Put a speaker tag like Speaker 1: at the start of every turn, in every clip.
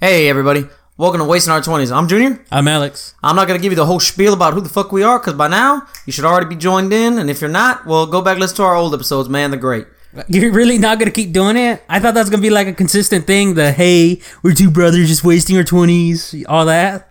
Speaker 1: Hey, everybody. Welcome to Wasting Our 20s. I'm Junior.
Speaker 2: I'm Alex.
Speaker 1: I'm not going to give you the whole spiel about who the fuck we are because by now you should already be joined in. And if you're not, well, go back listen to our old episodes, man. They're great.
Speaker 2: You're really not gonna keep doing it? I thought that's gonna be like a consistent thing. The hey, we're two brothers just wasting our twenties, all that.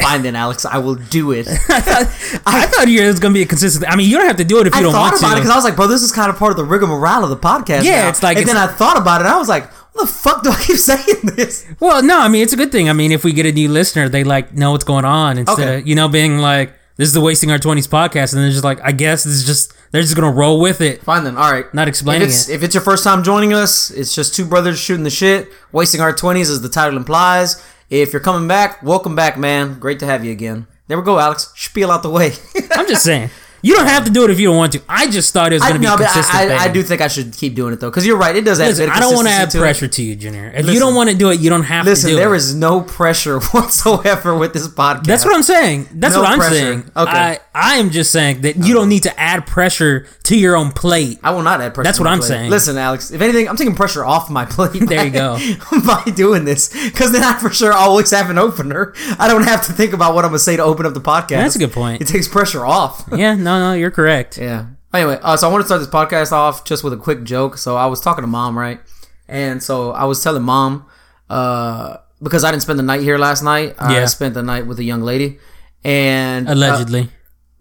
Speaker 1: Fine then, Alex. I will do it.
Speaker 2: I thought I thought you it was gonna be a consistent. I mean, you don't have to do it if you
Speaker 1: I
Speaker 2: don't
Speaker 1: thought
Speaker 2: want
Speaker 1: about it
Speaker 2: to.
Speaker 1: because I was like, bro, this is kind of part of the rigmarole of the podcast.
Speaker 2: Yeah,
Speaker 1: now.
Speaker 2: it's like
Speaker 1: And then
Speaker 2: it's-
Speaker 1: I thought about it. And I was like, what the fuck do I keep saying this?
Speaker 2: well, no, I mean it's a good thing. I mean, if we get a new listener, they like know what's going on instead
Speaker 1: Okay.
Speaker 2: of you know being like, "This is the wasting our twenties podcast," and they're just like, "I guess this is just they're just gonna roll with it."
Speaker 1: Fine then. All right.
Speaker 2: Not explaining
Speaker 1: if it's, If it's your first time joining us, it's just two brothers shooting the shit, wasting our 20s as the title implies. If you're coming back, welcome back, man. Great to have you again. There we go, Alex. Spiel out the way.
Speaker 2: I'm just saying. You don't have to do it if you don't want to. I just thought it was
Speaker 1: I,
Speaker 2: gonna be
Speaker 1: no,
Speaker 2: a
Speaker 1: but
Speaker 2: consistent.
Speaker 1: I,
Speaker 2: thing.
Speaker 1: I, I do think I should keep doing it though, because you're right. It does add a
Speaker 2: Listen,
Speaker 1: bit of
Speaker 2: I don't want to add
Speaker 1: consistency to it.
Speaker 2: pressure to you, Junior. If you don't want to do it, you don't have
Speaker 1: Listen,
Speaker 2: to do it.
Speaker 1: there is no pressure whatsoever with this podcast.
Speaker 2: That's what I'm saying. That's
Speaker 1: No
Speaker 2: what I'm
Speaker 1: pressure.
Speaker 2: saying.
Speaker 1: Okay.
Speaker 2: I, I am just saying that you don't need to add pressure to your own plate.
Speaker 1: I will not add pressure.
Speaker 2: That's
Speaker 1: to
Speaker 2: what
Speaker 1: my
Speaker 2: I'm
Speaker 1: plate.
Speaker 2: saying.
Speaker 1: Listen, Alex. If anything, I'm taking pressure off my plate.
Speaker 2: There you go.
Speaker 1: by doing this, because then I for sure always have an opener. I don't have to think about what I'm gonna say to open up the podcast.
Speaker 2: That's a good point.
Speaker 1: It takes pressure off.
Speaker 2: yeah, no, no, you're correct.
Speaker 1: Yeah. Anyway, uh, so I want to start this podcast off just with a quick joke. So I was talking to mom, right? And so I was telling mom, uh, because I didn't spend the night here last night. I
Speaker 2: Yeah.
Speaker 1: spent the night with a young lady. And uh,
Speaker 2: Allegedly.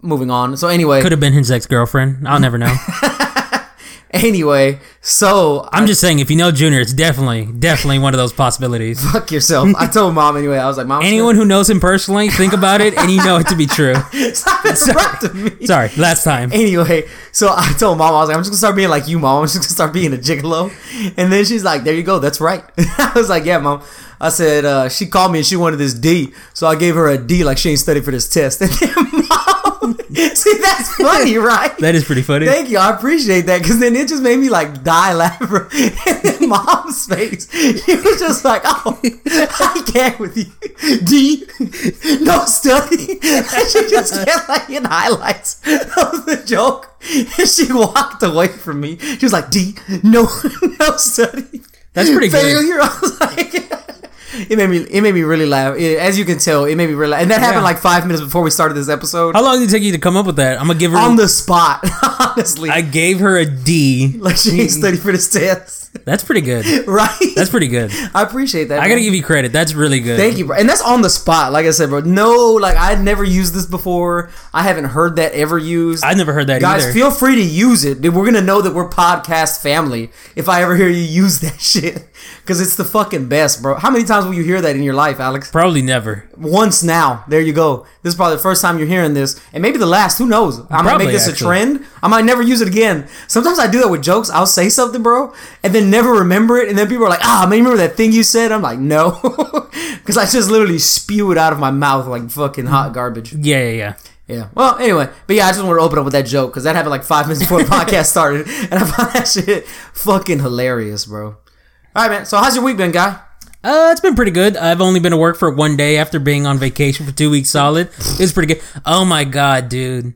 Speaker 1: moving on. So anyway,
Speaker 2: Could have been his ex girlfriend. I'll never know.
Speaker 1: anyway, so
Speaker 2: I'm just saying, if you know Junior, it's definitely, definitely one of those possibilities.
Speaker 1: fuck yourself. I told mom anyway. I was like, mom,
Speaker 2: Anyone who knows him personally, think about it and you know it to be true.
Speaker 1: stop interrupting me.
Speaker 2: Sorry, last time.
Speaker 1: Anyway, so I told mom, I was like, I'm just gonna start being like you, mom. I'm just gonna start being a gigolo. And then she's like, There you go, that's right. I was like, Yeah, mom. I said, uh, She called me and she wanted this D. So I gave her a D, like she ain't studied for this test. And then mom, see, that's funny, right?
Speaker 2: That is pretty funny.
Speaker 1: Thank you. I appreciate that because then it just made me like die laughing. And then mom's face, she was just like, "Oh, I can't with you, D, no study." And she just kept like in highlights of the joke, and she walked away from me. She was like, "D, no, no study."
Speaker 2: That's pretty good.
Speaker 1: failure. I was like. It made me. It made me really laugh. It- as you can tell, it made me really. laugh. And that happened
Speaker 2: Yeah.
Speaker 1: like five minutes before we started this episode
Speaker 2: How long did it take you to come up with that? I'm going to give her.
Speaker 1: on the spot. Honestly,
Speaker 2: I gave her a D.
Speaker 1: like she ain't studied for this test,
Speaker 2: That's pretty good.
Speaker 1: right?
Speaker 2: That's pretty good.
Speaker 1: I appreciate that.
Speaker 2: I gotta
Speaker 1: man.
Speaker 2: give you credit. That's really good.
Speaker 1: Thank you, bro. And that's on the spot, like I said, bro. No, like I would never used this before. I haven't heard that ever used.
Speaker 2: I never heard that
Speaker 1: Guys,
Speaker 2: either.
Speaker 1: feel free to use it. Dude, we're gonna know that we're podcast family if I ever hear you use that shit, because it's the fucking best, bro. How many times will you hear that in your life, Alex?
Speaker 2: Probably never.
Speaker 1: Once now, there you go. This is probably the first time you're hearing this, and maybe the last. Who knows? I might
Speaker 2: Probably,
Speaker 1: make this a
Speaker 2: actually.
Speaker 1: trend. I might never use it again. Sometimes I do that with jokes. I'll say something, bro, and then never remember it, and then people are like, "Ah, man, you remember that thing you said?" I'm like, "No," because I just literally spew it out of my mouth like fucking hot garbage.
Speaker 2: Yeah, yeah, yeah.
Speaker 1: Yeah. Well, anyway, but yeah, I just want to open up with that joke because that happened like five minutes before the podcast started, and I found that shit fucking hilarious, bro. All right, man. So how's your week been, guy?
Speaker 2: Uh, it's been pretty good. I've only been to work for one day after being on vacation for two weeks solid. It was pretty good. Oh my god, dude.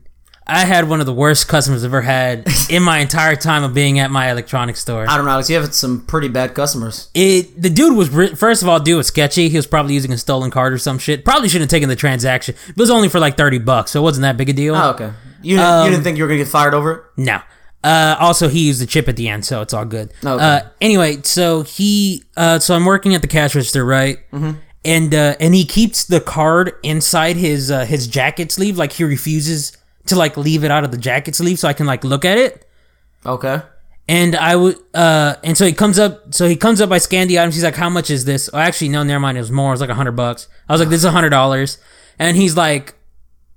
Speaker 2: I had one of the worst customers I've ever had in my entire time of being at my electronics store.
Speaker 1: I don't know, Alex. You have some pretty bad customers.
Speaker 2: It the dude was re- first of all, dude was sketchy. He was probably using a stolen card or some shit. Probably shouldn't have taken the transaction. It was only for like thirty bucks, so it wasn't that big a deal.
Speaker 1: Oh, okay. You, you didn't think you were gonna get fired over it?
Speaker 2: No. Uh, also, he used the chip at the end, so it's all good.
Speaker 1: Okay.
Speaker 2: Uh, anyway, so he, uh, so I'm working at the cash register, right? Mm-hmm. And uh, and he keeps the card inside his uh, his jacket sleeve. Like he refuses to like leave it out of the jacket sleeve, so I can like look at it.
Speaker 1: Okay.
Speaker 2: And I would, uh, and so he comes up, so he comes up, I scan the items, he's like, how much is this? Oh, actually, no, never mind, it was more, it was like a hundred bucks. I was like, this is a hundred dollars. And he's like,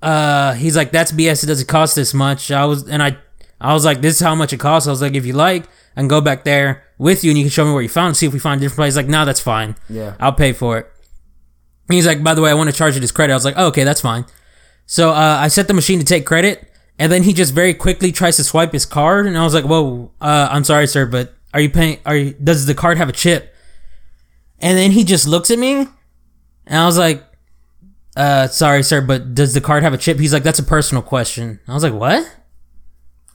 Speaker 2: uh, he's like, that's BS, it doesn't cost this much. I was, and I, I was like, this is how much it costs. I was like, if you like, I can go back there with you and you can show me where you found, it, see if we find a different place. He's like, no, that's fine.
Speaker 1: Yeah.
Speaker 2: I'll pay for it. And He's like, by the way, I want to charge it as credit. I was like, oh, okay, that's fine. So uh, I set the machine to take credit, and then he just very quickly tries to swipe his card, and I was like, whoa, uh, I'm sorry, sir, but are you paying? Are you, does the card have a chip? And then he just looks at me, and I was like, uh, sorry, sir, but does the card have a chip? He's like, that's a personal question. I was like, what?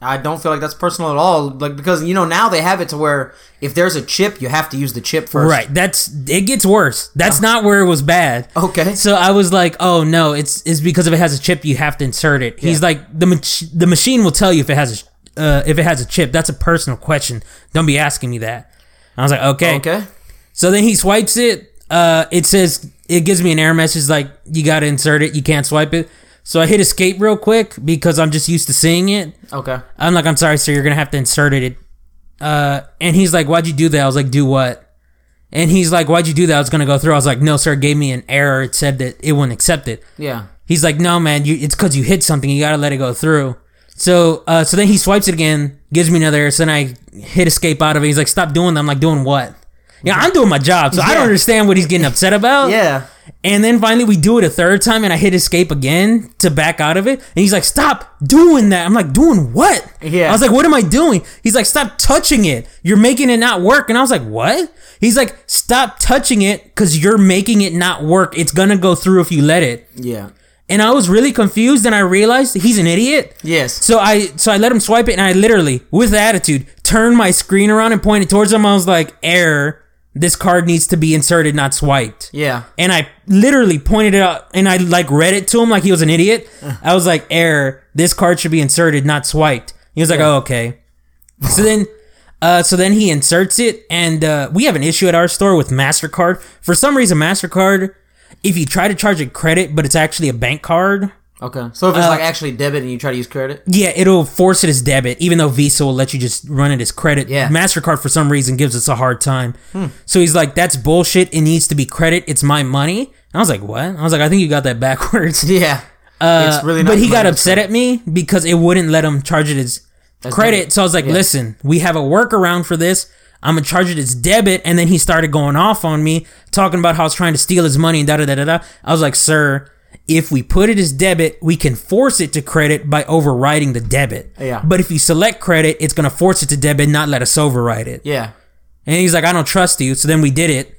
Speaker 1: I don't feel like that's personal at all. Like because you know now they have it to where if there's a chip, you have to use the chip first.
Speaker 2: Right. That's it gets worse. That's not where it was bad.
Speaker 1: Oh. Okay.
Speaker 2: So I was like, oh no, it's it's because if it has a chip, you have to insert it. He's
Speaker 1: Yeah.
Speaker 2: like the mach- the machine will tell you if it has a uh, if it has a chip. That's a personal question. Don't be asking me that. I was like, okay.
Speaker 1: Okay.
Speaker 2: So then he swipes it. Uh, it says it gives me an error message like you got to insert it. You can't swipe it. So I hit escape real quick because I'm just used to seeing it.
Speaker 1: Okay.
Speaker 2: I'm like, I'm sorry, sir, you're gonna have to insert it. Uh, and he's like, why'd you do that? I was like, do what? And he's like, why'd you do that? I was gonna go through. I was like, no, sir, it gave me an error. It said that it wouldn't accept it.
Speaker 1: Yeah.
Speaker 2: He's like, no, man, you, it's because you hit something. You gotta let it go through. So, uh, so then he swipes it again, gives me another error. So then I hit escape out of it. He's like, stop doing that. I'm like, doing what? Yeah, I'm doing my job, so I
Speaker 1: Yeah.
Speaker 2: don't understand what he's getting upset about.
Speaker 1: Yeah.
Speaker 2: And then finally we do it a third time and I hit escape again to back out of it. And he's like, Stop doing that. I'm like, doing what?
Speaker 1: Yeah.
Speaker 2: I was like, What am I doing? He's like, Stop touching it. You're making it not work. And I was like, What? He's like, Stop touching it because you're making it not work. It's gonna go through if you let it.
Speaker 1: Yeah.
Speaker 2: And I was really confused and I realized he's an idiot.
Speaker 1: Yes.
Speaker 2: So I so I let him swipe it and I literally, with attitude, turned my screen around and pointed towards him. I was like, Error, this card needs to be inserted, not swiped
Speaker 1: Yeah.
Speaker 2: and I literally pointed it out and I like read it to him like he was an idiot. I was like, error, this card should be inserted, not swiped. He was like, oh, okay. so then, uh, so then he inserts it and, uh, we have an issue at our store with MasterCard. For some reason, MasterCard, if you try to charge it credit, but it's actually a bank card,
Speaker 1: Okay. Uh, So if it's like actually debit and you try to use credit.
Speaker 2: yeah, it'll force it as debit, even though Visa will let you just run it as credit.
Speaker 1: Yeah.
Speaker 2: MasterCard, for some reason, gives us a hard time. So he's like, that's bullshit. It needs to be credit. It's my money. And I was like, what? I was like, I think you got that backwards.
Speaker 1: Yeah. Uh, it's really
Speaker 2: but he
Speaker 1: my
Speaker 2: got
Speaker 1: understanding.
Speaker 2: upset at me because it wouldn't let him charge it as credit.
Speaker 1: debit.
Speaker 2: So I was like, listen, we have a workaround for this. I'm gonna charge it as debit, and then he started going off on me, talking about how I was trying to steal his money and da da da da da. I was like, sir, if we put it as debit, we can force it to credit by overriding the debit.
Speaker 1: Yeah.
Speaker 2: But if you select credit, it's gonna force it to debit, not let us override it.
Speaker 1: Yeah.
Speaker 2: And he's like, I don't trust you. So then we did it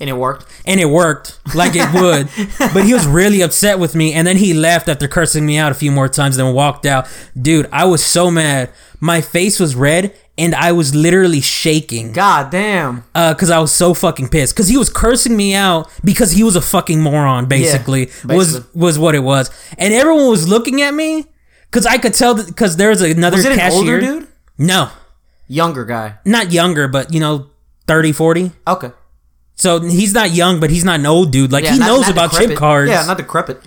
Speaker 1: And it worked.
Speaker 2: and it worked like it would. but he was really upset with me, and then he left after cursing me out a few more times, then walked out. Dude, I was so mad. My face was red, and I was literally shaking
Speaker 1: God damn.
Speaker 2: because I was so fucking pissed. Because he was cursing me out because he was a fucking moron, basically, was
Speaker 1: basically.
Speaker 2: was what it was, and everyone was looking at me because I could tell because there was another
Speaker 1: Was it an
Speaker 2: cashier.
Speaker 1: older dude?
Speaker 2: No,
Speaker 1: Younger guy.
Speaker 2: not younger, but you know, 30, 40.
Speaker 1: Okay.
Speaker 2: So he's not young, but he's not an old dude. Like
Speaker 1: Yeah,
Speaker 2: he
Speaker 1: not-
Speaker 2: knows
Speaker 1: not
Speaker 2: about
Speaker 1: decrepit.
Speaker 2: chip cards.
Speaker 1: Yeah, not decrepit.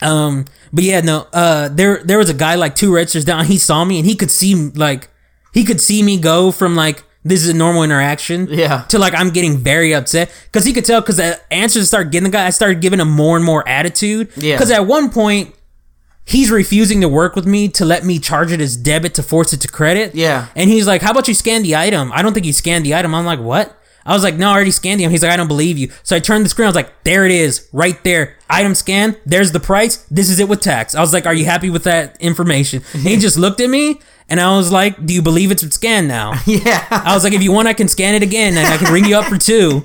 Speaker 2: Um, but yeah, no, uh, there, there was a guy like two registers down. He saw me and he could see, like, he could see me go from like, this is a normal interaction.
Speaker 1: Yeah.
Speaker 2: To like, I'm getting very upset. Cause he could tell, cause the answers start getting the guy, I started giving him more and more attitude.
Speaker 1: Yeah.
Speaker 2: Cause at one point, he's refusing to work with me to let me charge it as debit to force it to credit.
Speaker 1: Yeah.
Speaker 2: And he's like, How about you scan the item? I don't think you scanned the item. I'm like, What? I was like, No, I already scanned the item. He's like, I don't believe you. So I turned the screen. I was like, There it is, right there. Item scan. There's the price. This is it with tax. I was like, Are you happy with that information? And he just looked at me and I was like, Do you believe it's scanned now?
Speaker 1: Yeah.
Speaker 2: I was like, If you want, I can scan it again and I can ring you up for two.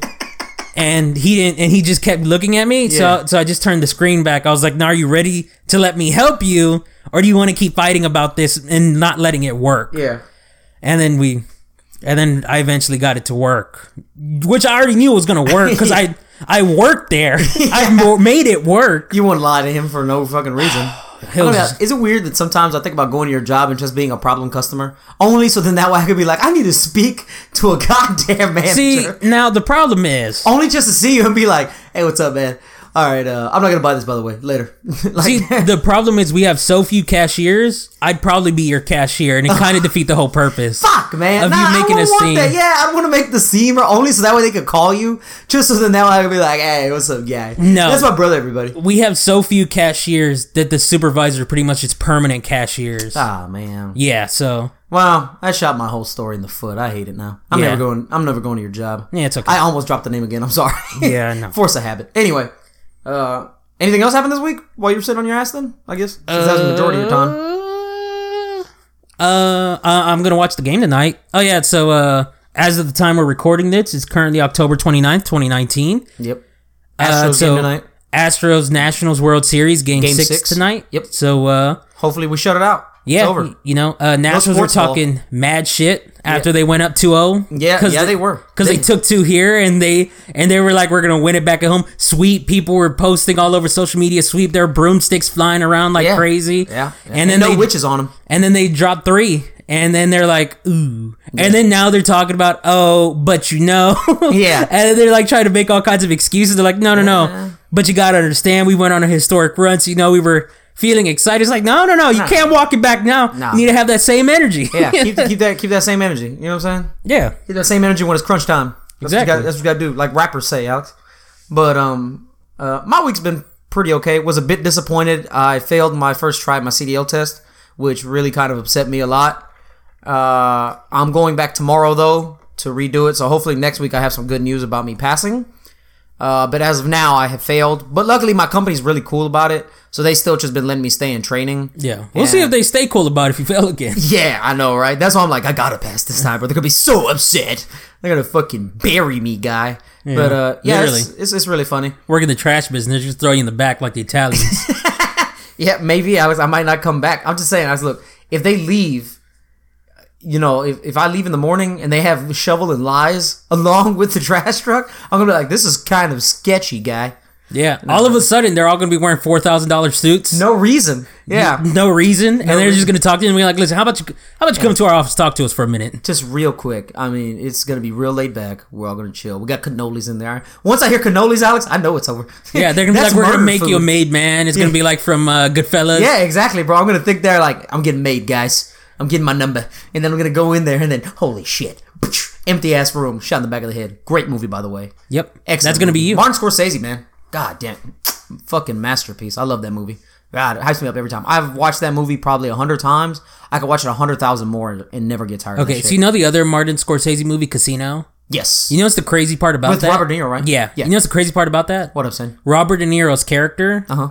Speaker 2: And he didn't, and he just kept looking at me.
Speaker 1: Yeah.
Speaker 2: So, so I just turned the screen back. I was like, "Now, are you ready to let me help you, or do you want to keep fighting about this and not letting it work?"
Speaker 1: Yeah.
Speaker 2: and then we and then i eventually got it to work which i already knew was going to work because i i worked there i mo- made it work
Speaker 1: You wouldn't lie to him for no fucking reason. I don't know, is it weird that sometimes I think about going to your job and just being a problem customer only so then that way I could be like I need to speak to a goddamn manager
Speaker 2: see now the problem is
Speaker 1: only just to see you and be like hey what's up man all right uh, I'm not gonna buy this by the way later like
Speaker 2: see the problem is we have so few cashiers i'd probably be your cashier and it kind of defeat the whole purpose
Speaker 1: fuck man
Speaker 2: Of
Speaker 1: nah,
Speaker 2: you
Speaker 1: I
Speaker 2: making a
Speaker 1: wouldn't want
Speaker 2: scene.
Speaker 1: that. yeah I don't want to make the scene or only so that way they could call you just so then that way I could be like hey what's up guy
Speaker 2: No.
Speaker 1: that's my brother everybody
Speaker 2: we have so few cashiers that the supervisor pretty much is permanent cashiers
Speaker 1: ah man
Speaker 2: yeah so
Speaker 1: Wow, I shot my whole story in the foot. I hate it now. I'm
Speaker 2: Yeah.
Speaker 1: never going. I'm never going to your job.
Speaker 2: Yeah, it's okay.
Speaker 1: I almost dropped the name again. I'm sorry.
Speaker 2: Yeah, I know.
Speaker 1: Force a habit. Anyway, uh, anything else happened this week while you were sitting on your ass? Then I guess since that was the majority of your time.
Speaker 2: Uh, I- I'm gonna watch the game tonight. Oh yeah, so uh, as of the time we're recording this, it's currently October 29th, 2019.
Speaker 1: Yep.
Speaker 2: Uh,
Speaker 1: Astros
Speaker 2: so
Speaker 1: game tonight.
Speaker 2: Astros Nationals World Series game,
Speaker 1: Game
Speaker 2: six,
Speaker 1: six.
Speaker 2: tonight.
Speaker 1: Yep.
Speaker 2: So uh,
Speaker 1: Hopefully we shut it out.
Speaker 2: Yeah,
Speaker 1: It's over.
Speaker 2: y- you know, uh, Nationals were
Speaker 1: sports ball.
Speaker 2: talking mad shit after they went up oh. 2-0.
Speaker 1: Yeah, yeah, they were.
Speaker 2: because they
Speaker 1: They-
Speaker 2: took two here and they and they were like, we're gonna win it back at home. Sweep, people were posting all over social media. Sweep, their broomsticks flying around like
Speaker 1: Yeah.
Speaker 2: crazy.
Speaker 1: Yeah, yeah.
Speaker 2: and then
Speaker 1: no
Speaker 2: they
Speaker 1: witches on him.
Speaker 2: and then they dropped three, and then they're like, ooh, and then now they're talking about, oh, but you know,
Speaker 1: Yeah.
Speaker 2: and they're like trying to make all kinds of excuses. They're like, no, no, no, but you gotta understand, we went on a historic run, so you know we were feeling excited. It's like, no, no, no, you can't walk it back now.
Speaker 1: Nah.
Speaker 2: You need to have that same energy.
Speaker 1: Yeah, keep, keep that keep that same energy. You know what I'm saying?
Speaker 2: yeah,
Speaker 1: Keep that same energy when it's crunch time. That's
Speaker 2: Exactly.
Speaker 1: What you got, that's what you got to do, like rappers say, Alex. But um, uh, my week's been pretty okay. Was a bit disappointed. I failed my first try, at my CDL test, which really kind of upset me a lot. Uh, I'm going back tomorrow though to redo it. So hopefully next week I have some good news about me passing. Uh, but as of now, I have failed. But luckily, my company's really cool about it, so they still just been letting me stay in training.
Speaker 2: yeah. We'll see
Speaker 1: Yeah.
Speaker 2: if they stay cool about it if you fail again.
Speaker 1: Yeah, I know, right? That's why I'm like, I gotta pass this time, or they're gonna be so upset. They're gonna fucking bury me, guy. But uh, yeah, it's,
Speaker 2: literally.
Speaker 1: it's it's really funny.
Speaker 2: Work in the trash business, just throw you in the back like the Italians.
Speaker 1: Yeah, maybe I was, I might not come back. I'm just saying, I was look, if they leave, you know, if, if I leave in the morning and they have shovel and lies along with the trash truck, I'm gonna be like, this is kind of sketchy, guy.
Speaker 2: yeah, all of a sudden they're all gonna be wearing four thousand dollar suits.
Speaker 1: No reason. Yeah.
Speaker 2: no reason, and they're
Speaker 1: reason.
Speaker 2: just gonna talk to you and be like, "Listen, how about you? How about you come to our office, talk to us for a minute?"
Speaker 1: Just real quick. I mean, it's gonna be real laid back. We're all gonna chill. We got cannolis in there. Once I hear cannolis, Alex, I know it's over.
Speaker 2: Yeah, they're gonna be
Speaker 1: That's
Speaker 2: like, "We're gonna
Speaker 1: murder
Speaker 2: make you a
Speaker 1: food.
Speaker 2: maid, man. It's gonna be like from uh, Goodfellas."
Speaker 1: Yeah, exactly, bro. I'm gonna think they're like, I'm getting made, guys. I'm getting my number, and then I'm gonna go in there, and then holy shit, empty ass room, shot in the back of the head. Great movie, by the way.
Speaker 2: Yep,
Speaker 1: Excellent.
Speaker 2: that's gonna be
Speaker 1: movie.
Speaker 2: you.
Speaker 1: Martin Scorsese, man. God damn, fucking masterpiece. I love that movie. God, it hypes me up every time. I've watched that movie probably a hundred times. I could watch it a hundred thousand more and, and never get tired. of
Speaker 2: okay,
Speaker 1: that
Speaker 2: so
Speaker 1: shit.
Speaker 2: you know the other Martin Scorsese movie, Casino.
Speaker 1: yes.
Speaker 2: You know what's the crazy part about
Speaker 1: With
Speaker 2: that?
Speaker 1: Robert De Niro, right?
Speaker 2: Yeah.
Speaker 1: Yeah.
Speaker 2: You know what's the crazy part about that?
Speaker 1: what I'm saying?
Speaker 2: Robert De Niro's character.
Speaker 1: Uh huh.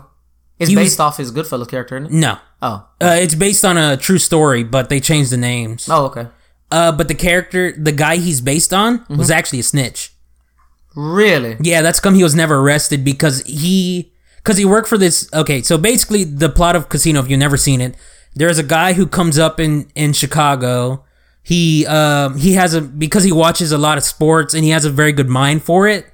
Speaker 1: It's
Speaker 2: was-
Speaker 1: based off his Goodfellas character, isn't it?
Speaker 2: No,
Speaker 1: Oh.
Speaker 2: uh, it's based on a true story, but they changed the names.
Speaker 1: Oh, okay.
Speaker 2: Uh, but the character, the guy he's based on, was actually a snitch.
Speaker 1: Really?
Speaker 2: Yeah, that's come he was never arrested because he because he worked for this. Okay, so basically the plot of Casino, if you've never seen it, there's a guy who comes up in in Chicago. He um he has a because he watches a lot of sports and he has a very good mind for it.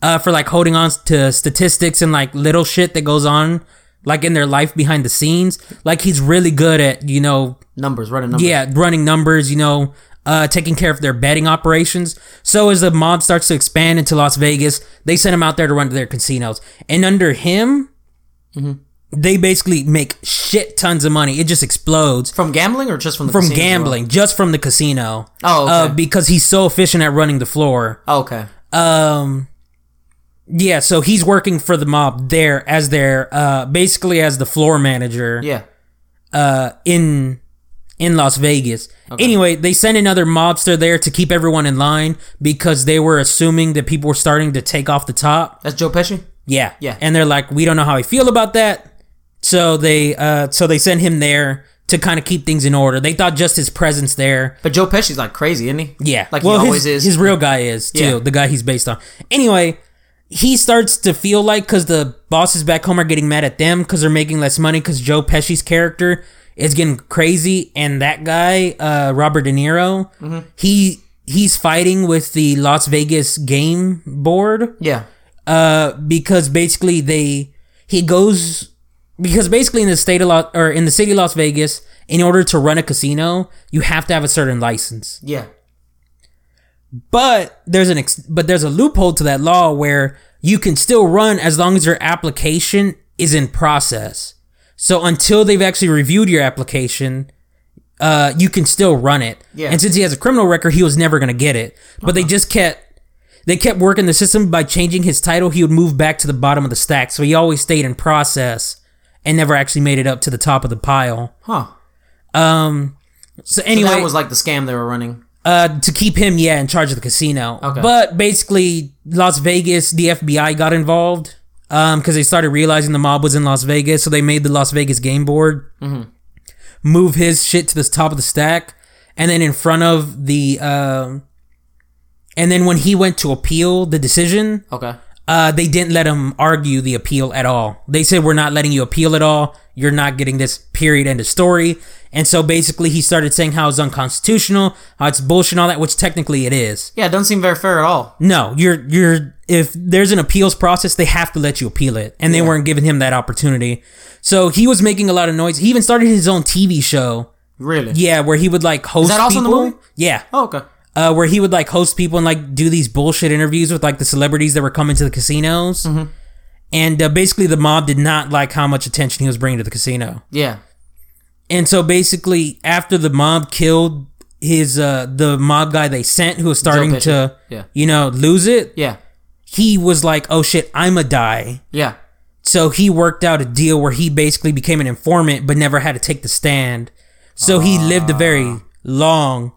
Speaker 2: Uh, for like holding on to statistics and like little shit that goes on like in their life behind the scenes. Like he's really good at you know
Speaker 1: Numbers, running numbers.
Speaker 2: yeah, running numbers, you know, uh, taking care of their betting operations. So as the mob starts to expand into Las Vegas, they send him out there to run to their casinos. And under him,
Speaker 1: Mm-hmm.
Speaker 2: they basically make shit tons of money. It just explodes
Speaker 1: From gambling or just from the
Speaker 2: from
Speaker 1: casinos as well?
Speaker 2: gambling, just from the casino.
Speaker 1: Oh, okay.
Speaker 2: Uh, because he's so efficient at running the floor.
Speaker 1: Oh, okay.
Speaker 2: Um, yeah, so he's working for the mob there as their, uh, basically as the floor manager
Speaker 1: Yeah.
Speaker 2: uh, in in Las Vegas. Anyway, they sent another mobster there to keep everyone in line because they were assuming that people were starting to take off the top.
Speaker 1: That's Joe Pesci?
Speaker 2: Yeah,
Speaker 1: Yeah.
Speaker 2: And they're like, we don't know how I feel about that. So they uh, so they sent him there to kind of keep things in order. They thought just his presence there.
Speaker 1: But Joe Pesci's like crazy, isn't he?
Speaker 2: Yeah,
Speaker 1: Like
Speaker 2: well,
Speaker 1: he
Speaker 2: his,
Speaker 1: always is.
Speaker 2: His real guy is too
Speaker 1: Yeah.
Speaker 2: the guy he's based on. Anyway. He starts to feel like because the bosses back home are getting mad at them because they're making less money because Joe Pesci's character is getting crazy and that guy uh, Robert De Niro
Speaker 1: Mm-hmm.
Speaker 2: he he's fighting with the Las Vegas game board
Speaker 1: yeah.
Speaker 2: uh, because basically they he goes because basically in the state of Las or in the city of Las Vegas, in order to run a casino, you have to have a certain license.
Speaker 1: Yeah.
Speaker 2: But there's an ex- but there's a loophole to that law where you can still run as long as your application is in process. So until they've actually reviewed your application, uh, you can still run it.
Speaker 1: Yeah. Uh-huh.
Speaker 2: And since he has a criminal record, he was never gonna get it. But they just kept they kept working the system by changing his title. He would move back to the bottom of the stack, so he always stayed in process and never actually made it up to the top of the pile.
Speaker 1: Huh.
Speaker 2: Um. So anyway,
Speaker 1: Anyway, that was like the scam they were running.
Speaker 2: uh, to keep him, yeah, in charge of the casino.
Speaker 1: Okay.
Speaker 2: But basically, Las Vegas, the FBI got involved because they started realizing the mob was in Las Vegas, so they made the Las Vegas game board move his shit to the top of the stack, and then in front of the, um and then when he went to appeal the decision,
Speaker 1: Okay.
Speaker 2: uh, they didn't let him argue the appeal at all. They said we're not letting you appeal at all. you're not getting this period end of story. And so basically he started saying how it's unconstitutional, how it's bullshit and all that, which technically it is.
Speaker 1: Yeah, it doesn't seem very fair at all.
Speaker 2: No, you're you're if there's an appeals process, they have to let you appeal it. And they weren't giving him that opportunity. So he was making a lot of noise. He even started his own TV show.
Speaker 1: Really?
Speaker 2: Yeah, where he would like host
Speaker 1: that also in the
Speaker 2: people.
Speaker 1: movie?
Speaker 2: Yeah
Speaker 1: Oh, okay.
Speaker 2: uh, where he would like host people and like do these bullshit interviews with like the celebrities that were coming to the casinos. And uh, basically, the mob did not like how much attention he was bringing to the casino.
Speaker 1: Yeah.
Speaker 2: And so basically, after the mob killed his uh the mob guy they sent who was starting
Speaker 1: Pitcher.
Speaker 2: to
Speaker 1: Yeah.
Speaker 2: you know lose it
Speaker 1: Yeah.
Speaker 2: he was like oh shit i'm a die
Speaker 1: Yeah.
Speaker 2: so he worked out a deal where he basically became an informant but never had to take the stand so he lived a very long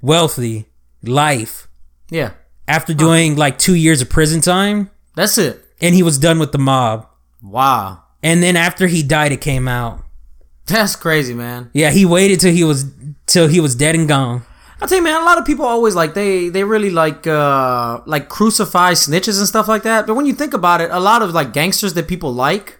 Speaker 2: wealthy life
Speaker 1: Yeah.
Speaker 2: after doing like two years of prison time
Speaker 1: That's it.
Speaker 2: and he was done with the mob
Speaker 1: Wow.
Speaker 2: and then after he died it came out
Speaker 1: That's crazy, man.
Speaker 2: yeah he waited till he was till he was dead and gone
Speaker 1: I tell you, man, a lot of people always like they they really like uh like crucify snitches and stuff like that. But when you think about it, a lot of like gangsters that people like,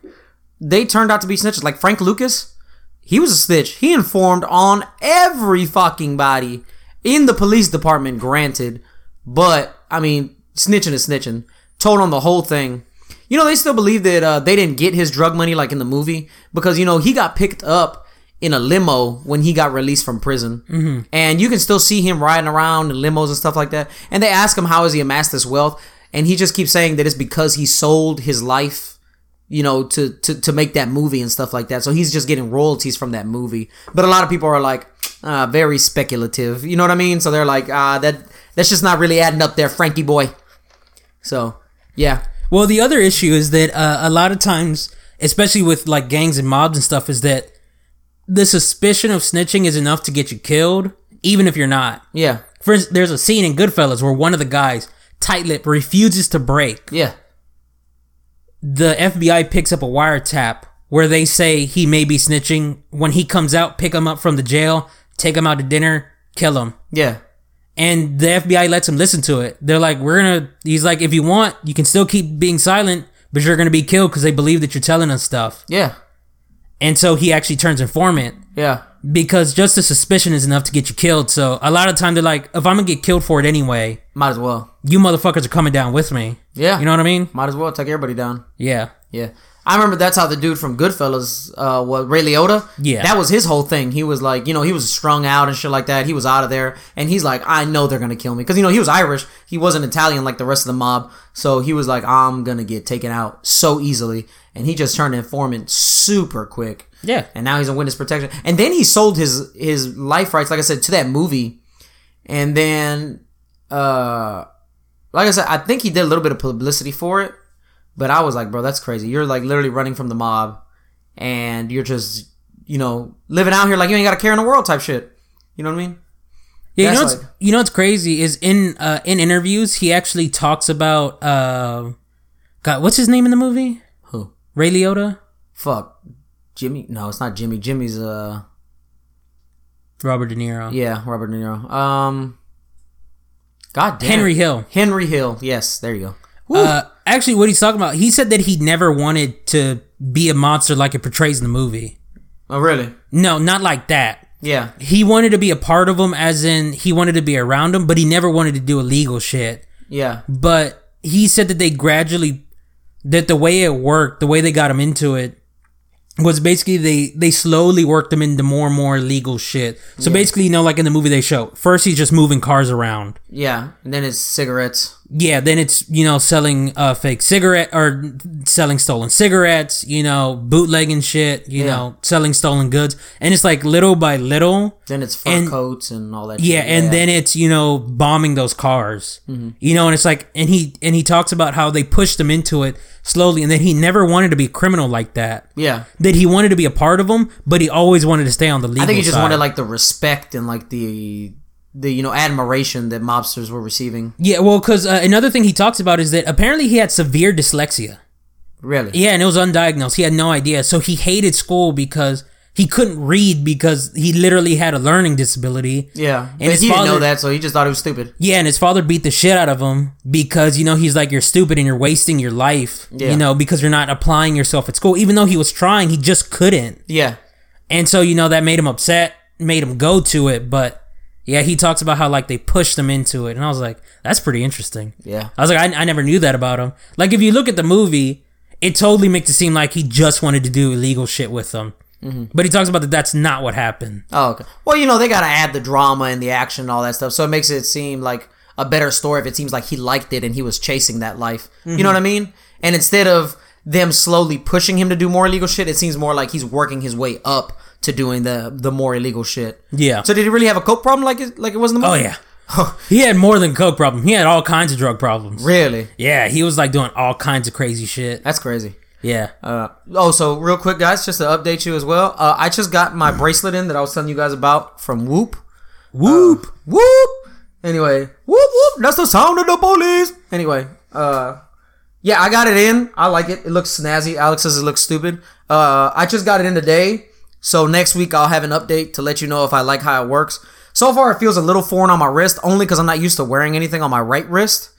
Speaker 1: they turned out to be snitches. Like Frank Lucas, he was a snitch. He informed on every fucking body in the police department, granted. But I mean, snitching is snitching. Told on the whole thing. You know, they still believe that uh, they didn't get his drug money like in the movie because you know he got picked up in a limo when he got released from prison, mm-hmm. and you can still see him riding around in limos and stuff like that. And they ask him how has he amassed this wealth, and he just keeps saying that it's because he sold his life you know, to, to, to make that movie and stuff like that. So he's just getting royalties from that movie. But a lot of people are like, uh, very speculative. You know what I mean? So they're like, uh, that that's just not really adding up there, Frankie boy. So, yeah.
Speaker 2: well the other issue is that uh, a lot of times especially with like gangs and mobs and stuff is that the suspicion of snitching is enough to get you killed even if you're not
Speaker 1: Yeah.
Speaker 2: for instance, there's a scene in goodfellas where one of the guys tight lip refuses to break
Speaker 1: Yeah.
Speaker 2: the FBI picks up a wiretap where they say he may be snitching. When he comes out, pick him up from the jail, take him out to dinner, kill him.
Speaker 1: Yeah.
Speaker 2: And the FBI lets him listen to it. They're like, we're gonna, he's like, if you want, you can still keep being silent, but you're gonna be killed because they believe that you're telling us stuff.
Speaker 1: Yeah.
Speaker 2: And so he actually turns informant
Speaker 1: Yeah.
Speaker 2: because just the suspicion is enough to get you killed. So a lot of time they're like, if I'm gonna get killed for it anyway,
Speaker 1: Might as well.
Speaker 2: you motherfuckers are coming down with me.
Speaker 1: Yeah.
Speaker 2: You know what I mean?
Speaker 1: Might as well take everybody down.
Speaker 2: Yeah.
Speaker 1: Yeah. I remember that's how the dude from Goodfellas uh, was Ray Liotta.
Speaker 2: Yeah.
Speaker 1: That was his whole thing. He was like, you know, he was strung out and shit like that. He was out of there. And he's like, I know they're going to kill me. Because, you know, he was Irish. He wasn't Italian like the rest of the mob. So he was like, I'm going to get taken out so easily. And he just turned informant super quick.
Speaker 2: Yeah.
Speaker 1: And now he's in witness protection. And then he sold his his life rights, like I said, to that movie. And then, uh, like I said, I think he did a little bit of publicity for it. But I was like, bro, that's crazy. You're like literally running from the mob and you're just, you know, living out here like you ain't got a care in the world type shit. You know what I mean?
Speaker 2: Yeah, you
Speaker 1: That's
Speaker 2: know, what's,
Speaker 1: like-
Speaker 2: you know what's crazy is in uh, in interviews he actually talks about uh, God, what's his name in the movie?
Speaker 1: Who?
Speaker 2: Ray Liotta,
Speaker 1: Fuck. Jimmy? No, it's not Jimmy. Jimmy's, uh,
Speaker 2: Robert De Niro,
Speaker 1: yeah, Robert De Niro. Um, God damn.
Speaker 2: Henry Hill.
Speaker 1: Henry Hill. Yes, there you go. Woo.
Speaker 2: Uh, actually, what he's talking about, he said that he never wanted to be a monster like it portrays in the movie.
Speaker 1: oh, really?
Speaker 2: No, not like that.
Speaker 1: Yeah.
Speaker 2: He wanted to be a part of him, as in he wanted to be around him, but he never wanted to do illegal shit.
Speaker 1: Yeah.
Speaker 2: but he said that they gradually that the way it worked the way they got him into it was basically they they slowly worked him into more and more illegal shit so basically you know like in the movie they show first he's just moving cars around
Speaker 1: Yeah. And then it's cigarettes.
Speaker 2: yeah then it's you know selling uh fake cigarette or selling stolen cigarettes you know bootlegging shit you
Speaker 1: Yeah.
Speaker 2: know selling stolen goods and it's like little by little
Speaker 1: Then it's fur
Speaker 2: And-
Speaker 1: coats and all that
Speaker 2: yeah,
Speaker 1: shit.
Speaker 2: and then it's you know bombing those cars,
Speaker 1: Mm-hmm.
Speaker 2: you know, and it's like, and he and he talks about how they pushed him into it slowly, and that he never wanted to be a criminal like that.
Speaker 1: Yeah.
Speaker 2: That he wanted to be a part of them, but he always wanted to stay on the legal.
Speaker 1: I think he just
Speaker 2: side.
Speaker 1: wanted like the respect and like the the you know admiration that mobsters were receiving.
Speaker 2: yeah, well, because uh, another thing he talks about is that apparently he had severe dyslexia.
Speaker 1: Really?
Speaker 2: Yeah, and it was undiagnosed. He had no idea, so he hated school because he couldn't read because he literally had a learning disability.
Speaker 1: Yeah.
Speaker 2: And
Speaker 1: And
Speaker 2: his
Speaker 1: he didn't know
Speaker 2: father-
Speaker 1: that, so he just thought it was stupid.
Speaker 2: Yeah, and his father beat the shit out of him because you know he's like you're stupid and you're wasting your life.
Speaker 1: Yeah.
Speaker 2: You know because you're not applying yourself at school. Even though he was trying, he just couldn't.
Speaker 1: Yeah.
Speaker 2: And so you know that made him upset, made him go to it. But yeah, he talks about how like they pushed him into it, and I was like, that's pretty interesting.
Speaker 1: Yeah.
Speaker 2: I was like, I, I never knew that about him. Like, if you look at the movie, it totally makes it seem like he just wanted to do illegal shit with them. But he talks about that that's not what happened.
Speaker 1: Oh, okay. Well, you know, they got to add the drama and the action and all that stuff. So it makes it seem like a better story if it seems like he liked it and he was chasing that life. You
Speaker 2: Mm-hmm.
Speaker 1: know what I mean? And instead of them slowly pushing him to do more illegal shit, it seems more like he's working his way up to doing the the more illegal shit.
Speaker 2: Yeah.
Speaker 1: So did he really have a coke problem like it, like it was in the
Speaker 2: oh,
Speaker 1: movie?
Speaker 2: yeah. he had more than coke problem. He had all kinds of drug problems.
Speaker 1: Really?
Speaker 2: Yeah, he was like doing all kinds of crazy shit.
Speaker 1: That's crazy.
Speaker 2: Yeah.
Speaker 1: Uh, oh, so real quick, guys, just to update you as well. Uh, I just got my bracelet in that I was telling you guys about from Whoop.
Speaker 2: Whoop.
Speaker 1: Whoop. Anyway, whoop whoop. That's the sound of the police. Anyway, uh, yeah, I got it in. I like it. It looks snazzy. Alex says it looks stupid. Uh, I just got it in today, so next week I'll have an update to let you know if I like how it works. So far, it feels a little foreign on my wrist, only because I'm not used to wearing anything on my right wrist,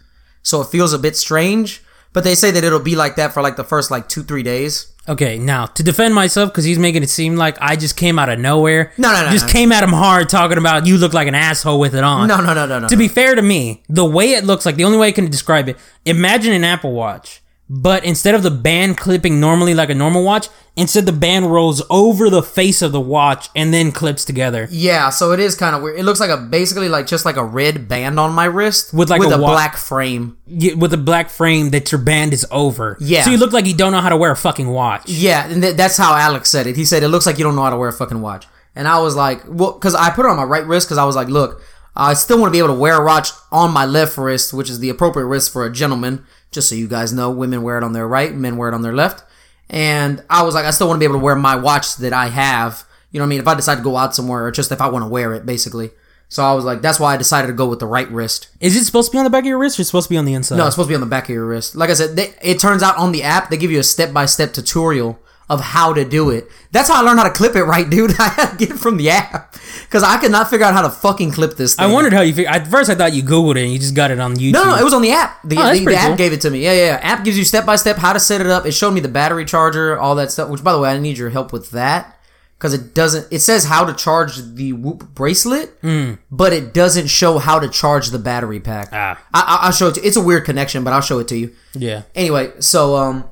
Speaker 1: so it feels a bit strange. But they say that it'll be like that for like the first like two three days.
Speaker 2: Okay, now to defend myself because he's making it seem like I just came out of nowhere.
Speaker 1: No, no, no,
Speaker 2: Just
Speaker 1: no.
Speaker 2: came at him hard talking about you look like an asshole with it on.
Speaker 1: No, no, no, no, no.
Speaker 2: to be fair to me, the way it looks like, the only way I can describe it, imagine an Apple Watch, but instead of the band clipping normally like a normal watch, instead the band rolls over the face of the watch and then clips together.
Speaker 1: Yeah, so it is kind of weird. It looks like a basically like just like a red band on my wrist
Speaker 2: With, like,
Speaker 1: with
Speaker 2: a
Speaker 1: a,
Speaker 2: wa-
Speaker 1: black frame.
Speaker 2: Y- With a black frame that your band is over.
Speaker 1: Yeah.
Speaker 2: So you look like you don't know how to wear a fucking watch.
Speaker 1: Yeah, and th- that's how Alex said it. He said it looks like you don't know how to wear a fucking watch. And I was like, well, because I put it on my right wrist because I was like, look, I still want to be able to wear a watch on my left wrist, which is the appropriate wrist for a gentleman. Just so you guys know, women wear it on their right, men wear it on their left. And I was like, I still want to be able to wear my watch that I have. You know what I mean? If I decide to go out somewhere, or just if I want to wear it, basically. So I was like, that's why I decided to go with the right wrist.
Speaker 2: Is it supposed to be on the back of your wrist or it's supposed to be on the inside?
Speaker 1: No, it's supposed to be on the back of your wrist. Like I said, they, it turns out on the app they give you a step by step tutorial of how to do it. That's how I learned how to clip it, right, dude? I had to get it from the app because I could not figure out how to fucking clip this thing.
Speaker 2: I wondered how you figure. At first, I thought you Googled it and you just got it on YouTube.
Speaker 1: No, no, it was on the app. The,
Speaker 2: Oh,
Speaker 1: the,
Speaker 2: that's
Speaker 1: the
Speaker 2: pretty
Speaker 1: app
Speaker 2: cool.
Speaker 1: gave it to me. Yeah, yeah, yeah. App gives you step by step how to set it up. It showed me the battery charger, all that stuff. Which, by the way, I need your help with that because it doesn't. It says how to charge the Whoop bracelet,
Speaker 2: Hmm.
Speaker 1: but it doesn't show how to charge the battery pack.
Speaker 2: Ah.
Speaker 1: I, I, I'll show it. To, it's a weird connection, but I'll show it to you.
Speaker 2: yeah.
Speaker 1: Anyway, so um,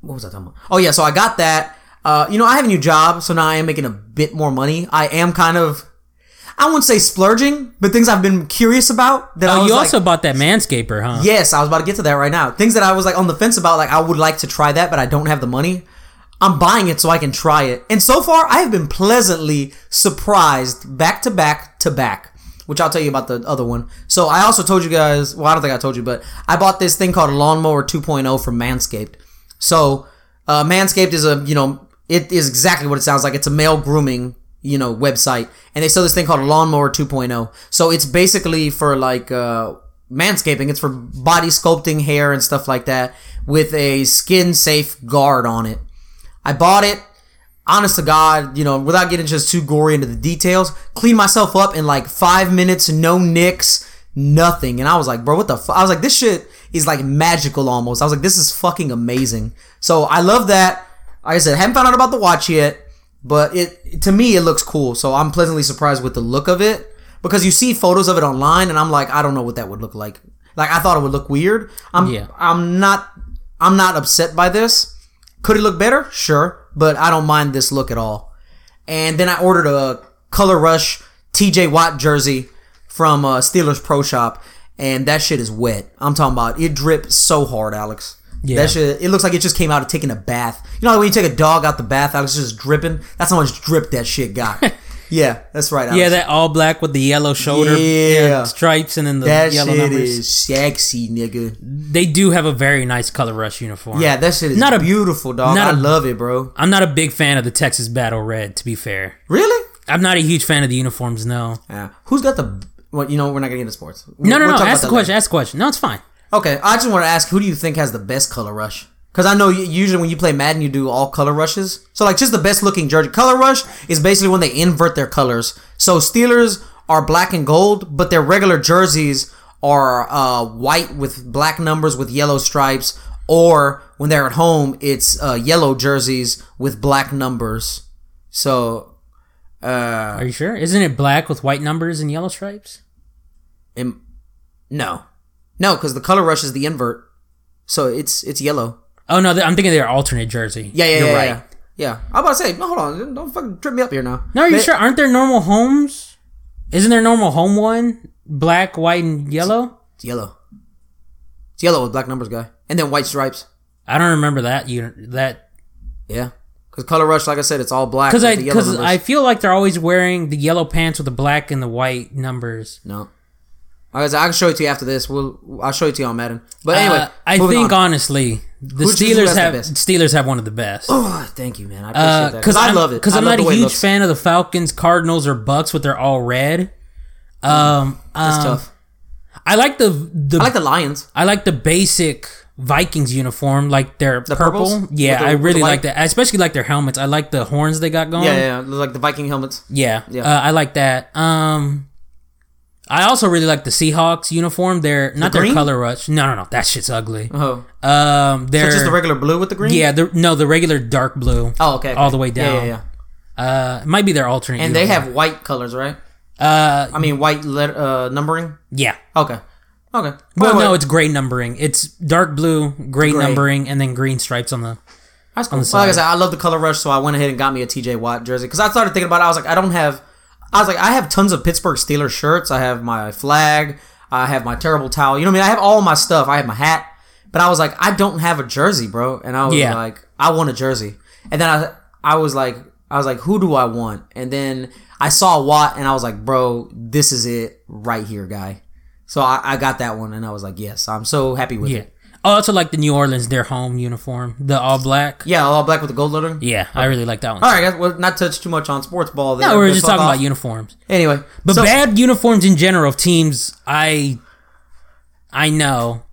Speaker 1: what was I talking about? Oh yeah, so I got that. Uh, you know, I have a new job, so now I am making a bit more money. I am kind of, I wouldn't say splurging, but things I've been curious about that I
Speaker 2: Oh,
Speaker 1: was
Speaker 2: you
Speaker 1: like,
Speaker 2: also bought that manscaper, huh?
Speaker 1: yes, I was about to get to that right now. Things that I was like on the fence about, like I would like to try that, but I don't have the money. I'm buying it so I can try it, and so far I have been pleasantly surprised, back to back to back. Which I'll tell you about the other one. So I also told you guys. Well, I don't think I told you, but I bought this thing called Lawnmower 2.0 from Manscaped. So, uh, Manscaped is a, you know, it is exactly what it sounds like. It's a male grooming, you know, website. And they sell this thing called Lawnmower 2.0. So it's basically for like, uh, manscaping. It's for body sculpting, hair, and stuff like that with a skin safe guard on it. I bought it. Honest to God, you know, without getting just too gory into the details, cleaned myself up in like five minutes, no nicks, nothing. And I was like, bro, what the fuck? I was like, this shit is like magical almost. I was like, this is fucking amazing. So I love that. Like I said, haven't found out about the watch yet, but it to me it looks cool. So I'm pleasantly surprised with the look of it because you see photos of it online, and I'm like, I don't know what that would look like. Like I thought it would look weird. I'm
Speaker 2: Yeah.
Speaker 1: I'm not I'm not upset by this. Could it look better? Sure, but I don't mind this look at all. And then I ordered a Color Rush TJ Watt jersey from uh, Steelers Pro Shop, and that shit is wet. I'm talking about it dripped so hard, Alex.
Speaker 2: Yeah.
Speaker 1: That shit, it looks like it just came out of taking a bath. You know how when you take a dog out the bath, Alex, it's just dripping? That's how much drip that shit got. yeah, that's right, Alex.
Speaker 2: Yeah, that all black with the yellow shoulder
Speaker 1: Yeah.
Speaker 2: stripes and then the
Speaker 1: that
Speaker 2: yellow
Speaker 1: shit
Speaker 2: numbers.
Speaker 1: is sexy, nigga.
Speaker 2: They do have a very nice color rush uniform.
Speaker 1: Yeah, that shit is
Speaker 2: Not
Speaker 1: not
Speaker 2: a-
Speaker 1: a, beautiful, dog.
Speaker 2: not
Speaker 1: I
Speaker 2: a-
Speaker 1: love it, bro.
Speaker 2: I'm not a big fan of the Texas Battle Red, to be fair.
Speaker 1: Really?
Speaker 2: I'm not a huge fan of the uniforms, no.
Speaker 1: Yeah. Who's got the? Well, you know, we're not gonna get into sports.
Speaker 2: No, no, no. Ask the question. Ask the question. No, it's fine.
Speaker 1: Okay, I just want to ask, who do you think has the best color rush? Cause I know you, usually when you play Madden, you do all color rushes. So like just the best looking jersey. Color rush is basically when they invert their colors. So Steelers are black and gold, but their regular jerseys are uh, white with black numbers with yellow stripes. Or when they're at home, it's uh, yellow jerseys with black numbers. So
Speaker 2: Are you sure? Isn't it black with white numbers and yellow stripes?
Speaker 1: Im- no, no, because the color rush is the invert, so it's it's yellow.
Speaker 2: Oh no, th- I'm thinking they're alternate jersey.
Speaker 1: Yeah, yeah,
Speaker 2: You're
Speaker 1: yeah,
Speaker 2: right.
Speaker 1: yeah. Yeah, I'm about to say. No, hold on. Don't fucking trip me up here now.
Speaker 2: No, are you
Speaker 1: They-
Speaker 2: sure? Aren't there normal homes? Isn't there normal home one black, white, and yellow?
Speaker 1: It's yellow. It's yellow with black numbers, guy, and then white stripes.
Speaker 2: I don't remember that. You that
Speaker 1: Yeah, because color rush, like I said, it's all black.
Speaker 2: because
Speaker 1: with
Speaker 2: I
Speaker 1: the yellow
Speaker 2: because
Speaker 1: numbers.
Speaker 2: I feel like they're always wearing the yellow pants with the black and the white numbers.
Speaker 1: no. Like I said, I can show it to you after this. We'll I'll show it to you on Madden. But anyway,
Speaker 2: Uh, I
Speaker 1: moving
Speaker 2: think
Speaker 1: on.
Speaker 2: honestly, the
Speaker 1: Who chooses who has
Speaker 2: Steelers
Speaker 1: the
Speaker 2: have
Speaker 1: best?
Speaker 2: Steelers have one of the best.
Speaker 1: Oh, thank you, man. I appreciate that
Speaker 2: because
Speaker 1: because I love it.
Speaker 2: Because
Speaker 1: I
Speaker 2: Uh, I'm
Speaker 1: love
Speaker 2: not
Speaker 1: the
Speaker 2: a
Speaker 1: way it
Speaker 2: huge
Speaker 1: looks.
Speaker 2: fan of the Falcons, Cardinals, or Bucks, but they're all red. Um,
Speaker 1: It's
Speaker 2: um,
Speaker 1: tough.
Speaker 2: I like the the
Speaker 1: I like the Lions.
Speaker 2: I like the basic Vikings uniform, like their purple.
Speaker 1: purples?
Speaker 2: Yeah,
Speaker 1: With the-
Speaker 2: I
Speaker 1: with the
Speaker 2: really
Speaker 1: white-
Speaker 2: like that. I especially like their helmets. I like the horns they got going.
Speaker 1: Yeah, yeah, yeah, like the Viking helmets.
Speaker 2: Yeah,
Speaker 1: Yeah.
Speaker 2: Uh, I like that. Um, I also really like the Seahawks uniform. They're not their
Speaker 1: green?
Speaker 2: color rush. No, no, no. That shit's ugly.
Speaker 1: Oh,
Speaker 2: Um, they're
Speaker 1: so just the regular blue with the green.
Speaker 2: yeah, the no, the regular dark blue.
Speaker 1: Oh, okay. okay.
Speaker 2: All the way
Speaker 1: Yeah,
Speaker 2: down.
Speaker 1: yeah, yeah.
Speaker 2: Uh, it might be their alternate.
Speaker 1: And they have white colors, right?
Speaker 2: uh,
Speaker 1: I mean, white let- uh, numbering.
Speaker 2: yeah.
Speaker 1: Okay. Okay.
Speaker 2: Well,
Speaker 1: Wait,
Speaker 2: no,
Speaker 1: wait.
Speaker 2: it's gray numbering. It's dark blue,
Speaker 1: Gray.
Speaker 2: gray, numbering, and then green stripes on the.
Speaker 1: That's cool. Well, like I said, I love the color rush, so I went ahead and got me a TJ Watt jersey because I started thinking about it. I was like, I don't have. I was like, I have tons of Pittsburgh Steelers shirts. I have my flag. I have my terrible towel. You know what I mean? I have all my stuff. I have my hat. But I was like, I don't have a jersey, bro. And I was
Speaker 2: Yeah.
Speaker 1: like, I want a jersey. And then I, I was like, I was like, who do I want? And then I saw Watt, and I was like, bro, this is it right here, guy. So I, I got that one, and I was like, yes, I'm so happy with
Speaker 2: Yeah.
Speaker 1: it.
Speaker 2: I also like the New Orleans, their home uniform, the all black.
Speaker 1: Yeah, all black with the gold lettering.
Speaker 2: Yeah, I really like that one.
Speaker 1: All right, guys. Well, not touch too much on sports ball. There.
Speaker 2: No, we were
Speaker 1: Just
Speaker 2: just
Speaker 1: talk
Speaker 2: talking about uniforms.
Speaker 1: Anyway,
Speaker 2: But
Speaker 1: so-
Speaker 2: bad uniforms in general of teams, I I know.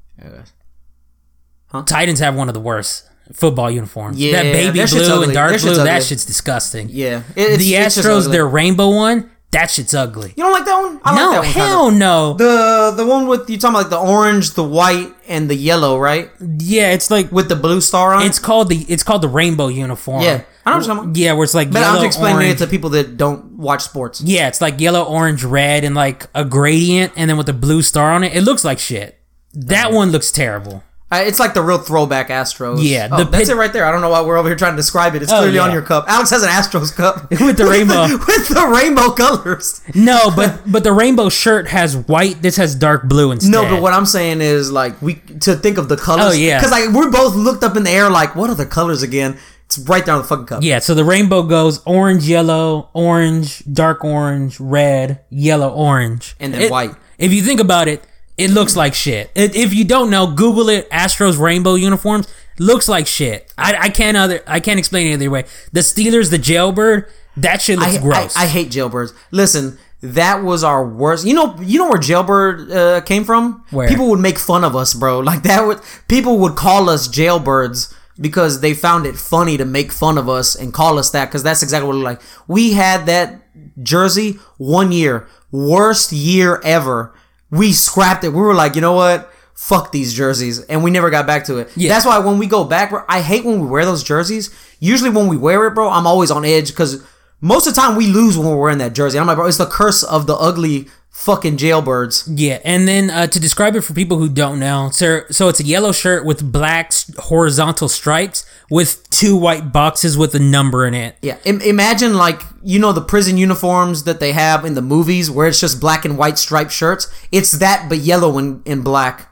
Speaker 2: Titans have one of the worst football uniforms.
Speaker 1: Yeah,
Speaker 2: that baby
Speaker 1: their shit's
Speaker 2: blue
Speaker 1: ugly.
Speaker 2: and dark
Speaker 1: Their shit's
Speaker 2: blue, that
Speaker 1: ugly.
Speaker 2: shit's disgusting.
Speaker 1: yeah, it- it's,
Speaker 2: the
Speaker 1: it's just
Speaker 2: Astros,
Speaker 1: ugly.
Speaker 2: their rainbow one, that shit's ugly.
Speaker 1: you don't like that one? I
Speaker 2: no,
Speaker 1: like that one. kinda.
Speaker 2: hell no.
Speaker 1: The the one with you talking about like the orange, the white, and the yellow, right?
Speaker 2: yeah, it's like
Speaker 1: With the blue star on. it?
Speaker 2: it's called the it's called the rainbow uniform.
Speaker 1: yeah, I know what you're talking about.
Speaker 2: Yeah, where it's like
Speaker 1: But
Speaker 2: yellow,
Speaker 1: I'm just explaining
Speaker 2: orange.
Speaker 1: it to people that don't watch sports.
Speaker 2: Yeah, it's like yellow, orange, red, and like a gradient, and then with a blue star on it. It looks like shit. That one looks terrible.
Speaker 1: Uh, it's like the real throwback Astros.
Speaker 2: Yeah,
Speaker 1: oh,
Speaker 2: the
Speaker 1: that's
Speaker 2: pit-
Speaker 1: it
Speaker 2: Oh,
Speaker 1: right there. I don't know why we're over here trying to describe it. It's clearly
Speaker 2: yeah.
Speaker 1: on your cup. Alex has an Astros cup
Speaker 2: With the rainbow.
Speaker 1: with the rainbow colors.
Speaker 2: No, but but the rainbow shirt has white. This has dark blue instead.
Speaker 1: No, but what I'm saying is like we to think of the colors.
Speaker 2: Oh, yeah.
Speaker 1: because like we're both looked up in the air like what are the colors again? It's right there on the fucking cup.
Speaker 2: Yeah, so the rainbow goes orange, yellow, orange, dark orange, red, yellow, orange,
Speaker 1: And then
Speaker 2: It-
Speaker 1: white.
Speaker 2: If you think about it, it looks like shit. It, if you don't know, Google it. Astros rainbow uniforms looks like shit. I, I can't other I can't explain it either way. The Steelers, the jailbird, that shit looks
Speaker 1: I,
Speaker 2: gross.
Speaker 1: I, I hate jailbirds. Listen, that was our worst. You know, you know where jailbird uh, came from?
Speaker 2: Where?
Speaker 1: people would make fun of us, bro. Like that would people would call us jailbirds because they found it funny to make fun of us and call us that because that's exactly what it looked like. We had that jersey one year, worst year ever. We scrapped it. We were like, you know what? Fuck these jerseys, and we never got back to it. That's why when we go back, bro, I hate when we wear those jerseys. Usually, when we wear it, bro, I'm always on edge because most of the time we lose when we're wearing that jersey. I'm like, bro, it's the curse of the ugly fucking jailbirds.
Speaker 2: Yeah, and then uh, to describe it for people who don't know, so, so it's a yellow shirt with black s- horizontal stripes with two white boxes with a number in it.
Speaker 1: Yeah, Im- imagine like you know the prison uniforms that they have in the movies, where it's just black and white striped shirts. It's that, but yellow and, and black,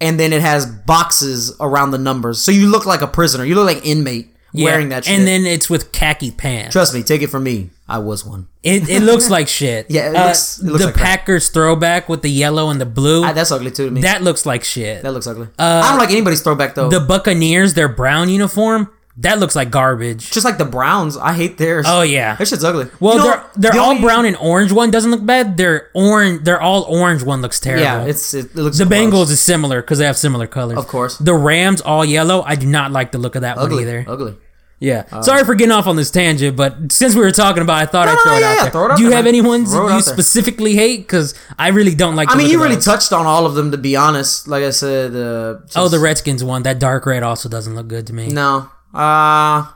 Speaker 1: and then it has boxes around the numbers, so you look like a prisoner. You look like inmate
Speaker 2: Yeah,
Speaker 1: wearing that. Shit.
Speaker 2: And then it's with khaki pants.
Speaker 1: trust me, take it from me, I was one.
Speaker 2: It, it looks like shit.
Speaker 1: Yeah, it
Speaker 2: Uh,
Speaker 1: looks- it looks
Speaker 2: the
Speaker 1: like crap.
Speaker 2: Packers throwback with the yellow and the blue.
Speaker 1: Ah, that's ugly too to me. That,
Speaker 2: that looks like shit. uh,
Speaker 1: looks ugly. I don't like anybody's throwback though.
Speaker 2: the Buccaneers, their brown uniform, That looks like garbage.
Speaker 1: Just like the Browns, I hate theirs.
Speaker 2: Oh yeah.
Speaker 1: that shit's ugly.
Speaker 2: Well,
Speaker 1: You know,
Speaker 2: they're they're
Speaker 1: the
Speaker 2: all
Speaker 1: only-
Speaker 2: brown and orange. One doesn't look bad. They're orange. They're all orange. One looks terrible.
Speaker 1: Yeah, it's it, it looks
Speaker 2: the
Speaker 1: gross.
Speaker 2: Bengals is similar because they have similar colors.
Speaker 1: Of course.
Speaker 2: The Rams all yellow. I do not like the look of that one
Speaker 1: ugly.
Speaker 2: either.
Speaker 1: Ugly.
Speaker 2: Yeah. Sorry for getting off on this tangent, but since we were talking about, it, I thought I'd
Speaker 1: no,
Speaker 2: throw, it
Speaker 1: yeah,
Speaker 2: out
Speaker 1: yeah,
Speaker 2: there.
Speaker 1: throw it out
Speaker 2: Do you
Speaker 1: there,
Speaker 2: have
Speaker 1: man.
Speaker 2: any ones
Speaker 1: Throw it
Speaker 2: you
Speaker 1: out there.
Speaker 2: specifically hate? Because I really don't like. The
Speaker 1: I mean,
Speaker 2: look
Speaker 1: you
Speaker 2: of
Speaker 1: really
Speaker 2: those.
Speaker 1: touched on all of them to be honest. Like I said, uh,
Speaker 2: Oh,
Speaker 1: just-
Speaker 2: the Redskins one. That dark red also doesn't look good to me.
Speaker 1: no. Uh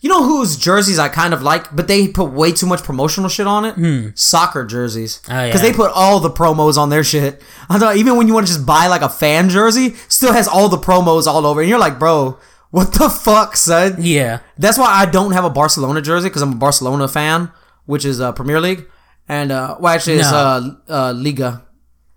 Speaker 1: you know whose jerseys I kind of like, but they put way too much promotional shit on it. Soccer jerseys,
Speaker 2: Hmm. Oh, yeah.
Speaker 1: they put all the promos on their shit. I thought even when you want to just buy like a fan jersey, still has all the promos all over, and you're like, bro, what the fuck, son?
Speaker 2: Yeah.
Speaker 1: That's why I don't have a Barcelona jersey because I'm a Barcelona fan, which is uh, Premier League, and uh, well, actually, it's uh,
Speaker 2: No.
Speaker 1: uh, Liga,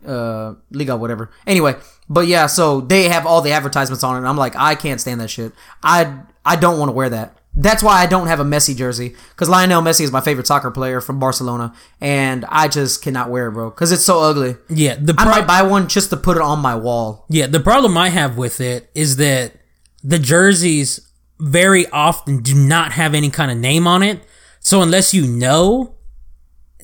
Speaker 1: uh, Liga, whatever. Anyway, but yeah, so they have all the advertisements on it. And I'm like, I can't stand that shit. I I don't want to wear that. That's why I don't have a Messi jersey because Lionel Messi is my favorite soccer player from Barcelona, and I just cannot wear it, bro, because it's so ugly.
Speaker 2: Yeah. The
Speaker 1: I
Speaker 2: pro-
Speaker 1: might buy one just to put it on my wall.
Speaker 2: Yeah, the problem I have with it is that the jerseys very often do not have any kind of name on it. So unless you know,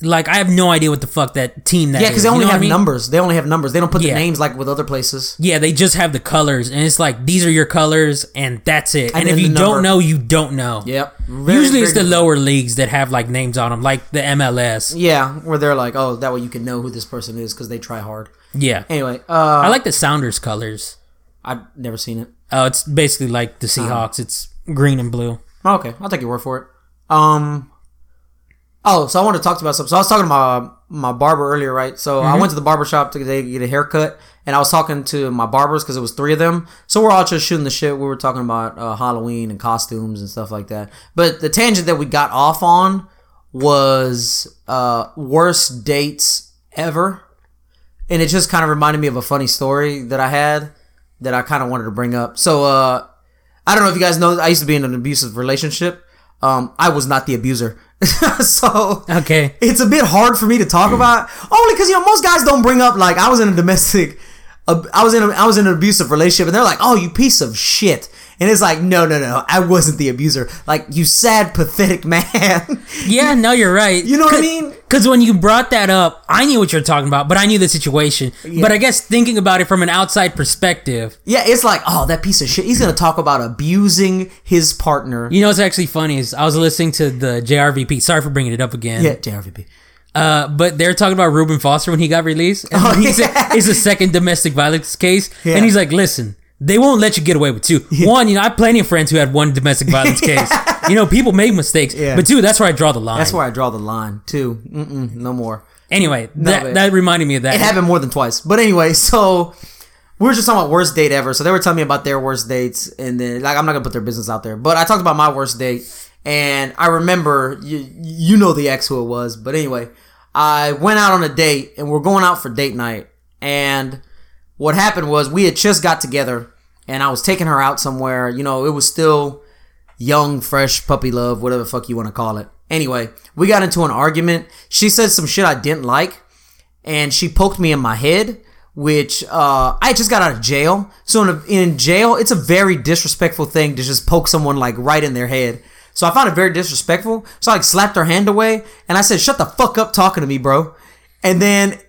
Speaker 2: like I have no idea what the fuck that team that
Speaker 1: Yeah, because
Speaker 2: is,
Speaker 1: they
Speaker 2: you
Speaker 1: only
Speaker 2: know what
Speaker 1: have
Speaker 2: I mean?
Speaker 1: numbers. They only have numbers. They don't put
Speaker 2: Yeah.
Speaker 1: the names like with other places.
Speaker 2: Yeah, they just have the colors, and it's like these are your colors, and that's it. And,
Speaker 1: then
Speaker 2: if you
Speaker 1: the
Speaker 2: don't
Speaker 1: number.
Speaker 2: know, you don't know.
Speaker 1: Yep. Very,
Speaker 2: Usually, it's
Speaker 1: very
Speaker 2: the lower leagues that have like names on them, like the MLS.
Speaker 1: Yeah, where they're like, oh, that way you can know who this person is because they try hard.
Speaker 2: Yeah,
Speaker 1: Anyway, uh,
Speaker 2: I like the Sounders colors.
Speaker 1: I've never seen it.
Speaker 2: Oh, it's basically like the
Speaker 1: Uh-huh.
Speaker 2: Seahawks. It's green and blue.
Speaker 1: Oh, okay, I'll take your word for it. Um, oh, so I wanted to talk about something. So I was talking to my my barber earlier, right? So I went to the barber shop to get get a haircut, and I was talking to my barbers because it was three of them. So we're all just shooting the shit. We were talking about uh, Halloween and costumes and stuff like that. But the tangent that we got off on was uh, worst dates ever. and it just kind of reminded me of a funny story that I had that I kind of wanted to bring up. So uh, I don't know if you guys know, I used to be in an abusive relationship. Um, I was not the abuser, so
Speaker 2: Okay.
Speaker 1: it's a bit hard for me to talk about only because you know most guys don't bring up like I was in a domestic, uh, I was in a, I was in an abusive relationship, and they're like, "Oh, you piece of shit." And it's like, no, no, no, I wasn't the abuser. Like, you sad, pathetic man.
Speaker 2: Yeah, no, you're right.
Speaker 1: You know what I mean?
Speaker 2: Because when you brought that up, I knew what you were talking about, but I knew the situation. But I guess thinking about it from an outside perspective,
Speaker 1: yeah, it's like, oh, that piece of shit. He's gonna talk about abusing his partner.
Speaker 2: you know what's actually funny is I was listening to the JRVP. Sorry for bringing it up again.
Speaker 1: Yeah, JRVP.
Speaker 2: Uh, but they're talking about Ruben Foster when he got released. And
Speaker 1: Oh,
Speaker 2: he said
Speaker 1: yeah.
Speaker 2: it's a second domestic violence case.
Speaker 1: Yeah.
Speaker 2: And he's like, listen, they won't let you get away with two. One, you know, I have plenty of friends who had one domestic violence case. You know, people make mistakes.
Speaker 1: Yeah.
Speaker 2: But two, that's where I draw the line.
Speaker 1: That's where I draw the line too. Mm-mm, no more.
Speaker 2: anyway, that,
Speaker 1: but-
Speaker 2: that reminded me of that.
Speaker 1: It happened more than twice. But anyway, so we were just talking about worst date ever. So they were telling me about their worst dates, and then like I'm not gonna put their business out there, but I talked about my worst date, and I remember you you know the ex who it was. But anyway, I went out on a date, and we're going out for date night, and what happened was we had just got together, and I was taking her out somewhere. You know, it was still young, fresh puppy love, whatever the fuck you want to call it. Anyway, we got into an argument. She said some shit I didn't like, and she poked me in my head, which uh, I just got out of jail. So in, a, in jail, it's a very disrespectful thing to just poke someone like right in their head. So I found it very disrespectful. So I like slapped her hand away, and I said, "Shut the fuck up, talking to me, bro." And then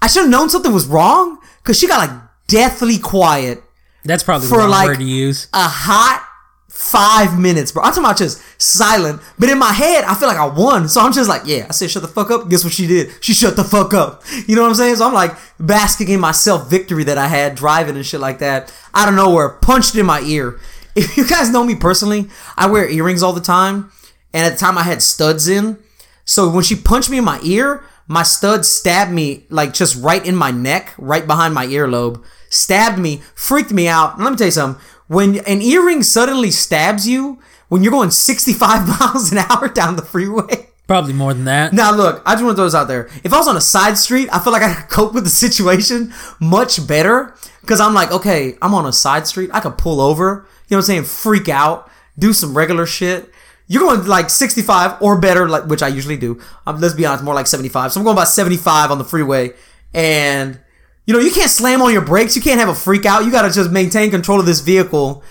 Speaker 1: I should have known something was wrong because she got like deathly quiet
Speaker 2: that's probably the
Speaker 1: for,
Speaker 2: wrong
Speaker 1: like,
Speaker 2: word to use.
Speaker 1: a hot five minutes, bro. I'm talking about just silent, but in my head, I feel like I won. So I'm just like, yeah, I said, shut the fuck up. Guess what she did? She shut the fuck up. You know what I'm saying? So I'm like basking in my self victory that I had driving and shit like that out of nowhere, punched in my ear. If you guys know me personally, I wear earrings all the time. And at the time, I had studs in. So when she punched me in my ear, my stud stabbed me like just right in my neck, right behind my earlobe. Stabbed me, freaked me out. And let me tell you something. When an earring suddenly stabs you, when you're going 65 miles an hour down the freeway.
Speaker 2: Probably more than that.
Speaker 1: Now look, I just want to throw this out there. If I was on a side street, I feel like I could cope with the situation much better because I'm like, okay, I'm on a side street. I could pull over. You know what I'm saying? Freak out, do some regular shit. You're going like 65 or better, like which I usually do. Um, let's be honest, more like 75. So I'm going about 75 on the freeway, and you know you can't slam on your brakes. You can't have a freak out. You got to just maintain control of this vehicle.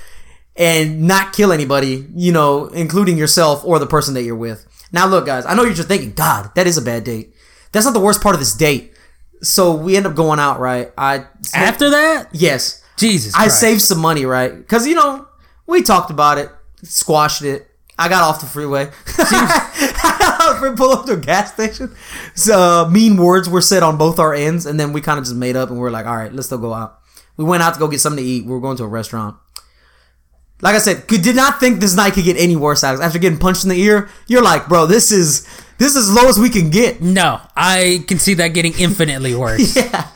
Speaker 1: and not kill anybody, you know, including yourself or the person that you're with. Now, look, guys, I know you're just thinking, God, that is a bad date. That's not the worst part of this date. So we end up going out, right? I
Speaker 2: After that,
Speaker 1: yes,
Speaker 2: Jesus,
Speaker 1: I
Speaker 2: Christ.
Speaker 1: saved some money, right? Because you know we talked about it, squashed it. I got off the freeway. We pulled up to a gas station. So uh, mean words were said on both our ends, and then we kind of just made up and we are like, "All right, let's still go out." We went out to go get something to eat. We were going to a restaurant. Like I said, could, did not think this night could get any worse. Alex, after getting punched in the ear, you're like, "Bro, this is this is low as we can get."
Speaker 2: No, I can see that getting infinitely worse.
Speaker 1: Yeah,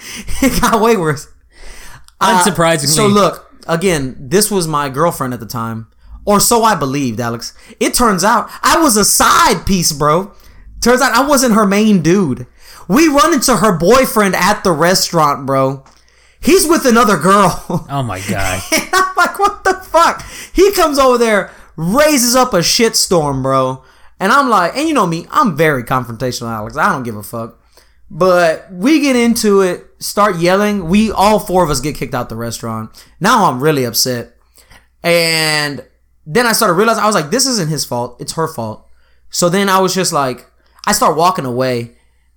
Speaker 1: it got way worse.
Speaker 2: Unsurprisingly,
Speaker 1: Uh, So look, again, this was my girlfriend at the time, or so I believed, Alex. It turns out I was a side piece, bro. Turns out I wasn't her main dude. We run into her boyfriend at the restaurant, bro. He's with another girl.
Speaker 2: oh my god,
Speaker 1: and I'm like, what the fuck? He comes over there, raises up a shitstorm, bro. And I'm like, and you know me, I'm very confrontational, Alex. I don't give a fuck. But we get into it, start yelling. We all four of us get kicked out the restaurant. Now I'm really upset. And then I started realizing I was like, this isn't his fault. It's her fault. So then I was just like, I start walking away.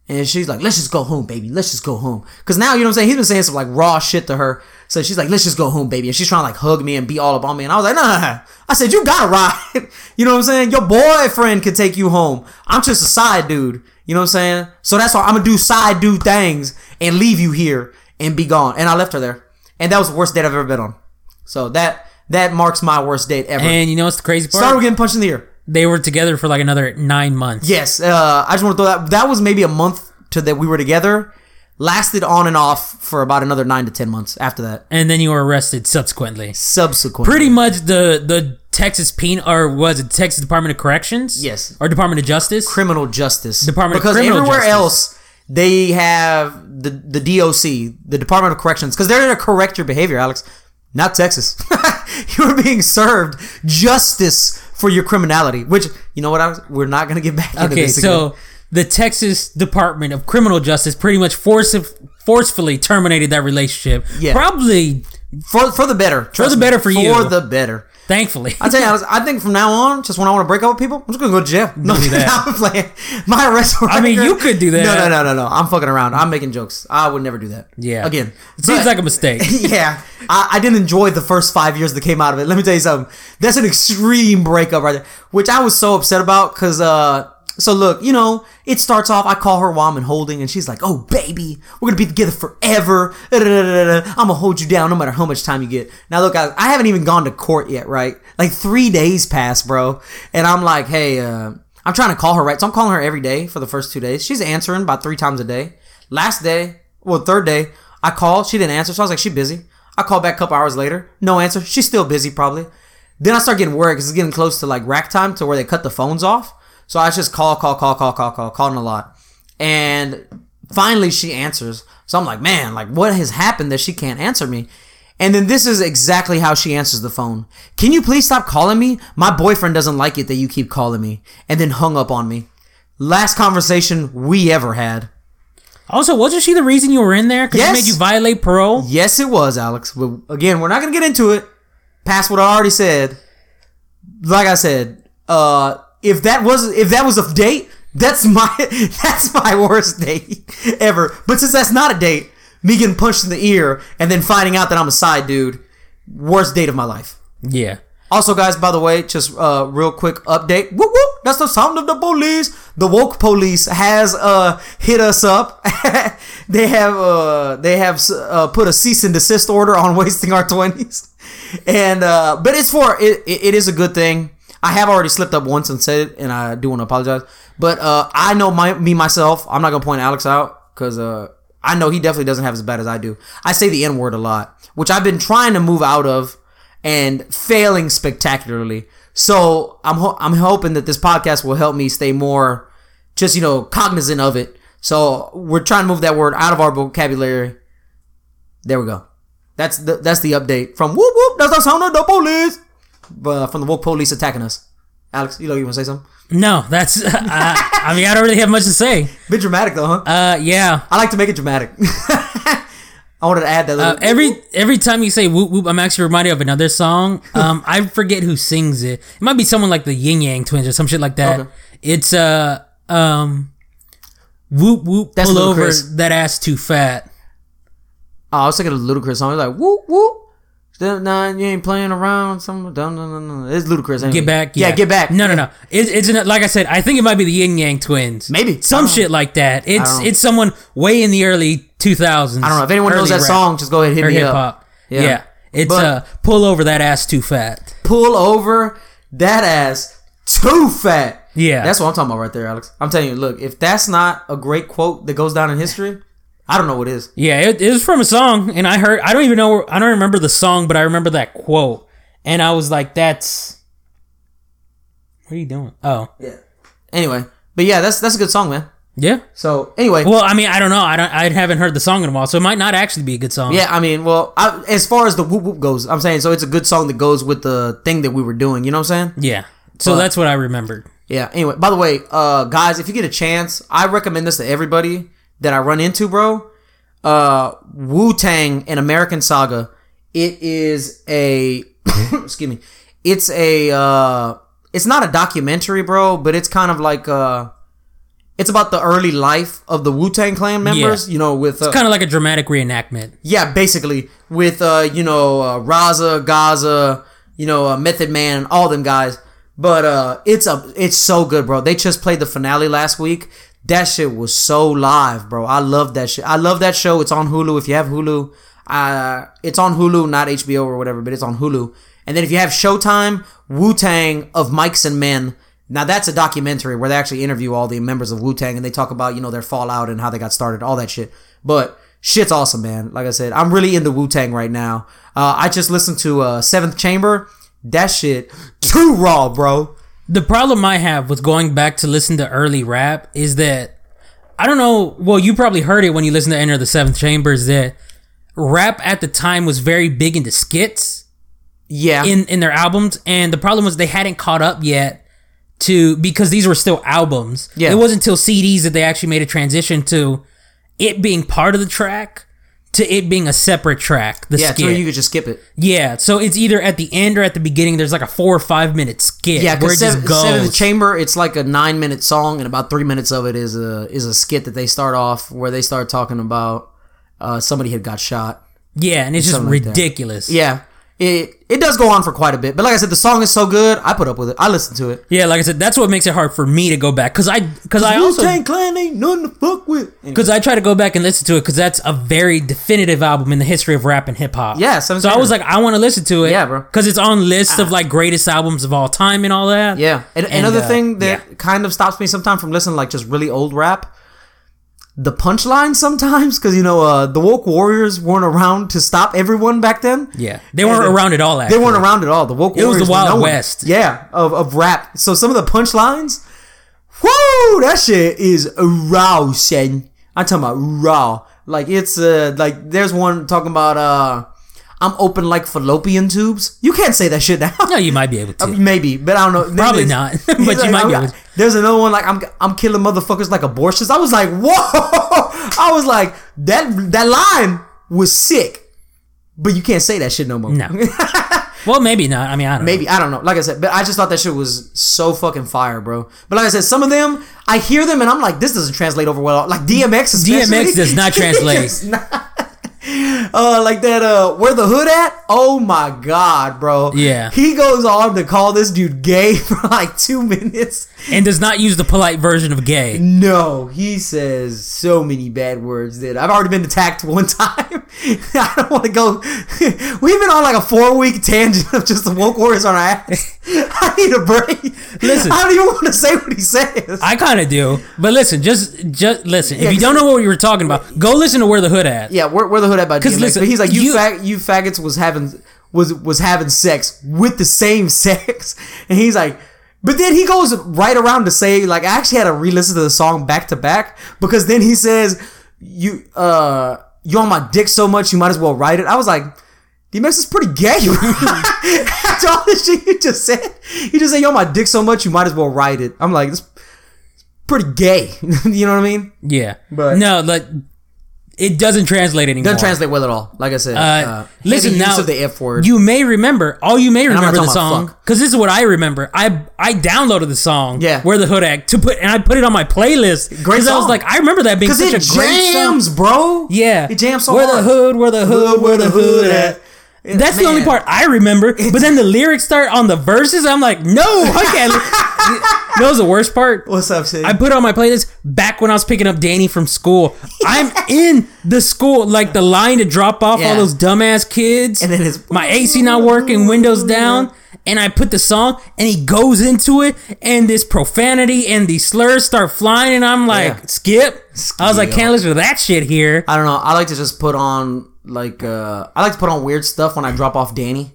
Speaker 1: And she's like, let's just go home, baby. Let's just go home. Cause now, you know what I'm saying? He's been saying some like raw shit to her. So she's like, let's just go home, baby. And she's trying to like hug me and be all up on me. And I was like, nah, nah, nah. I said, you gotta ride. you know what I'm saying? Your boyfriend could take you home. I'm just a side dude. You know what I'm saying? So that's why I'm gonna do side dude things and leave you here and be gone. And I left her there. And that was the worst date I've ever been on. So that, that marks my worst date ever.
Speaker 2: and you know what's the crazy part?
Speaker 1: Started getting punched in the ear.
Speaker 2: they were together for like another nine months.
Speaker 1: Yes, uh, I just want to throw that. That was maybe a month to that we were together. Lasted on and off for about another nine to ten months after that.
Speaker 2: and then you were arrested subsequently.
Speaker 1: Subsequent,
Speaker 2: Pretty much the the Texas Pen or was it Texas Department of Corrections?
Speaker 1: Yes.
Speaker 2: or Department of Justice.
Speaker 1: criminal justice
Speaker 2: Department of
Speaker 1: because
Speaker 2: Criminal
Speaker 1: everywhere
Speaker 2: Justice.
Speaker 1: else they have the the DOC, the Department of Corrections, because they're going to correct your behavior, Alex. Not Texas. you are being served justice for your criminality, which you know what, Alex? We're not going to get back into
Speaker 2: okay,
Speaker 1: this again.
Speaker 2: so the Texas Department of Criminal Justice pretty much forci- forcefully terminated that relationship.
Speaker 1: Yeah.
Speaker 2: probably
Speaker 1: for for the better, trust
Speaker 2: the
Speaker 1: me.
Speaker 2: better for you.
Speaker 1: for the better.
Speaker 2: thankfully.
Speaker 1: I tell you, I, was, I think from now on, just when I want to break up with people, I'm just gonna go to jail. No,
Speaker 2: do that.
Speaker 1: I'm playing. My arrest.
Speaker 2: I mean,
Speaker 1: record-
Speaker 2: you could do that.
Speaker 1: No, no, no, no, no. I'm fucking around. I'm making jokes. I would never do that.
Speaker 2: Yeah.
Speaker 1: Again,
Speaker 2: It seems
Speaker 1: but-
Speaker 2: like a mistake.
Speaker 1: yeah, I, I didn't enjoy the first five years that came out of it. Let me tell you something. That's an extreme breakup right there, which I was so upset about because, uh, so look, you know, it starts off, I call her while I'm in holding and she's like, oh, baby, we're going to be together forever. I'm going to hold you down no matter how much time you get. Now, look, I, I haven't even gone to court yet, right? Like three days passed, bro. And I'm like, hey, uh, I'm trying to call her, right? So I'm calling her every day for the first two days. She's answering about three times a day. Last day, well, third day, I called. She didn't answer. So I was like, she busy. I called back a couple hours later. No answer. She's still busy, probably. Then I start getting worried because it's getting close to like rack time to where they cut the phones off. So I just call, call, call, call, call, call, calling a lot. And finally she answers. So I'm like, man, like what has happened that she can't answer me? And then this is exactly how she answers the phone. Can you please stop calling me? My boyfriend doesn't like it that you keep calling me. And then hung up on me. Last conversation we ever had.
Speaker 2: also, wasn't she the reason you were in there? Because
Speaker 1: Yes.
Speaker 2: she made you violate parole.
Speaker 1: Yes, it was, Alex. But again, we're not going to get into it. Past what I already said. Like I said, uh, if that was if that was a date, that's my that's my worst date ever. But since that's not a date, me getting punched in the ear and then finding out that I'm a side dude, worst date of my life.
Speaker 2: Yeah.
Speaker 1: Also, guys, by the way, just uh, real quick update. Whoop whoop! That's the sound of the police. The woke police has uh hit us up. they have uh they have uh, put a cease and desist order on wasting our twenties, and uh but it's for it, it. It is a good thing. I have already slipped up once and said it, and I do want to apologize. But uh I know my me myself. I'm not gonna point Alex out because uh I know he definitely doesn't have as bad as I do. I say the N word a lot, which I've been trying to move out of and failing spectacularly. So I'm ho- I'm hoping that this podcast will help me stay more, just you know, cognizant of it. So we're trying to move that word out of our vocabulary. There we go. That's the that's the update from whoop whoop. That's the sound of the police, but uh, from the woke police attacking us. Alex, you know you want to say something?
Speaker 2: No, that's. Uh, I mean, I don't really have much to say.
Speaker 1: Bit dramatic though, huh?
Speaker 2: Uh, yeah.
Speaker 1: I like to make it dramatic. I wanted to add that. Little,
Speaker 2: Uh, every every time you say whoop whoop, I'm actually reminded of another song. Um, I forget who sings it. It might be someone like the Yin Yang Twins or some shit like that.
Speaker 1: Okay.
Speaker 2: It's uh um, whoop whoop,
Speaker 1: That's
Speaker 2: pull
Speaker 1: Lil
Speaker 2: over
Speaker 1: Chris.
Speaker 2: that ass too fat.
Speaker 1: oh, I was thinking of Ludacris song. It was like whoop whoop. Then, Nah, you ain't playing around. Some dun, dun, dun, dun. It's Ludacris. Anyway.
Speaker 2: Get back,
Speaker 1: Um, Yeah, get back.
Speaker 2: No, no, no. It, it's an, like I said. I think it might be the Yin Yang Twins.
Speaker 1: Maybe. I
Speaker 2: some
Speaker 1: don't-
Speaker 2: shit like that. It's
Speaker 1: don't know.
Speaker 2: it's someone way in the early 2000s.
Speaker 1: I don't know if anyone knows that song. Just go ahead and hit
Speaker 2: or
Speaker 1: me
Speaker 2: hip
Speaker 1: up.
Speaker 2: hop. Yeah.
Speaker 1: Yeah.
Speaker 2: it's
Speaker 1: But-
Speaker 2: uh pull over that ass too fat.
Speaker 1: pull over that ass too fat.
Speaker 2: Yeah.
Speaker 1: That's what I'm talking about right there, Alex. I'm telling you, look, if that's not a great quote that goes down in history, I don't know what is.
Speaker 2: Yeah, it, it was from a song, and I heard. I don't even know. I don't remember the song, but I remember that quote, and I was like, "That's what are you doing?" Oh,
Speaker 1: Yeah. Anyway, but yeah, that's that's a good song, man.
Speaker 2: yeah.
Speaker 1: So anyway,
Speaker 2: Well, I mean, I don't know. I don't. I haven't heard the song in a while, so it might not actually be a good song.
Speaker 1: yeah, I mean, well, I, as far as the whoop whoop goes, I'm saying so it's a good song that goes with the thing that we were doing. You know what I'm saying?
Speaker 2: yeah. So
Speaker 1: But-
Speaker 2: that's what I remembered.
Speaker 1: Yeah. Anyway, by the way, uh, guys, if you get a chance, I recommend this to everybody that I run into, bro. Uh, Wu Tang and American Saga. It is a excuse me. It's a uh, it's not a documentary, bro, but it's kind of like uh, it's about the early life of the Wu Tang Clan members. You know, with uh,
Speaker 2: Kind of like a dramatic reenactment.
Speaker 1: yeah, basically with uh, you know uh, Raza, Gaza, you know uh, Method Man, all them guys. But uh, it's a it's so good, bro. They just played the finale last week. That shit was so live, bro. I love that shit. I love that show. It's on Hulu. If you have Hulu, uh, it's on Hulu, not HBO or whatever, but it's on Hulu. And then if you have Showtime, Wu Tang of Mikes and Men. Now that's a documentary where they actually interview all the members of Wu Tang and they talk about you know their fallout and how they got started, all that shit. But shit's awesome, man. Like I said, I'm really into Wu Tang right now. Uh, I just listened to uh, Seventh Chamber. That shit too raw, bro.
Speaker 2: The problem I have with going back to listen to early rap is that I don't know. Well, you probably heard it when you listen to Enter the Seventh Chamber. Is that rap at the time was very big into skits.
Speaker 1: Yeah,
Speaker 2: in in their albums and the problem was they hadn't caught up yet to because these were still albums
Speaker 1: Yeah.
Speaker 2: it wasn't until cds that they actually made a transition to it being part of the track to it being a separate track the
Speaker 1: yeah.
Speaker 2: skit
Speaker 1: So you could just skip it.
Speaker 2: yeah so it's either at the end or at the beginning there's like a four or five minute skit
Speaker 1: Yeah,
Speaker 2: where
Speaker 1: because
Speaker 2: it just
Speaker 1: seven,
Speaker 2: goes
Speaker 1: Seventh Chamber, it's like a nine minute song, and about three minutes of it is a is a skit that they start off where they start talking about uh, somebody had got shot.
Speaker 2: yeah and it's just
Speaker 1: Something like that.
Speaker 2: ridiculous
Speaker 1: Yeah, it it does go on for quite a bit, but like I said, the song is so good, I put up with it. I listen to it.
Speaker 2: yeah like i said that's what makes it hard for me to go back because i because i also
Speaker 1: Clan ain't nothing to fuck with.
Speaker 2: because I try to go back and listen to it because that's a very definitive album in the history of rap and hip hop.
Speaker 1: Yeah,
Speaker 2: so
Speaker 1: Seventh
Speaker 2: I was like,
Speaker 1: Heaven.
Speaker 2: I want to listen to it.
Speaker 1: Yeah, bro. Ah.
Speaker 2: because it's on lists of like greatest albums of all time and all that.
Speaker 1: Yeah. And,
Speaker 2: And,
Speaker 1: another
Speaker 2: uh,
Speaker 1: thing that kind of stops me sometimes from listening like just really old rap, the punchline sometimes because you know uh, the woke warriors weren't around to stop everyone back then.
Speaker 2: yeah, they weren't
Speaker 1: And, uh,
Speaker 2: around at all.
Speaker 1: They
Speaker 2: Actually.
Speaker 1: weren't around at all. The woke
Speaker 2: was the
Speaker 1: warriors were
Speaker 2: Wild
Speaker 1: no one.
Speaker 2: West.
Speaker 1: Yeah, of of rap. So some of the punchlines, whoo, that shit is raw, son. I'm talking about raw. Like it's uh like there's one talking about uh I'm open like fallopian tubes. You can't say that shit now.
Speaker 2: No, you might be able to.
Speaker 1: Maybe, but I don't know.
Speaker 2: Probably
Speaker 1: There's-
Speaker 2: not,
Speaker 1: he's
Speaker 2: but you might be
Speaker 1: I'm-
Speaker 2: able to.
Speaker 1: There's another one like I'm I'm killing motherfuckers like abortions. I was like, whoa! I was like, that that line was sick, but you can't say that shit no more.
Speaker 2: No. well, maybe not. I mean, I don't.
Speaker 1: Maybe I don't know. Like I said, but I just thought that shit was so fucking fire, bro. But like I said, some of them I hear them and I'm like, this doesn't translate over well. Like DMX, especially.
Speaker 2: DMX does not translate.
Speaker 1: It's not- Uh, like that. Uh, where the hood at? Oh my god, bro.
Speaker 2: Yeah.
Speaker 1: He goes on to call this dude gay for like two minutes.
Speaker 2: know. And does not use the polite version of gay.
Speaker 1: No, he says so many bad words that I've already been attacked one time. I don't want to go. We've been on like a four week tangent of just the woke warriors on our ass. I need a break.
Speaker 2: Listen.
Speaker 1: I don't even want to say what he says.
Speaker 2: I kind of do, but listen, just just listen.
Speaker 1: Yeah,
Speaker 2: if you
Speaker 1: 'cause-
Speaker 2: don't know what you were talking about, go listen to where the hood at.
Speaker 1: yeah, where, where the hood at by DMX?
Speaker 2: listen,
Speaker 1: but he's like, you,
Speaker 2: you-
Speaker 1: fag- you faggots was having was was having sex with the same sex, and he's like. But then he goes right around to say, like, I actually had to re-listen to the song back to back because then he says, "You, uh, you on my dick so much, you might as well write it." I was like, "DMX is pretty gay." After all this shit you just said, you just say, "You on my dick so much, you might as well write it." I'm like, "It's pretty gay," you know what I mean?
Speaker 2: Yeah.
Speaker 1: But-
Speaker 2: no, like it doesn't translate anymore.
Speaker 1: Doesn't translate well at all. Like I said, uh, heavy
Speaker 2: listen
Speaker 1: use
Speaker 2: now.
Speaker 1: of the F word.
Speaker 2: You may remember. All you may
Speaker 1: not
Speaker 2: remember the
Speaker 1: talking about
Speaker 2: song
Speaker 1: fuck.
Speaker 2: because this is what I remember. I I downloaded the song.
Speaker 1: Yeah.
Speaker 2: where the hood act to put and I put it on my playlist.
Speaker 1: Great
Speaker 2: Great I was
Speaker 1: song.
Speaker 2: like, I remember that being
Speaker 1: because
Speaker 2: such a
Speaker 1: it
Speaker 2: great song.
Speaker 1: jams, bro.
Speaker 2: Yeah,
Speaker 1: it jams so
Speaker 2: Where
Speaker 1: hard.
Speaker 2: the hood, where the hood, where the hood at. That's the only
Speaker 1: man.
Speaker 2: part I remember. But then the lyrics start on the verses. I'm like, no, I can't. that was the worst part.
Speaker 1: What's up, Sid?
Speaker 2: I put it on my playlist back when I was picking up Danny from school. I'm in the school, like the line to drop off
Speaker 1: Yeah.
Speaker 2: all those dumbass kids.
Speaker 1: And then it's-
Speaker 2: my AC not working, windows down. And I put the song, and he goes into it, and this profanity and these slurs start flying, and I'm like,
Speaker 1: Yeah.
Speaker 2: skip. I was like,
Speaker 1: Skip.
Speaker 2: can't listen to that shit here.
Speaker 1: I don't know. I like to just put on like uh I like to put on weird stuff when I drop off Danny.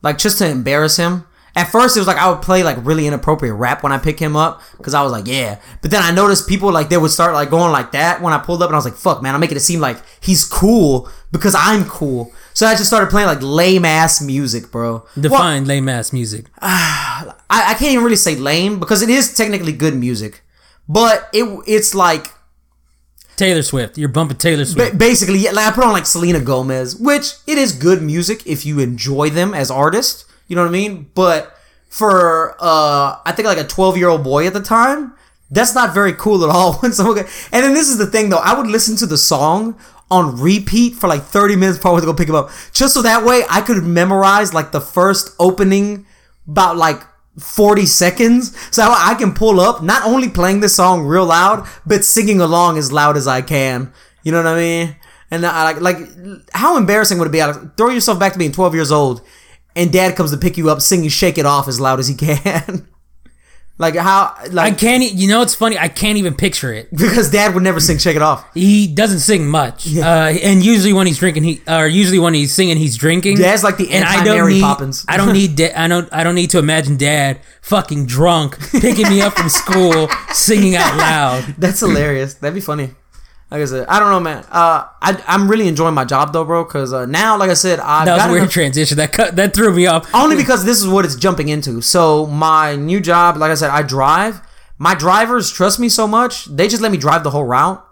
Speaker 1: Like just to embarrass him. At first it was like I would play like really inappropriate rap when I pick him up cuz I was like, yeah. But then I noticed people like they would start like going like that when I pulled up and I was like, fuck man, I'm making it seem like he's cool because I'm cool. So I just started playing like lame ass music, bro. Well,
Speaker 2: Define lame ass music.
Speaker 1: I, I can't even really say lame because it is technically good music. But it it's like
Speaker 2: Taylor Swift. You're bumping Taylor Swift.
Speaker 1: Ba- basically, yeah, like I put on like Selena Gomez, which it is good music if you enjoy them as artists. You know what I mean? But for uh, I think like a twelve year old boy at the time, that's not very cool at all. When someone go- and then this is the thing though, I would listen to the song on repeat for like thirty minutes before I went to go pick him up, just so that way I could memorize like the first opening about like 40 seconds so I I can pull up not only playing this song real loud but singing along as loud as I can you know what I mean and I like like how embarrassing would it be Alex? throw yourself back to being 12 years old and dad comes to pick you up singing shake it off as loud as he can like how
Speaker 2: I
Speaker 1: like
Speaker 2: can't. e- You know, it's funny. I can't even picture it.
Speaker 1: because dad would never sing shake it off
Speaker 2: He doesn't sing much, uh, and usually when he's drinking, he or usually when he's singing, he's drinking.
Speaker 1: Dad's like the
Speaker 2: And I don't
Speaker 1: anti-Mary
Speaker 2: need-
Speaker 1: Poppins.
Speaker 2: I don't need. Da- I don't. I don't need to imagine Dad fucking drunk picking me up from school singing out loud.
Speaker 1: That's hilarious. That'd be funny. Like I said, I don't know, man. Uh, I I'm really enjoying my job though, bro. Cause uh, now, like I said, I've
Speaker 2: That was
Speaker 1: got
Speaker 2: a weird
Speaker 1: enough-
Speaker 2: transition. That cut. That threw me off.
Speaker 1: only because this is what it's jumping into. So my new job, like I said, I drive. My drivers trust me so much; they just let me drive the whole route.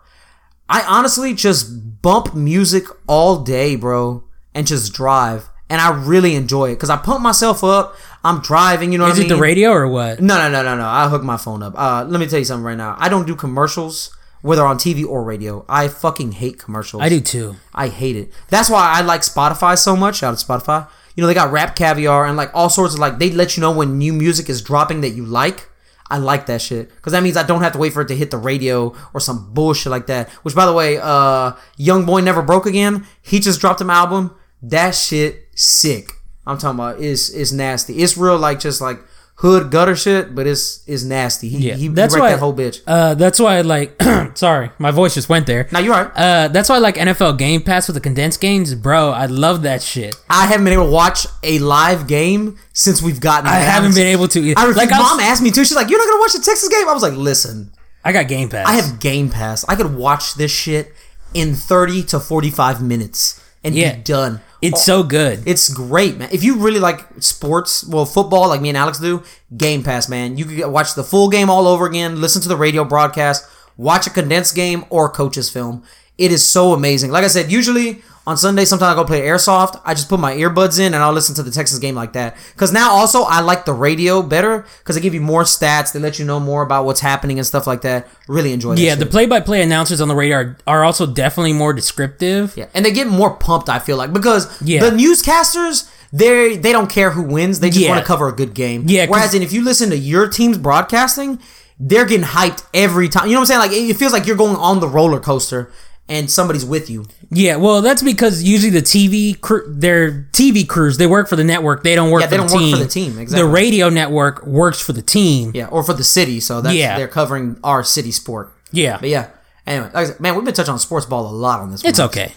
Speaker 1: I honestly just bump music all day, bro, and just drive, and I really enjoy it because I pump myself up. I'm driving, you know.
Speaker 2: Is
Speaker 1: what I
Speaker 2: it the
Speaker 1: mean?
Speaker 2: radio or what?
Speaker 1: No, no, no, no, no. I hook my phone up. Uh, let me tell you something right now. I don't do commercials, whether on TV or radio. I fucking hate commercials.
Speaker 2: I do too.
Speaker 1: I hate it. That's why I like Spotify so much. Shout out to Spotify. You know, they got rap caviar and like all sorts of like, they let you know when new music is dropping that you like. I like that shit. Cause that means I don't have to wait for it to hit the radio or some bullshit like that. Which by the way, uh, Young Boy Never Broke Again, he just dropped an album. That shit sick. I'm talking about it's it's nasty. It's real like just like hood gutter shit, but it's it's nasty. He
Speaker 2: Yeah,
Speaker 1: he,
Speaker 2: that's
Speaker 1: he wrecked
Speaker 2: why
Speaker 1: that whole bitch.
Speaker 2: Uh, that's why. Like, sorry, my voice just went there.
Speaker 1: now you're right.
Speaker 2: Uh, that's why I like NFL Game Pass with the condensed games, bro. I love that shit.
Speaker 1: I haven't been able to watch a live game since we've gotten.
Speaker 2: I
Speaker 1: back.
Speaker 2: haven't been able to. Either.
Speaker 1: I refuse.
Speaker 2: I, was-
Speaker 1: Mom asked me too. She's like, "You're not gonna watch the Texas game." I was like, "Listen,
Speaker 2: I got Game Pass.
Speaker 1: I have Game Pass. I could watch this shit in 30 to 45 minutes and
Speaker 2: Yeah.
Speaker 1: be done.
Speaker 2: It's so good.
Speaker 1: It's great, man. If you really like sports, well, football, like me and Alex do, Game Pass, man. You can watch the full game all over again, listen to the radio broadcast, watch a condensed game or coach's film. It is so amazing. Like I said, usually on Sunday, sometimes I go play airsoft. I just put my earbuds in and I'll listen to the Texas game like that. Because now also I like the radio better because they give you more stats. They let you know more about what's happening and stuff like that. Really enjoy that
Speaker 2: yeah,
Speaker 1: shit.
Speaker 2: the play-by-play announcers on the radar are also definitely more descriptive.
Speaker 1: Yeah, and they get more pumped. I feel like because
Speaker 2: Yeah.
Speaker 1: the newscasters they they don't care who wins. They just
Speaker 2: Yeah.
Speaker 1: want to cover a good game.
Speaker 2: Yeah, 'cause-
Speaker 1: Whereas, and if you listen to your team's broadcasting, they're getting hyped every time. You know what I'm saying? Like it it feels like you're going on the roller coaster and somebody's with you.
Speaker 2: Yeah, well, that's because usually the TV cr- their TV crews they work for the network. They don't work.
Speaker 1: Yeah,
Speaker 2: for
Speaker 1: they
Speaker 2: the
Speaker 1: don't work
Speaker 2: team.
Speaker 1: for the team, exactly.
Speaker 2: The radio network works for the team.
Speaker 1: Yeah, or for the city. So that's
Speaker 2: Yeah.
Speaker 1: they're covering our city sport.
Speaker 2: Yeah,
Speaker 1: But yeah. Anyway, like I said, man, we've been touching on sports ball a lot on this.
Speaker 2: it's
Speaker 1: one.
Speaker 2: okay.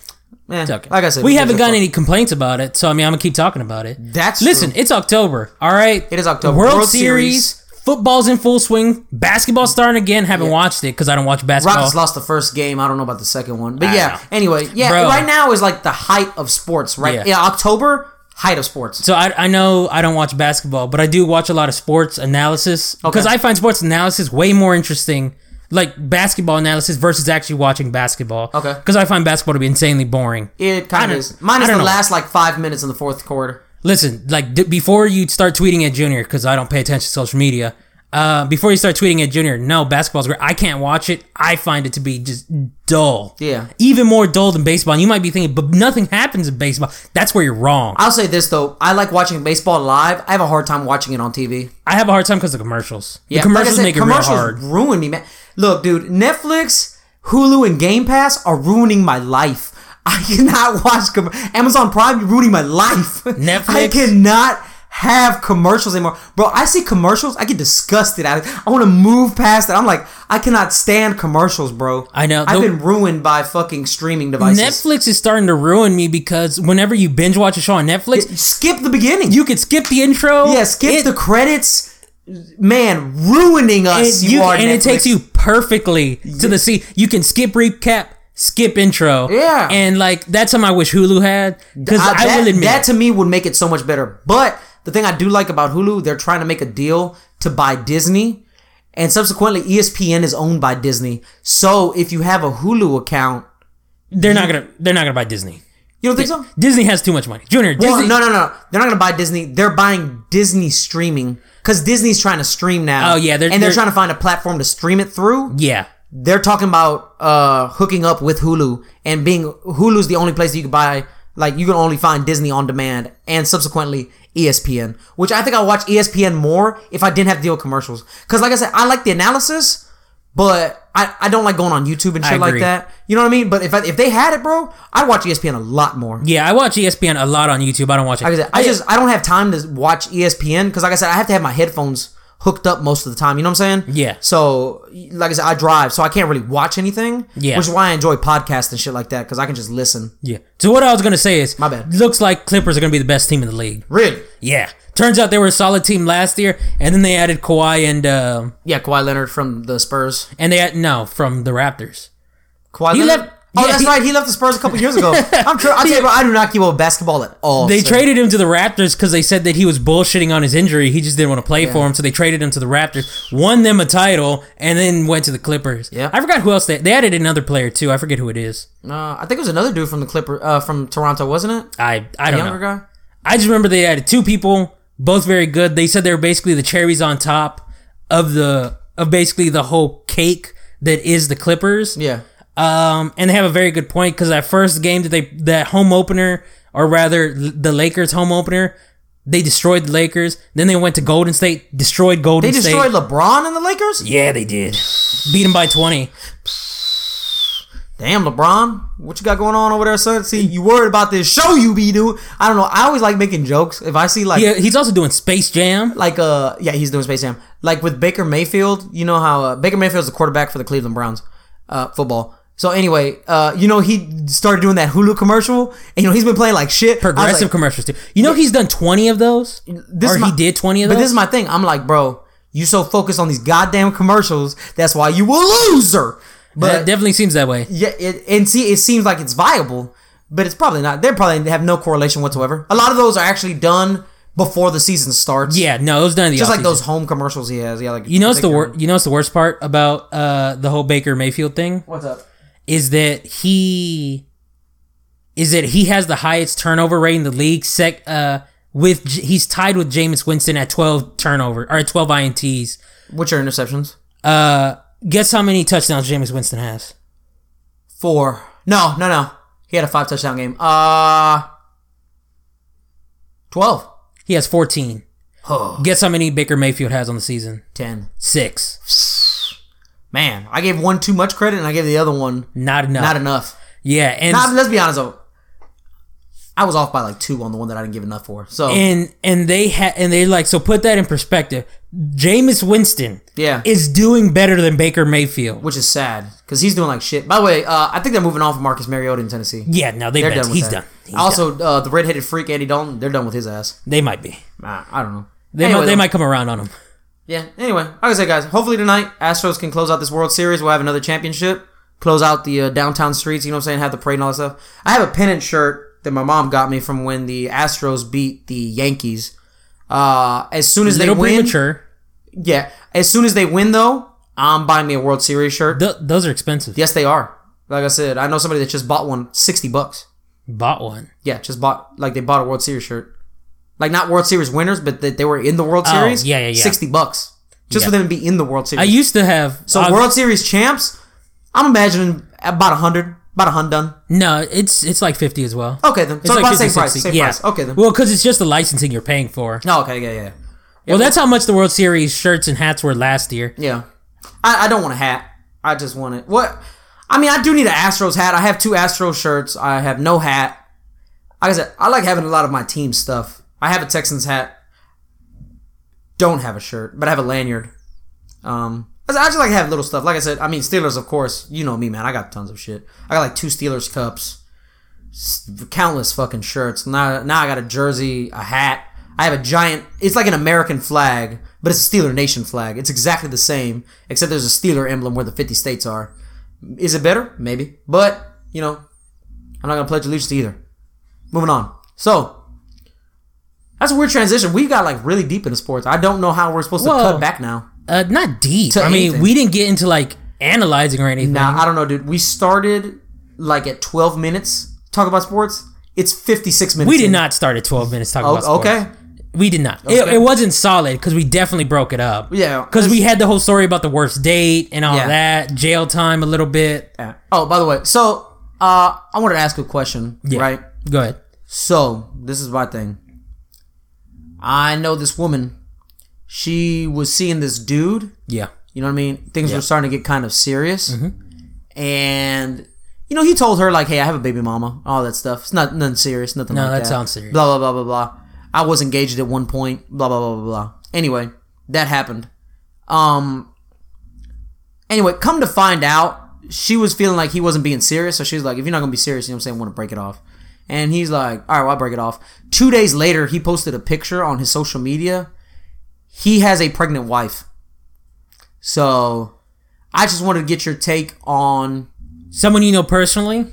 Speaker 1: Eh,
Speaker 2: It's okay.
Speaker 1: Like I said,
Speaker 2: we
Speaker 1: we've
Speaker 2: haven't
Speaker 1: been
Speaker 2: gotten
Speaker 1: touching
Speaker 2: any complaints about it, so I mean, I'm gonna keep talking about it.
Speaker 1: That's
Speaker 2: listen, it's October. All right,
Speaker 1: It is October.
Speaker 2: World,
Speaker 1: World
Speaker 2: Series.
Speaker 1: Series.
Speaker 2: Football's in full swing. Basketball's starting again. Haven't watched it because I don't watch
Speaker 1: on-
Speaker 2: basketball.
Speaker 1: Rockets lost the first game. I don't know about the second one, but
Speaker 2: I
Speaker 1: yeah.
Speaker 2: know.
Speaker 1: Anyway, yeah.
Speaker 2: Bro.
Speaker 1: Right now is like the height of sports. Right?
Speaker 2: Yeah.
Speaker 1: yeah October height of sports.
Speaker 2: So I, I know I don't watch basketball, but I do watch a lot of sports analysis because I find sports analysis way more interesting. like basketball analysis versus actually watching basketball.
Speaker 1: Okay.
Speaker 2: Because I find basketball to be insanely boring.
Speaker 1: It
Speaker 2: I
Speaker 1: kind
Speaker 2: don't-
Speaker 1: of is. Minus
Speaker 2: I
Speaker 1: the
Speaker 2: don't know.
Speaker 1: last like five minutes in the fourth quarter.
Speaker 2: Listen, like d- before you start tweeting at Junior, because I don't pay attention to social media. Uh, before you start tweeting at Junior, no, basketball's great. I can't watch it. I find it to be just dull.
Speaker 1: Yeah.
Speaker 2: Even more dull than baseball. And you might be thinking, but nothing happens in baseball. That's where you're wrong.
Speaker 1: I'll say this though. I like watching baseball live. I have a hard time watching it on TV.
Speaker 2: I have a hard time because of the commercials.
Speaker 1: Yeah,
Speaker 2: the commercials
Speaker 1: like I said,
Speaker 2: make it real hard.
Speaker 1: ruin me, man. Look, dude, Netflix, Hulu, and Game Pass are ruining my life. I cannot watch com- Amazon Prime. You're ruining my life. I
Speaker 2: Netflix?
Speaker 1: cannot have commercials anymore, bro. I see commercials. I get disgusted at it. I want to move past it. I'm like, I cannot stand commercials, bro.
Speaker 2: I know.
Speaker 1: I've
Speaker 2: The-
Speaker 1: been ruined by fucking streaming devices.
Speaker 2: Netflix is starting to ruin me because whenever you binge watch a show on Netflix,
Speaker 1: skip the beginning.
Speaker 2: you could skip the intro.
Speaker 1: yeah, skip
Speaker 2: it-
Speaker 1: the credits. Man, ruining us.
Speaker 2: and,
Speaker 1: you,
Speaker 2: you-
Speaker 1: are,
Speaker 2: and it
Speaker 1: Netflix.
Speaker 2: takes you perfectly to the scene. You can skip recap, skip intro.
Speaker 1: Yeah.
Speaker 2: And like that's something I wish Hulu had because
Speaker 1: Uh,
Speaker 2: I,
Speaker 1: that,
Speaker 2: will admit
Speaker 1: that to me would make it so much better. But the thing I do like about Hulu, they're trying to make a deal to buy Disney, and subsequently E ESPN is owned by Disney. So if you have a Hulu account,
Speaker 2: they're not gonna they're not gonna buy Disney.
Speaker 1: you don't think so?
Speaker 2: Disney has too much money. Junior
Speaker 1: Well,
Speaker 2: Disney.
Speaker 1: no, no, no. They're not going to buy Disney. They're buying Disney streaming because Disney's trying to stream now.
Speaker 2: Oh, yeah, they're-
Speaker 1: and they're,
Speaker 2: they're-
Speaker 1: trying to find a platform to stream it through.
Speaker 2: Yeah.
Speaker 1: They're talking about uh, hooking up with Hulu and being Hulu's the only place that you can buy. Like you can only find Disney on demand and subsequently E ESPN, which I think I'll watch E ESPN more if I didn't have to deal with commercials. Because like I said, I like the analysis, but I, I don't like going on YouTube and shit like
Speaker 2: agree.
Speaker 1: that. You know what I mean? But if I, if they had it, bro, I'd watch E ESPN a lot more.
Speaker 2: Yeah, I watch E ESPN a lot on YouTube. I don't watch it.
Speaker 1: Like I uh, said, I just I don't have time to watch E ESPN because, like I said, I have to have my headphones hooked up most of the time. You know what I'm saying?
Speaker 2: Yeah.
Speaker 1: So, like I said, I drive, so I can't really watch anything.
Speaker 2: Yeah.
Speaker 1: Which is why I enjoy podcasts and shit like that because I can just listen.
Speaker 2: yeah. So what I was gonna say is
Speaker 1: My bad.
Speaker 2: looks like Clippers are gonna be the best team in the league.
Speaker 1: Really?
Speaker 2: Yeah. Turns out they were a solid team last year, and then they added Kawhi and um
Speaker 1: Yeah, Kawhi Leonard from the Spurs.
Speaker 2: and they had, no from the Raptors.
Speaker 1: Kawhi
Speaker 2: He
Speaker 1: Leonard.
Speaker 2: left-
Speaker 1: Oh,
Speaker 2: yeah,
Speaker 1: that's
Speaker 2: he-
Speaker 1: right. He left the Spurs a couple years ago. I'm sure. I tell you, bro, I do not give up basketball at all.
Speaker 2: They
Speaker 1: sir.
Speaker 2: traded him to the Raptors because they said that he was bullshitting on his injury. He just didn't want to play for him, so they traded him to the Raptors, won them a title, and then went to the Clippers.
Speaker 1: Yeah.
Speaker 2: I forgot who else they they added another player too. I forget who it is.
Speaker 1: Uh, I think it was another dude from the Clipper, uh, from Toronto, wasn't it?
Speaker 2: I I don't
Speaker 1: Younger
Speaker 2: know.
Speaker 1: guy.
Speaker 2: I just remember they added two people, both very good. They said they were basically the cherries on top of the of basically the whole cake that is the Clippers.
Speaker 1: Yeah.
Speaker 2: Um, and they have a very good point because that first game that they that home opener, or rather l- the Lakers home opener, they destroyed the Lakers. Then they went to Golden State, destroyed Golden
Speaker 1: They
Speaker 2: State.
Speaker 1: destroyed LeBron and the Lakers.
Speaker 2: yeah, they did. Beat them by twenty.
Speaker 1: Damn, LeBron, what you got going on over there, son? See, you worried about this show you be doing? I don't know. I always like making jokes. If I see like,
Speaker 2: Yeah, he's also doing Space Jam.
Speaker 1: like uh, yeah, he's doing Space Jam. Like with Baker Mayfield, you know how uh, Baker Mayfield's the quarterback for the Cleveland Browns, uh, football. So anyway, uh, you know he started doing that Hulu commercial, and you know he's been playing like shit. I was like,
Speaker 2: Progressive commercials too. You know he's done twenty of those,
Speaker 1: this
Speaker 2: or
Speaker 1: is my-
Speaker 2: he did twenty of
Speaker 1: But
Speaker 2: those.
Speaker 1: this is my thing. I'm like, bro, you so focused on these goddamn commercials. That's why you a loser. But
Speaker 2: that definitely seems that way.
Speaker 1: Yeah, it, and see, it seems like it's viable, but it's probably not. They probably have no correlation whatsoever. A lot of those are actually done before the season starts.
Speaker 2: Yeah, no, it was done in the
Speaker 1: just like
Speaker 2: offseason.
Speaker 1: those home commercials he has. Yeah, like
Speaker 2: You know, it's the wor- You know, it's the worst part about uh the whole Baker Mayfield thing.
Speaker 1: What's up?
Speaker 2: is that he is that he has the highest turnover rate in the league. Sec, uh, with J- he's tied with Jameis Winston at twelve turnover or at twelve ints.
Speaker 1: What's your interceptions?
Speaker 2: Uh, guess how many touchdowns Jameis Winston has?
Speaker 1: Four. No, no, no. He had a five touchdown game. Uh, twelve.
Speaker 2: He has fourteen.
Speaker 1: Oh.
Speaker 2: Guess how many Baker Mayfield has on the season?
Speaker 1: Ten.
Speaker 2: Six.
Speaker 1: Man, I gave one too much credit, and I gave the other one
Speaker 2: Not enough.
Speaker 1: not enough.
Speaker 2: yeah, and
Speaker 1: Nah, let's be honest though. I was off by like two on the one that I didn't give enough for. So
Speaker 2: and and they had and they like so put that in perspective. Jameis Winston
Speaker 1: yeah,
Speaker 2: is doing better than Baker Mayfield.
Speaker 1: which is sad because he's doing like shit. By the way, uh, I think they're moving on from Marcus Mariota in Tennessee.
Speaker 2: Yeah, no, they
Speaker 1: They're
Speaker 2: bet.
Speaker 1: done. With
Speaker 2: he's
Speaker 1: that.
Speaker 2: done. He's done.
Speaker 1: also, Uh, the redheaded freak Andy Dalton, they're done with his ass.
Speaker 2: they might be.
Speaker 1: Nah, I don't know.
Speaker 2: They
Speaker 1: Anyway,
Speaker 2: might, they
Speaker 1: though.
Speaker 2: might come around on him.
Speaker 1: Yeah. Anyway, like I say, guys, hopefully tonight Astros can close out this World Series. We'll have another championship. Close out the uh, downtown streets. You know what I'm saying? Have the parade and all that stuff. I have a pennant shirt that my mom got me from when the Astros beat the Yankees. Uh, as soon as
Speaker 2: little
Speaker 1: they win,
Speaker 2: premature.
Speaker 1: yeah. As soon as they win, though, I'm buying me a World Series shirt.
Speaker 2: Th- those are expensive.
Speaker 1: yes, they are. Like I said, I know somebody that just bought one, 60 bucks.
Speaker 2: Bought one.
Speaker 1: Yeah, just bought like they bought a World Series shirt. Like not World Series winners, but that they were in the World
Speaker 2: Oh,
Speaker 1: Series.
Speaker 2: yeah, yeah, yeah.
Speaker 1: Sixty bucks just for them to be in the World
Speaker 2: I
Speaker 1: Series.
Speaker 2: used to have.
Speaker 1: so
Speaker 2: I-
Speaker 1: World Series champs, I'm imagining about a hundred, about a hundred.
Speaker 2: no, it's it's like fifty as well.
Speaker 1: Okay, then.
Speaker 2: It's
Speaker 1: Oh, So
Speaker 2: like
Speaker 1: about the same
Speaker 2: 50,
Speaker 1: price.
Speaker 2: 60.
Speaker 1: Same
Speaker 2: yeah.
Speaker 1: price. Okay, then.
Speaker 2: Well, because it's just the licensing you're paying for.
Speaker 1: No, okay, yeah, yeah,
Speaker 2: well, that's how much the World Series shirts and hats were last year.
Speaker 1: yeah. I, I don't want a hat. I just want it. What? I mean, I do need an Astros hat. I have two Astros shirts. I have no hat. Like I said, I like having a lot of my team stuff. I have a Texans hat. Don't have a shirt, but I have a lanyard. Um, I I just like to have little stuff. Like I said, I mean Steelers, of course. You know me, man. I got tons of shit. I got like two Steelers cups, s- countless fucking shirts. Now, now I got a jersey, a hat. I have a giant. It's like an American flag, but it's a Steeler Nation flag. It's exactly the same, except there's a Steeler emblem where the 50 states are. Is it better? Maybe, but you know, I'm not gonna pledge allegiance to either. Moving on. So. That's a weird transition. We got like really deep into sports. I don't know how we're supposed to
Speaker 2: Whoa.
Speaker 1: cut back now.
Speaker 2: Uh, not deep.
Speaker 1: To
Speaker 2: I mean,
Speaker 1: anything.
Speaker 2: we didn't get into like analyzing or anything.
Speaker 1: Nah, I don't know, dude. We started like at 12 minutes talk about sports. It's 56 minutes.
Speaker 2: We did
Speaker 1: in.
Speaker 2: not start at 12 minutes talking
Speaker 1: O-
Speaker 2: about sports.
Speaker 1: Oh, okay.
Speaker 2: We did not. It, it wasn't solid because we definitely broke it up.
Speaker 1: Yeah.
Speaker 2: Because we had the whole story about the worst date and all
Speaker 1: Yeah.
Speaker 2: that, jail time a little bit.
Speaker 1: Yeah. Oh, by the way, so uh, I wanted to ask you a question, right?
Speaker 2: Go ahead.
Speaker 1: So this is my thing. I know this woman. She was seeing this dude.
Speaker 2: Yeah.
Speaker 1: You know what I mean? Things were starting to get kind of serious,
Speaker 2: Mm-hmm.
Speaker 1: and you know he told her like, "Hey, I have a baby mama, all that stuff. It's not nothing serious, nothing."
Speaker 2: No,
Speaker 1: like
Speaker 2: that
Speaker 1: that
Speaker 2: sounds serious.
Speaker 1: Blah blah blah blah blah. I was engaged at one point. Blah blah blah blah blah. Anyway, that happened. Um. Anyway, come to find out, she was feeling like he wasn't being serious, so she's like, "If you're not gonna be serious, you know what I'm saying, I want to break it off." And he's like, "All right, well, I'll break it off." Two days later, he posted a picture on his social media. He has a pregnant wife. So I just wanted to get your take on
Speaker 2: Someone you know personally?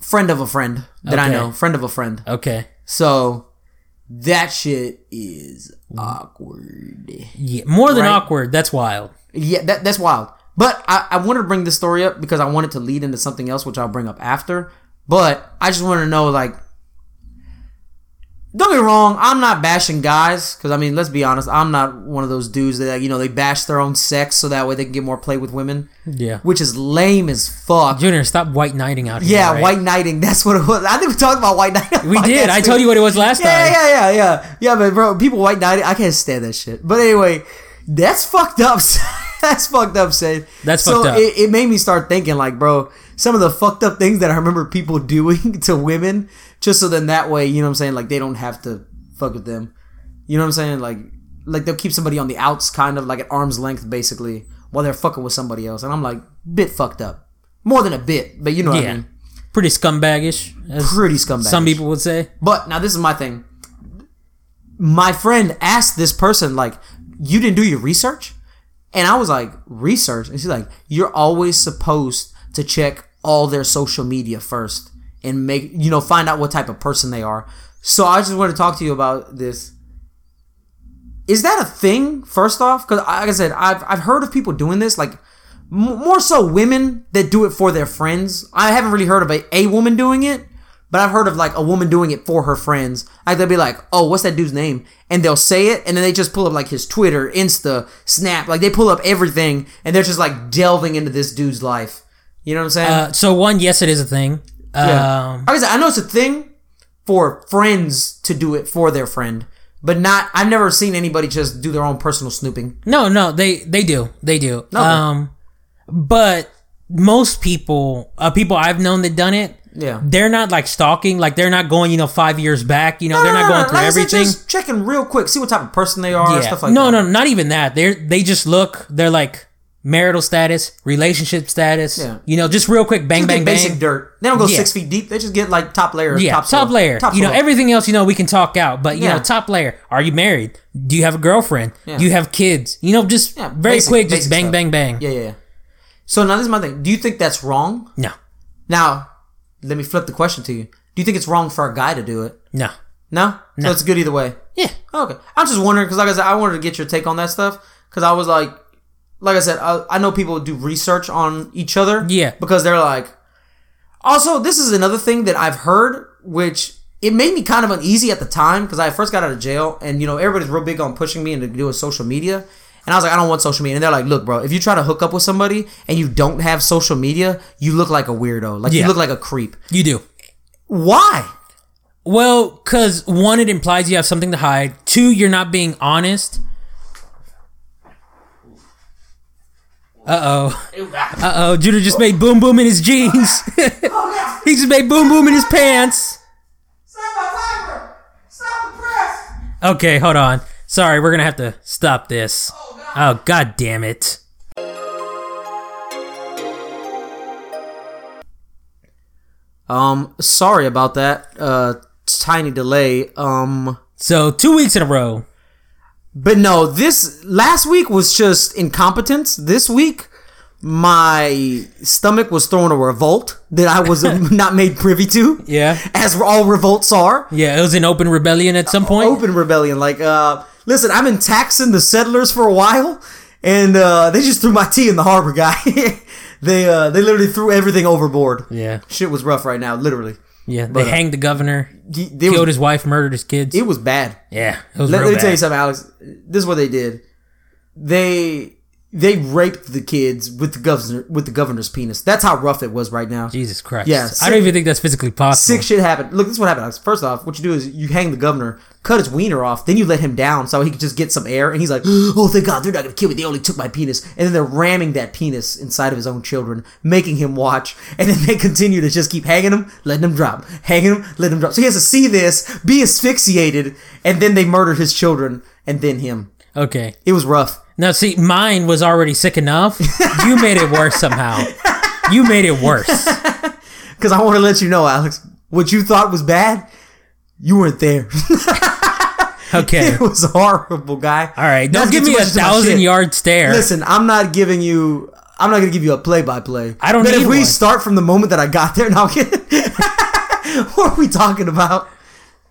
Speaker 1: friend of a friend that I
Speaker 2: Okay.
Speaker 1: know, friend of a friend.
Speaker 2: Okay.
Speaker 1: So that shit is awkward.
Speaker 2: Yeah. More than
Speaker 1: Right.
Speaker 2: awkward. That's wild.
Speaker 1: Yeah, that, that's wild. But I, I wanted to bring this story up because I wanted to lead into something else, which I'll bring up after. But I just wanted to know, like, don't get me wrong, I'm not bashing guys because I mean, let's be honest, I'm not one of those dudes that you know they bash their own sex so that way they can get more play with women,
Speaker 2: Yeah.
Speaker 1: which is lame as fuck.
Speaker 2: Junior, stop white knighting out here.
Speaker 1: Yeah,
Speaker 2: right?
Speaker 1: white knighting. That's what it was. I think we talked about white knighting.
Speaker 2: We did. I told you what it was last
Speaker 1: Yeah,
Speaker 2: time.
Speaker 1: yeah, yeah, yeah, yeah. But bro, people white knighting. I can't stand that shit. But anyway, that's fucked up. that's fucked up, Seth.
Speaker 2: That's
Speaker 1: so
Speaker 2: fucked up.
Speaker 1: It, it made me start thinking, like, bro, some of the fucked up things that I remember people doing to women, just so then that way, you know what I'm saying? Like, they don't have to fuck with them. You know what I'm saying? Like, like they'll keep somebody on the outs, kind of like at arm's length, basically, while they're fucking with somebody else. And I'm like, bit fucked up, more than a bit, but you know what I
Speaker 2: Yeah.
Speaker 1: mean.
Speaker 2: Pretty scumbagish. As
Speaker 1: Pretty scumbag.
Speaker 2: some people would say.
Speaker 1: But now this is my thing. My friend asked this person, like, you didn't do your research? And I was like, research? And she's like, you're always supposed to check all their social media first and make, you know, find out what type of person they are. So I just want to talk to you about this. Is that a thing, first off? Because, like I said, I've, I've heard of people doing this, like, m- more so women that do it for their friends. I haven't really heard of a, a woman doing it, but I've heard of like a woman doing it for her friends. Like they'll be like, "Oh, what's that dude's name?" and they'll say it, and then they just pull up like his Twitter, Insta, Snap, like they pull up everything, and they're just like delving into this dude's life. You know what I'm saying?
Speaker 2: Uh, so, one, yes, it is a thing.
Speaker 1: Yeah.
Speaker 2: Um,
Speaker 1: Like I said, I know it's a thing for friends to do it for their friend, but not. I've never seen anybody just do their own personal snooping.
Speaker 2: No, no, they they do, they do. Um, but most people, uh, people I've known that done it,
Speaker 1: Yeah.
Speaker 2: they're not like stalking, like they're not going, you know, five years back. You know, they're not going through
Speaker 1: Like I said,
Speaker 2: everything.
Speaker 1: just checking real quick, see what type of person they are,
Speaker 2: yeah.
Speaker 1: stuff like that.
Speaker 2: no, no, not even that. They're they just look. They're like marital status, relationship status.
Speaker 1: Yeah.
Speaker 2: You know, just real quick, bang,
Speaker 1: Just
Speaker 2: bang,
Speaker 1: get basic
Speaker 2: bang.
Speaker 1: dirt. They don't go
Speaker 2: Yeah.
Speaker 1: six feet deep. They just get like top layer.
Speaker 2: Yeah, top,
Speaker 1: soil.
Speaker 2: layer.
Speaker 1: Top
Speaker 2: you know,
Speaker 1: soil.
Speaker 2: everything else, you know, we can talk out, but you
Speaker 1: Yeah.
Speaker 2: know, top layer. Are you married? Do you have a girlfriend? Do you have kids? You know, just
Speaker 1: Yeah,
Speaker 2: very
Speaker 1: basic-
Speaker 2: quick, just
Speaker 1: basic
Speaker 2: bang,
Speaker 1: stuff.
Speaker 2: bang, bang.
Speaker 1: Yeah, yeah, yeah. So now this is my thing. Do you think that's wrong?
Speaker 2: No,
Speaker 1: Now, let me flip the question to you. Do you think it's wrong for a guy to do it?
Speaker 2: no.
Speaker 1: No, so it's good either way.
Speaker 2: Yeah.
Speaker 1: Oh, Okay, I'm just wondering because, like I said, I wanted to get your take on that stuff because I was like, like I said, I, I know people do research on each other.
Speaker 2: Yeah.
Speaker 1: Because they're like, also, this is another thing that I've heard, which it made me kind of uneasy at the time because I first got out of jail and, you know, everybody's real big on pushing me into doing social media. And I was like, I don't want social media. And they're like, look, bro, if you try to hook up with somebody and you don't have social media, you look like a weirdo. Like, you
Speaker 2: Yeah.
Speaker 1: look like a creep.
Speaker 2: You do.
Speaker 1: Why?
Speaker 2: Well, because one, it implies you have something to hide. Two, you're not being honest. Uh oh. Uh oh. Judah just made boom boom in his jeans. he just made boom boom in his pants. Okay, hold on. Sorry, we're gonna have to stop this. Oh god damn it.
Speaker 1: Um, sorry about that. Uh, tiny delay. Um,
Speaker 2: So two weeks in a row.
Speaker 1: but no, this last week was just incompetence. This week, my stomach was throwing a revolt that I was not made privy to.
Speaker 2: Yeah.
Speaker 1: As all revolts are.
Speaker 2: Yeah, it was an open rebellion at some point.
Speaker 1: Open rebellion. Like, uh, listen, I've been taxing the settlers for a while, and, uh, they just threw my tea in the harbor, guy. they, uh, they literally threw everything overboard.
Speaker 2: Yeah.
Speaker 1: Shit was rough right now, literally.
Speaker 2: Yeah. They hanged the governor,
Speaker 1: He- they
Speaker 2: killed
Speaker 1: was,
Speaker 2: his wife, murdered his kids.
Speaker 1: it was bad.
Speaker 2: yeah. It was
Speaker 1: Let,
Speaker 2: real
Speaker 1: let me tell
Speaker 2: bad.
Speaker 1: you something, Alex. This is what they did. They they raped the kids with the governor with the governor's penis. That's how rough it was right now.
Speaker 2: Jesus Christ.
Speaker 1: Yeah,
Speaker 2: I
Speaker 1: sick-
Speaker 2: don't even think that's physically possible.
Speaker 1: Sick shit happened. Look, this is what happened. Alex. First off, what you do is you hang the governor, cut his wiener off, then you let him down so he could just get some air. And he's like, "Oh, thank God, they're not gonna kill me. They only took my penis." And then they're ramming that penis inside of his own children, making him watch. And then they continue to just keep hanging him, letting him drop, hanging him, letting him drop. So he has to see this, be asphyxiated, and then they murdered his children and then him.
Speaker 2: Okay.
Speaker 1: It was rough.
Speaker 2: Now, see, mine was already sick enough. you made it worse somehow. You made it worse.
Speaker 1: Because I want to let you know, Alex, what you thought was bad, you weren't there.
Speaker 2: Okay.
Speaker 1: it was horrible, guy.
Speaker 2: All right. Don't
Speaker 1: Not to
Speaker 2: give
Speaker 1: get
Speaker 2: me
Speaker 1: too
Speaker 2: a
Speaker 1: much into my
Speaker 2: thousand
Speaker 1: shit.
Speaker 2: yard stare.
Speaker 1: Listen, I'm not giving you. I'm not gonna give you a play by play.
Speaker 2: I don't
Speaker 1: But if
Speaker 2: need
Speaker 1: we
Speaker 2: one.
Speaker 1: start from the moment that I got there, now what are we talking about?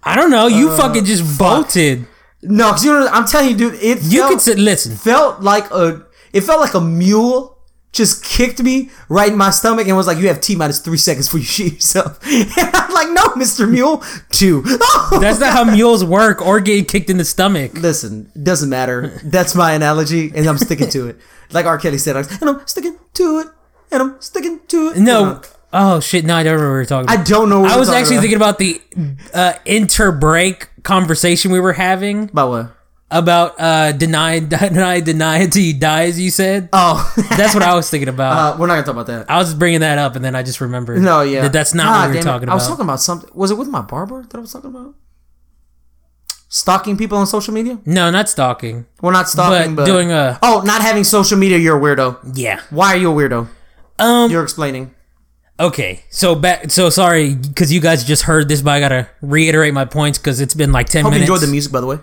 Speaker 2: I don't know.
Speaker 1: uh,
Speaker 2: You fucking just bolted.
Speaker 1: No, 'cause you know, I'm telling you, dude. It
Speaker 2: You
Speaker 1: felt,
Speaker 2: could sit. Listen.
Speaker 1: felt like a. It felt like a mule just kicked me right in my stomach and was like, "You have t minus three seconds for you shit yourself." And I'm like, "No, Mister Mule, two.
Speaker 2: That's not how mules work or get kicked in the stomach.
Speaker 1: Listen, doesn't matter. That's my analogy, and I'm sticking to it. Like R. Kelly said, and I'm sticking to it, and I'm sticking to it.
Speaker 2: No. Oh shit! No, I don't remember what we were talking.
Speaker 1: I
Speaker 2: About.
Speaker 1: don't know. What
Speaker 2: I,
Speaker 1: we're
Speaker 2: was
Speaker 1: talking
Speaker 2: actually
Speaker 1: about.
Speaker 2: thinking about the uh, interbreak conversation we were having
Speaker 1: about what?
Speaker 2: about uh, deny, deny, deny until you die, as you said.
Speaker 1: Oh,
Speaker 2: That's what I was thinking about.
Speaker 1: uh, we're not gonna talk about that.
Speaker 2: I was bringing that up, and then I just remembered.
Speaker 1: No, yeah,
Speaker 2: that that's not
Speaker 1: Ah,
Speaker 2: what we
Speaker 1: damn
Speaker 2: were
Speaker 1: it.
Speaker 2: talking
Speaker 1: I was
Speaker 2: about.
Speaker 1: talking about something. Was it with my barber that I was talking about? Stalking people on social media?
Speaker 2: no, not stalking,
Speaker 1: We're not
Speaker 2: but
Speaker 1: stalking, but,
Speaker 2: doing a
Speaker 1: oh, not having social media. You're a weirdo.
Speaker 2: yeah.
Speaker 1: Why are you a weirdo?
Speaker 2: Um.
Speaker 1: You're explaining.
Speaker 2: Okay. So back. So sorry, because you guys just heard this, but I gotta reiterate my points because it's been like ten
Speaker 1: Hope you
Speaker 2: minutes.
Speaker 1: enjoyed the music, by the way.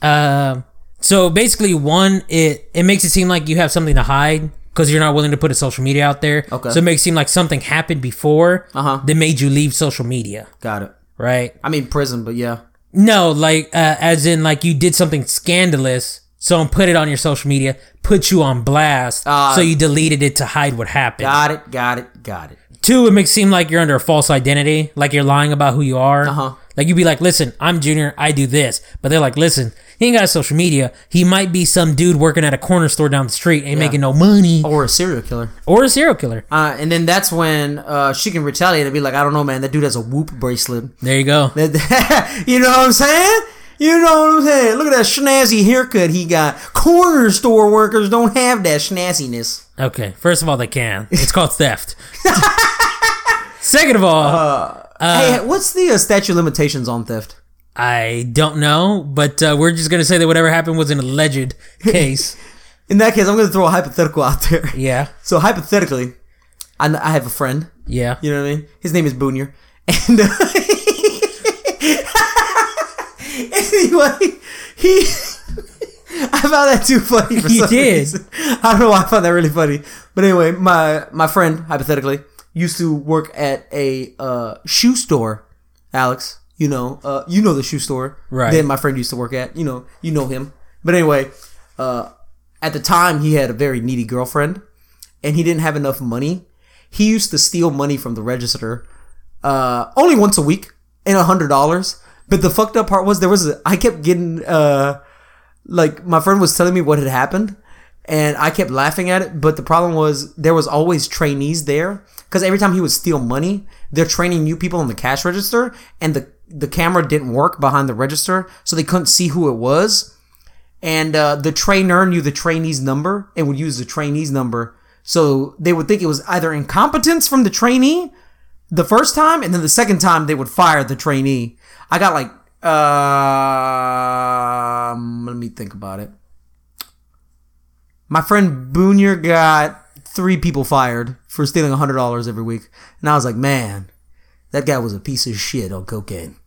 Speaker 2: Um. so basically, one, it it makes it seem like you have something to hide because you're not willing to put a social media out there.
Speaker 1: Okay.
Speaker 2: So it makes it seem like something happened before
Speaker 1: Uh-huh.
Speaker 2: that made you leave social media,
Speaker 1: Got it.
Speaker 2: right?
Speaker 1: I mean prison, but yeah.
Speaker 2: No, like uh, as in like you did something scandalous, someone put it on your social media, put you on blast,
Speaker 1: Ah.
Speaker 2: so you deleted it to hide what happened.
Speaker 1: Got it. Got it. Got it.
Speaker 2: Two, it makes it seem like you're under a false identity, like you're lying about who you are.
Speaker 1: Uh-huh.
Speaker 2: Like you'd be like, "Listen, I'm Junior, I do this," but they're like, "Listen, he ain't got a social media. He might be some dude working at a corner store down the street, ain't making no money,
Speaker 1: Or a serial killer.
Speaker 2: or a serial killer."
Speaker 1: Uh, and then that's when uh, she can retaliate and be like, I don't know, man, that dude has a whoop bracelet.
Speaker 2: There you go.
Speaker 1: That- you know what I'm saying? You know what I'm saying? Look at that snazzy haircut he got. Corner store workers don't have that snazziness.
Speaker 2: Okay, first of all, they can. It's called theft. Second of all,
Speaker 1: hey, what's the uh, statute of limitations on theft?
Speaker 2: I don't know, but uh, we're just gonna say that whatever happened was an alleged case.
Speaker 1: In that case, I'm going to throw a hypothetical out there.
Speaker 2: yeah,
Speaker 1: So hypothetically, I, kn- I have a friend.
Speaker 2: yeah.
Speaker 1: You know what I mean? His name is Boonier. And uh, anyway, he. I found that too funny for
Speaker 2: You
Speaker 1: some
Speaker 2: did.
Speaker 1: reason. I don't know why I found that really funny. But anyway, my my friend, hypothetically, used to work at a uh, shoe store. Alex, you know, uh, you know the shoe store
Speaker 2: Right.
Speaker 1: that my friend used to work at. You know, you know him. But anyway, uh, At the time, he had a very needy girlfriend, and he didn't have enough money. He used to steal money from the register, uh, only once a week, and a hundred dollars. But the fucked up part was there was a, I kept getting uh, like my friend was telling me what had happened, and I kept laughing at it. But the problem was there was always trainees there because every time he would steal money, they're training new people on the cash register, and the the camera didn't work behind the register, so they couldn't see who it was. And uh, the trainer knew the trainee's number and would use the trainee's number, so they would think it was either incompetence from the trainee the first time, and then the second time they would fire the trainee. I got like, uh, um, let me think about it. My friend Boonier got three people fired for stealing hundred dollars every week, and I was like, man, that guy was a piece of shit on cocaine.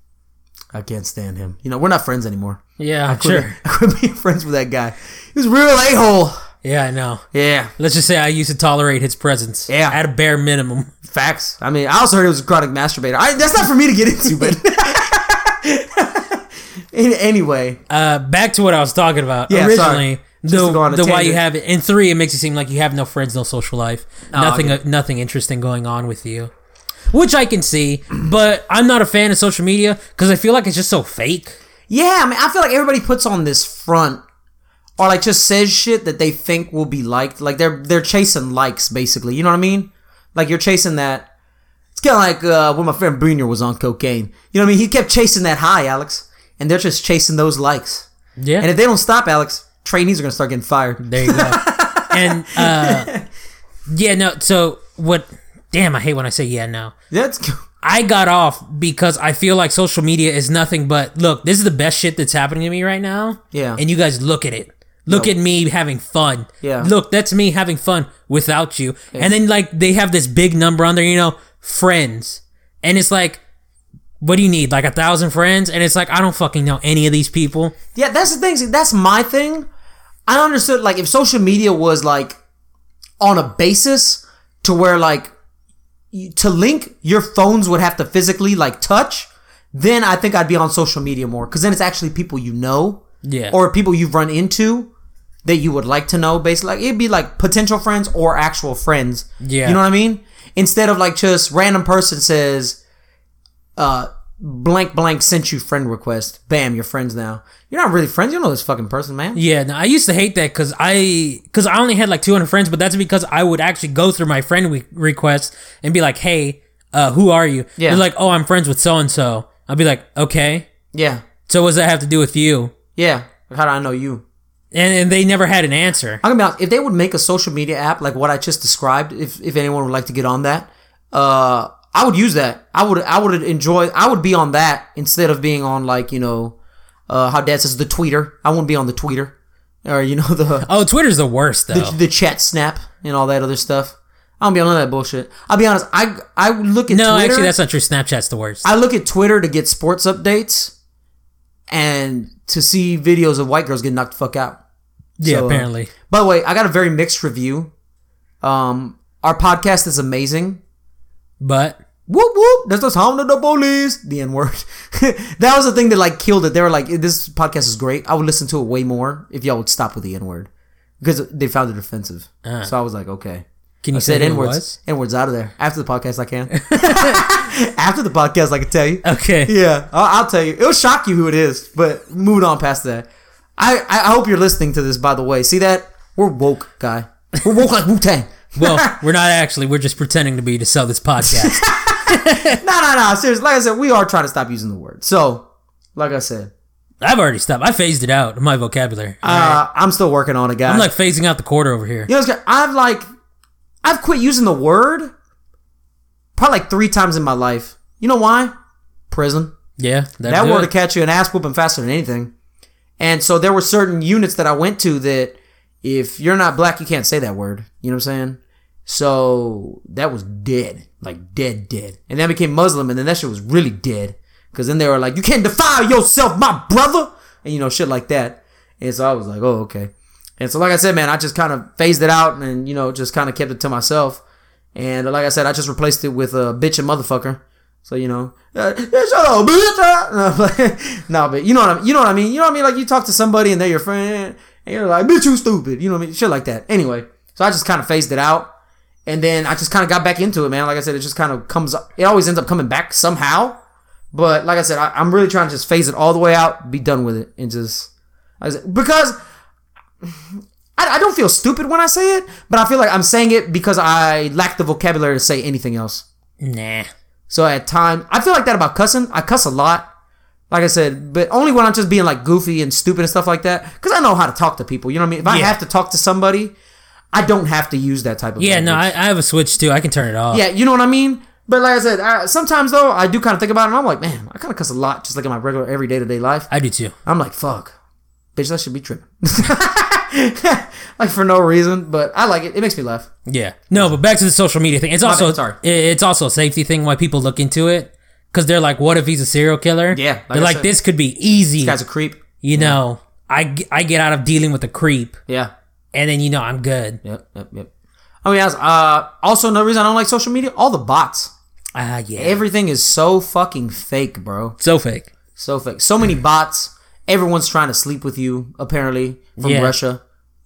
Speaker 1: I can't stand him. You know, we're not friends anymore.
Speaker 2: Yeah,
Speaker 1: Quit-
Speaker 2: sure.
Speaker 1: I quit being friends with that guy. He was a real a hole.
Speaker 2: Yeah, I know.
Speaker 1: Yeah,
Speaker 2: Let's just say I used to tolerate his presence.
Speaker 1: Yeah.
Speaker 2: At a bare minimum.
Speaker 1: facts. I mean, I also heard he was a chronic masturbator. I, that's not for me to get into, but. An- anyway,
Speaker 2: Uh, back to what I was talking about.
Speaker 1: Yeah,
Speaker 2: Originally,
Speaker 1: sorry. Just to go on
Speaker 2: the,
Speaker 1: a
Speaker 2: the why you
Speaker 1: tangent. Oh,
Speaker 2: have it. In three, it makes it seem like you have no friends, no social life. nothing
Speaker 1: okay.
Speaker 2: nothing interesting going on with you. Which I can see, but I'm not a fan of social media because I feel like it's just so fake.
Speaker 1: yeah, I mean, I feel like everybody puts on this front, or like just says shit that they think will be liked. Like they're they're chasing likes, basically. You know what I mean? Like you're chasing that. It's kind of like uh, when my friend Bruner was on cocaine. You know what I mean? He kept chasing that high, Alex, and they're just chasing those likes.
Speaker 2: Yeah.
Speaker 1: And if they don't stop, Alex, trainees are gonna start getting fired.
Speaker 2: There you go. and uh, yeah, no. So what? Damn, I hate when I say yeah. No,
Speaker 1: That's
Speaker 2: I got off because I feel like social media is nothing but look. This is the best shit that's happening to me right now.
Speaker 1: Yeah.
Speaker 2: and you guys look at it. Look at me having fun.
Speaker 1: Yeah.
Speaker 2: Look, that's me having fun without you. And then like they have this big number on there, you know, friends. And it's like, what do you need? Like a thousand friends? And it's like, I don't fucking know any of these people.
Speaker 1: yeah. That's the thing. See, that's my thing. I understood like if social media was like on a basis to where like y- to link your phones would have to physically like touch, then I think I'd be on social media more because then it's actually people you know
Speaker 2: Yeah.
Speaker 1: or people you've run into that you would like to know. Basically, like, it'd be like potential friends or actual friends.
Speaker 2: Yeah.
Speaker 1: you know what I mean. Instead of like just random person says, uh, blank blank sent you friend request. Bam, you're friends now. You're not really friends. You don't know this fucking person, man.
Speaker 2: Yeah, no, I used to hate that because I because I only had like 200 friends, but that's because I would actually go through my friend we- requests and be like, "Hey, uh, who are you?"
Speaker 1: Yeah.
Speaker 2: They're like, "Oh, I'm friends with so and so." I'd be like, "Okay,
Speaker 1: Yeah,
Speaker 2: so what does that have to do with you?"
Speaker 1: yeah. How do I know you?
Speaker 2: And, and they never had an answer.
Speaker 1: I'm gonna be honest. If they would make a social media app like what I just described, if if anyone would like to get on that, uh, I would use that. I would I would enjoy. I would be on that instead of being on like you know, uh, how dad says the tweeter. I wouldn't be on the tweeter or you know the
Speaker 2: Oh, Twitter's the worst though.
Speaker 1: the chat snap and all that other stuff. I don't be on none of that bullshit. I'll be honest. I I look at
Speaker 2: no,
Speaker 1: Twitter,
Speaker 2: actually, that's not true. Snapchat's the worst.
Speaker 1: I look at Twitter to get sports updates and to see videos of white girls getting knocked the fuck out.
Speaker 2: yeah,
Speaker 1: so, uh,
Speaker 2: apparently.
Speaker 1: By the way, I got a very mixed review. Um, our podcast is amazing.
Speaker 2: But
Speaker 1: Whoop whoop! There's no sound of the police. The N word. that was the thing that like killed it. They were like, "This podcast is great. I would listen to it way more if y'all would stop with the N word," because they found it offensive. So I was like, "Okay."
Speaker 2: can you
Speaker 1: Said
Speaker 2: say
Speaker 1: N
Speaker 2: Uh. it
Speaker 1: words.
Speaker 2: was?
Speaker 1: N words out of there after the podcast. I can. after the podcast, I can tell you.
Speaker 2: Okay.
Speaker 1: Yeah, I'll, I'll tell you. It'll shock you who it is, but moving on past that. I, I hope you're listening to this, by the way. See that? We're woke, guy. We're woke like Wu Tang.
Speaker 2: well, we're not actually. We're just pretending to be to sell this podcast.
Speaker 1: No, no, no. Seriously, like I said, we are trying to stop using the word. So, like I said,
Speaker 2: I've already stopped. I phased it out of my vocabulary.
Speaker 1: uh, I'm still working on it, guy.
Speaker 2: I'm like phasing out the quarter over here.
Speaker 1: you know, what's good? I've like, I've quit using the word probably like three times in my life. You know why? Prison.
Speaker 2: Yeah,
Speaker 1: That
Speaker 2: do
Speaker 1: word
Speaker 2: it.
Speaker 1: will catch you an ass whooping faster than anything. And so there were certain units that I went to that if you're not black, you can't say that word. You know what I'm saying? So that was dead, like dead, dead. And then I became Muslim, and then that shit was really dead. Because then they were like, you can't defile yourself, my brother. And you know, shit like that. And so I was like, oh, okay. And so, like I said, man, I just kind of phased it out and, you know, just kind of kept it to myself. And like I said, I just replaced it with a uh, bitch and motherfucker. So you know, uh, shut up, bitch. uh, No, but, no, but you know what I mean. You know what I mean. You know what I mean. Like you talk to somebody and they're your friend, And you're like, bitch, you stupid. You know what I mean? Shit like that. Anyway, so I just kind of phased it out. And then I just kind of got back into it, man. Like I said, it just kind of comes, it always ends up coming back somehow. But like I said, I, I'm really trying to just phase it all the way out, be done with it, and just, like I said, because I, I don't feel stupid when I say it, but I feel like I'm saying it because I lack the vocabulary to say anything else.
Speaker 2: Nah.
Speaker 1: So at time, I feel like that about cussing. I cuss a lot, like I said, but only when I'm just being like goofy and stupid and stuff like that. Because I know how to talk to people. You know what I mean? If I
Speaker 2: Yeah.
Speaker 1: have to talk to somebody, I don't have to use that type of.
Speaker 2: Yeah, no,
Speaker 1: language.
Speaker 2: I, I have a switch too. I can turn it off.
Speaker 1: yeah, you know what I mean. But like I said, I, sometimes though, I do kind of think about it, and I'm like, man, I kind of cuss a lot, just like in my regular everyday to day life.
Speaker 2: I do too.
Speaker 1: I'm like, fuck, bitch, that should be tripping. like for no reason, but I like it. It makes me laugh.
Speaker 2: Yeah. No, but back to the social media thing. It's also
Speaker 1: bad, sorry.
Speaker 2: i- it's also a safety thing why people look into it because they're like, what if he's a serial killer?
Speaker 1: Yeah, like
Speaker 2: They're
Speaker 1: I
Speaker 2: like,
Speaker 1: said.
Speaker 2: this could be easy.
Speaker 1: Guy's a creep.
Speaker 2: you know, I, g- I get out of dealing with a creep,
Speaker 1: Yeah.
Speaker 2: and then you know I'm good.
Speaker 1: Yep. Yep. Yep. I mean, as, uh, also another reason I don't like social media, all the bots.
Speaker 2: Ah, yeah.
Speaker 1: Everything is so fucking fake, bro.
Speaker 2: so fake.
Speaker 1: So fake. So many bots. Everyone's trying to sleep with you, apparently, from
Speaker 2: Yeah.
Speaker 1: Russia.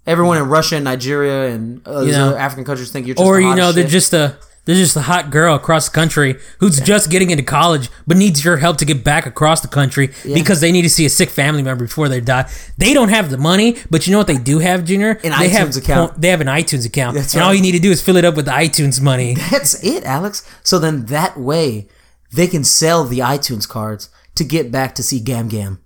Speaker 1: Everyone in Russia and Nigeria and uh, these
Speaker 2: know.
Speaker 1: other African countries think you're just
Speaker 2: Or
Speaker 1: the
Speaker 2: you
Speaker 1: hottest
Speaker 2: know, they're
Speaker 1: shit.
Speaker 2: just a they're just a hot girl across the country who's just getting into college but needs your help to get back across the country because they need to see a sick family member before they die. They don't have the money, but you know what they do have, Junior?
Speaker 1: An
Speaker 2: they have
Speaker 1: iTunes account.
Speaker 2: po- they have an iTunes account,
Speaker 1: That's
Speaker 2: and all
Speaker 1: right.
Speaker 2: you need to do is fill it up with the iTunes money.
Speaker 1: That's it, Alex. So then that way, they can sell the iTunes cards to get back to see Gam Gam.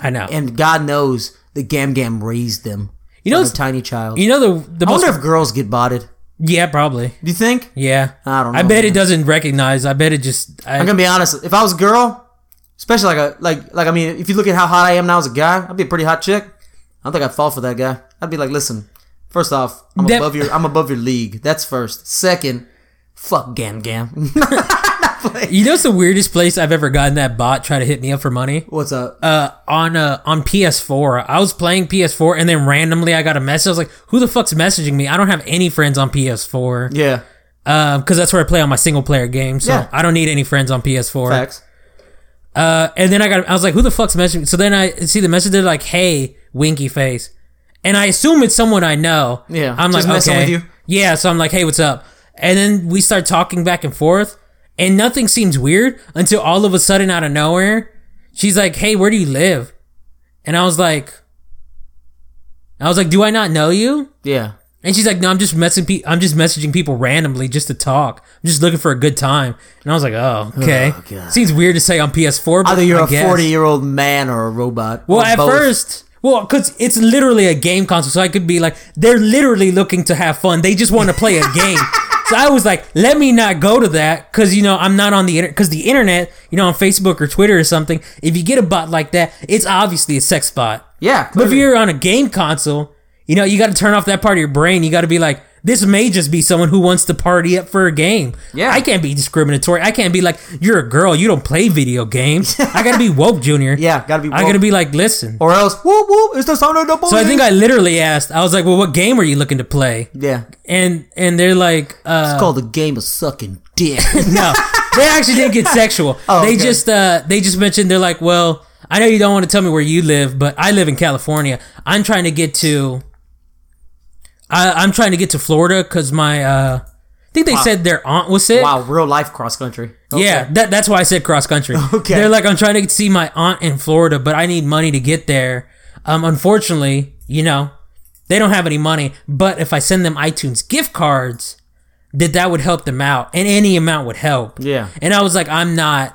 Speaker 2: I know.
Speaker 1: And God knows the Gam Gam raised them.
Speaker 2: you know,
Speaker 1: A tiny child.
Speaker 2: you know the the
Speaker 1: I
Speaker 2: most.
Speaker 1: wonder if girls get botted.
Speaker 2: yeah, probably.
Speaker 1: Do you think?
Speaker 2: Yeah,
Speaker 1: I don't
Speaker 2: I
Speaker 1: know,
Speaker 2: bet
Speaker 1: man.
Speaker 2: it doesn't recognize. I bet it just. I,
Speaker 1: I'm gonna be honest. If I was a girl, especially like a like like I mean, if you look at how hot I am now as a guy, I'd be a pretty hot chick. I don't think I'd fall for that guy. I'd be like, listen, first off, I'm
Speaker 2: That-
Speaker 1: above your I'm above your league. That's first. Second, fuck Gam Gam.
Speaker 2: you know, it's the weirdest place I've ever gotten that bot try to hit me up for money.
Speaker 1: What's up?
Speaker 2: uh, on uh, on PS4. I was playing PS4, and then randomly I got a message. I was like, "Who the fuck's messaging me? I don't have any friends on PS4."
Speaker 1: yeah,
Speaker 2: Um, because that's where I play on my single player game, so
Speaker 1: Yeah.
Speaker 2: I don't need any friends on PS4.
Speaker 1: facts.
Speaker 2: Uh, and then I got, I was like, "Who the fuck's messaging?" me? So then I see the message. They're like, "Hey, winky face," and I assume it's someone I know.
Speaker 1: Yeah,
Speaker 2: I'm
Speaker 1: just
Speaker 2: like,
Speaker 1: messing
Speaker 2: okay,
Speaker 1: with you.
Speaker 2: yeah. So I'm like, "Hey, what's up?" And then we start talking back and forth, and nothing seems weird until all of a sudden, out of nowhere, she's like, "Hey, where do you live?" And I was like, I was like, "Do I not know you?"
Speaker 1: Yeah,
Speaker 2: And she's like, "No, I'm just messing. Pe- I'm just messaging people randomly just to talk. I'm just looking for a good time." And I was like, "Oh, okay.
Speaker 1: Oh, God.
Speaker 2: Seems weird to say on PS4, but
Speaker 1: either
Speaker 2: I
Speaker 1: you're a
Speaker 2: guess.
Speaker 1: 40 year old man or a robot.
Speaker 2: Well,
Speaker 1: or
Speaker 2: at
Speaker 1: both.
Speaker 2: first, well, because it's literally a game console, so I could be like, they're literally looking to have fun. They just want to play a game. so I was like, let me not go to that because you know I'm not on the internet. Because the internet, you know, on Facebook or Twitter or something, if you get a bot like that, it's obviously a sex bot.
Speaker 1: yeah,
Speaker 2: But if
Speaker 1: clearly.
Speaker 2: you're on a game console, you know, you got to turn off that part of your brain. You got to be like, this may just be someone who wants to party up for a game.
Speaker 1: Yeah.
Speaker 2: I can't be discriminatory. I can't be like, you're a girl. You don't play video games. I got to be woke, Junior.
Speaker 1: yeah, gotta be.
Speaker 2: I got to be like, listen.
Speaker 1: or else, whoop whoop, it's the sound of the
Speaker 2: So I think I literally asked, I was like, well, what game are you looking to play?
Speaker 1: yeah,
Speaker 2: And and they're like, uh,
Speaker 1: it's called the game of sucking dick.
Speaker 2: no, they actually didn't get sexual. they
Speaker 1: okay.
Speaker 2: just uh, they just mentioned they're like, well, I know you don't want to tell me where you live, but I live in California. I'm trying to get to, I, I'm trying to get to Florida because my, uh, I think they said their aunt was sick.
Speaker 1: wow, real life cross country. Okay.
Speaker 2: Yeah, that, that's why I said cross country.
Speaker 1: Okay.
Speaker 2: They're like, I'm trying to see my aunt in Florida, but I need money to get there. Um, unfortunately, you know, they don't have any money. But if I send them iTunes gift cards, that that would help them out, and any amount would help.
Speaker 1: Yeah.
Speaker 2: And I was like, I'm not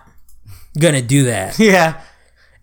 Speaker 2: gonna do that.
Speaker 1: yeah.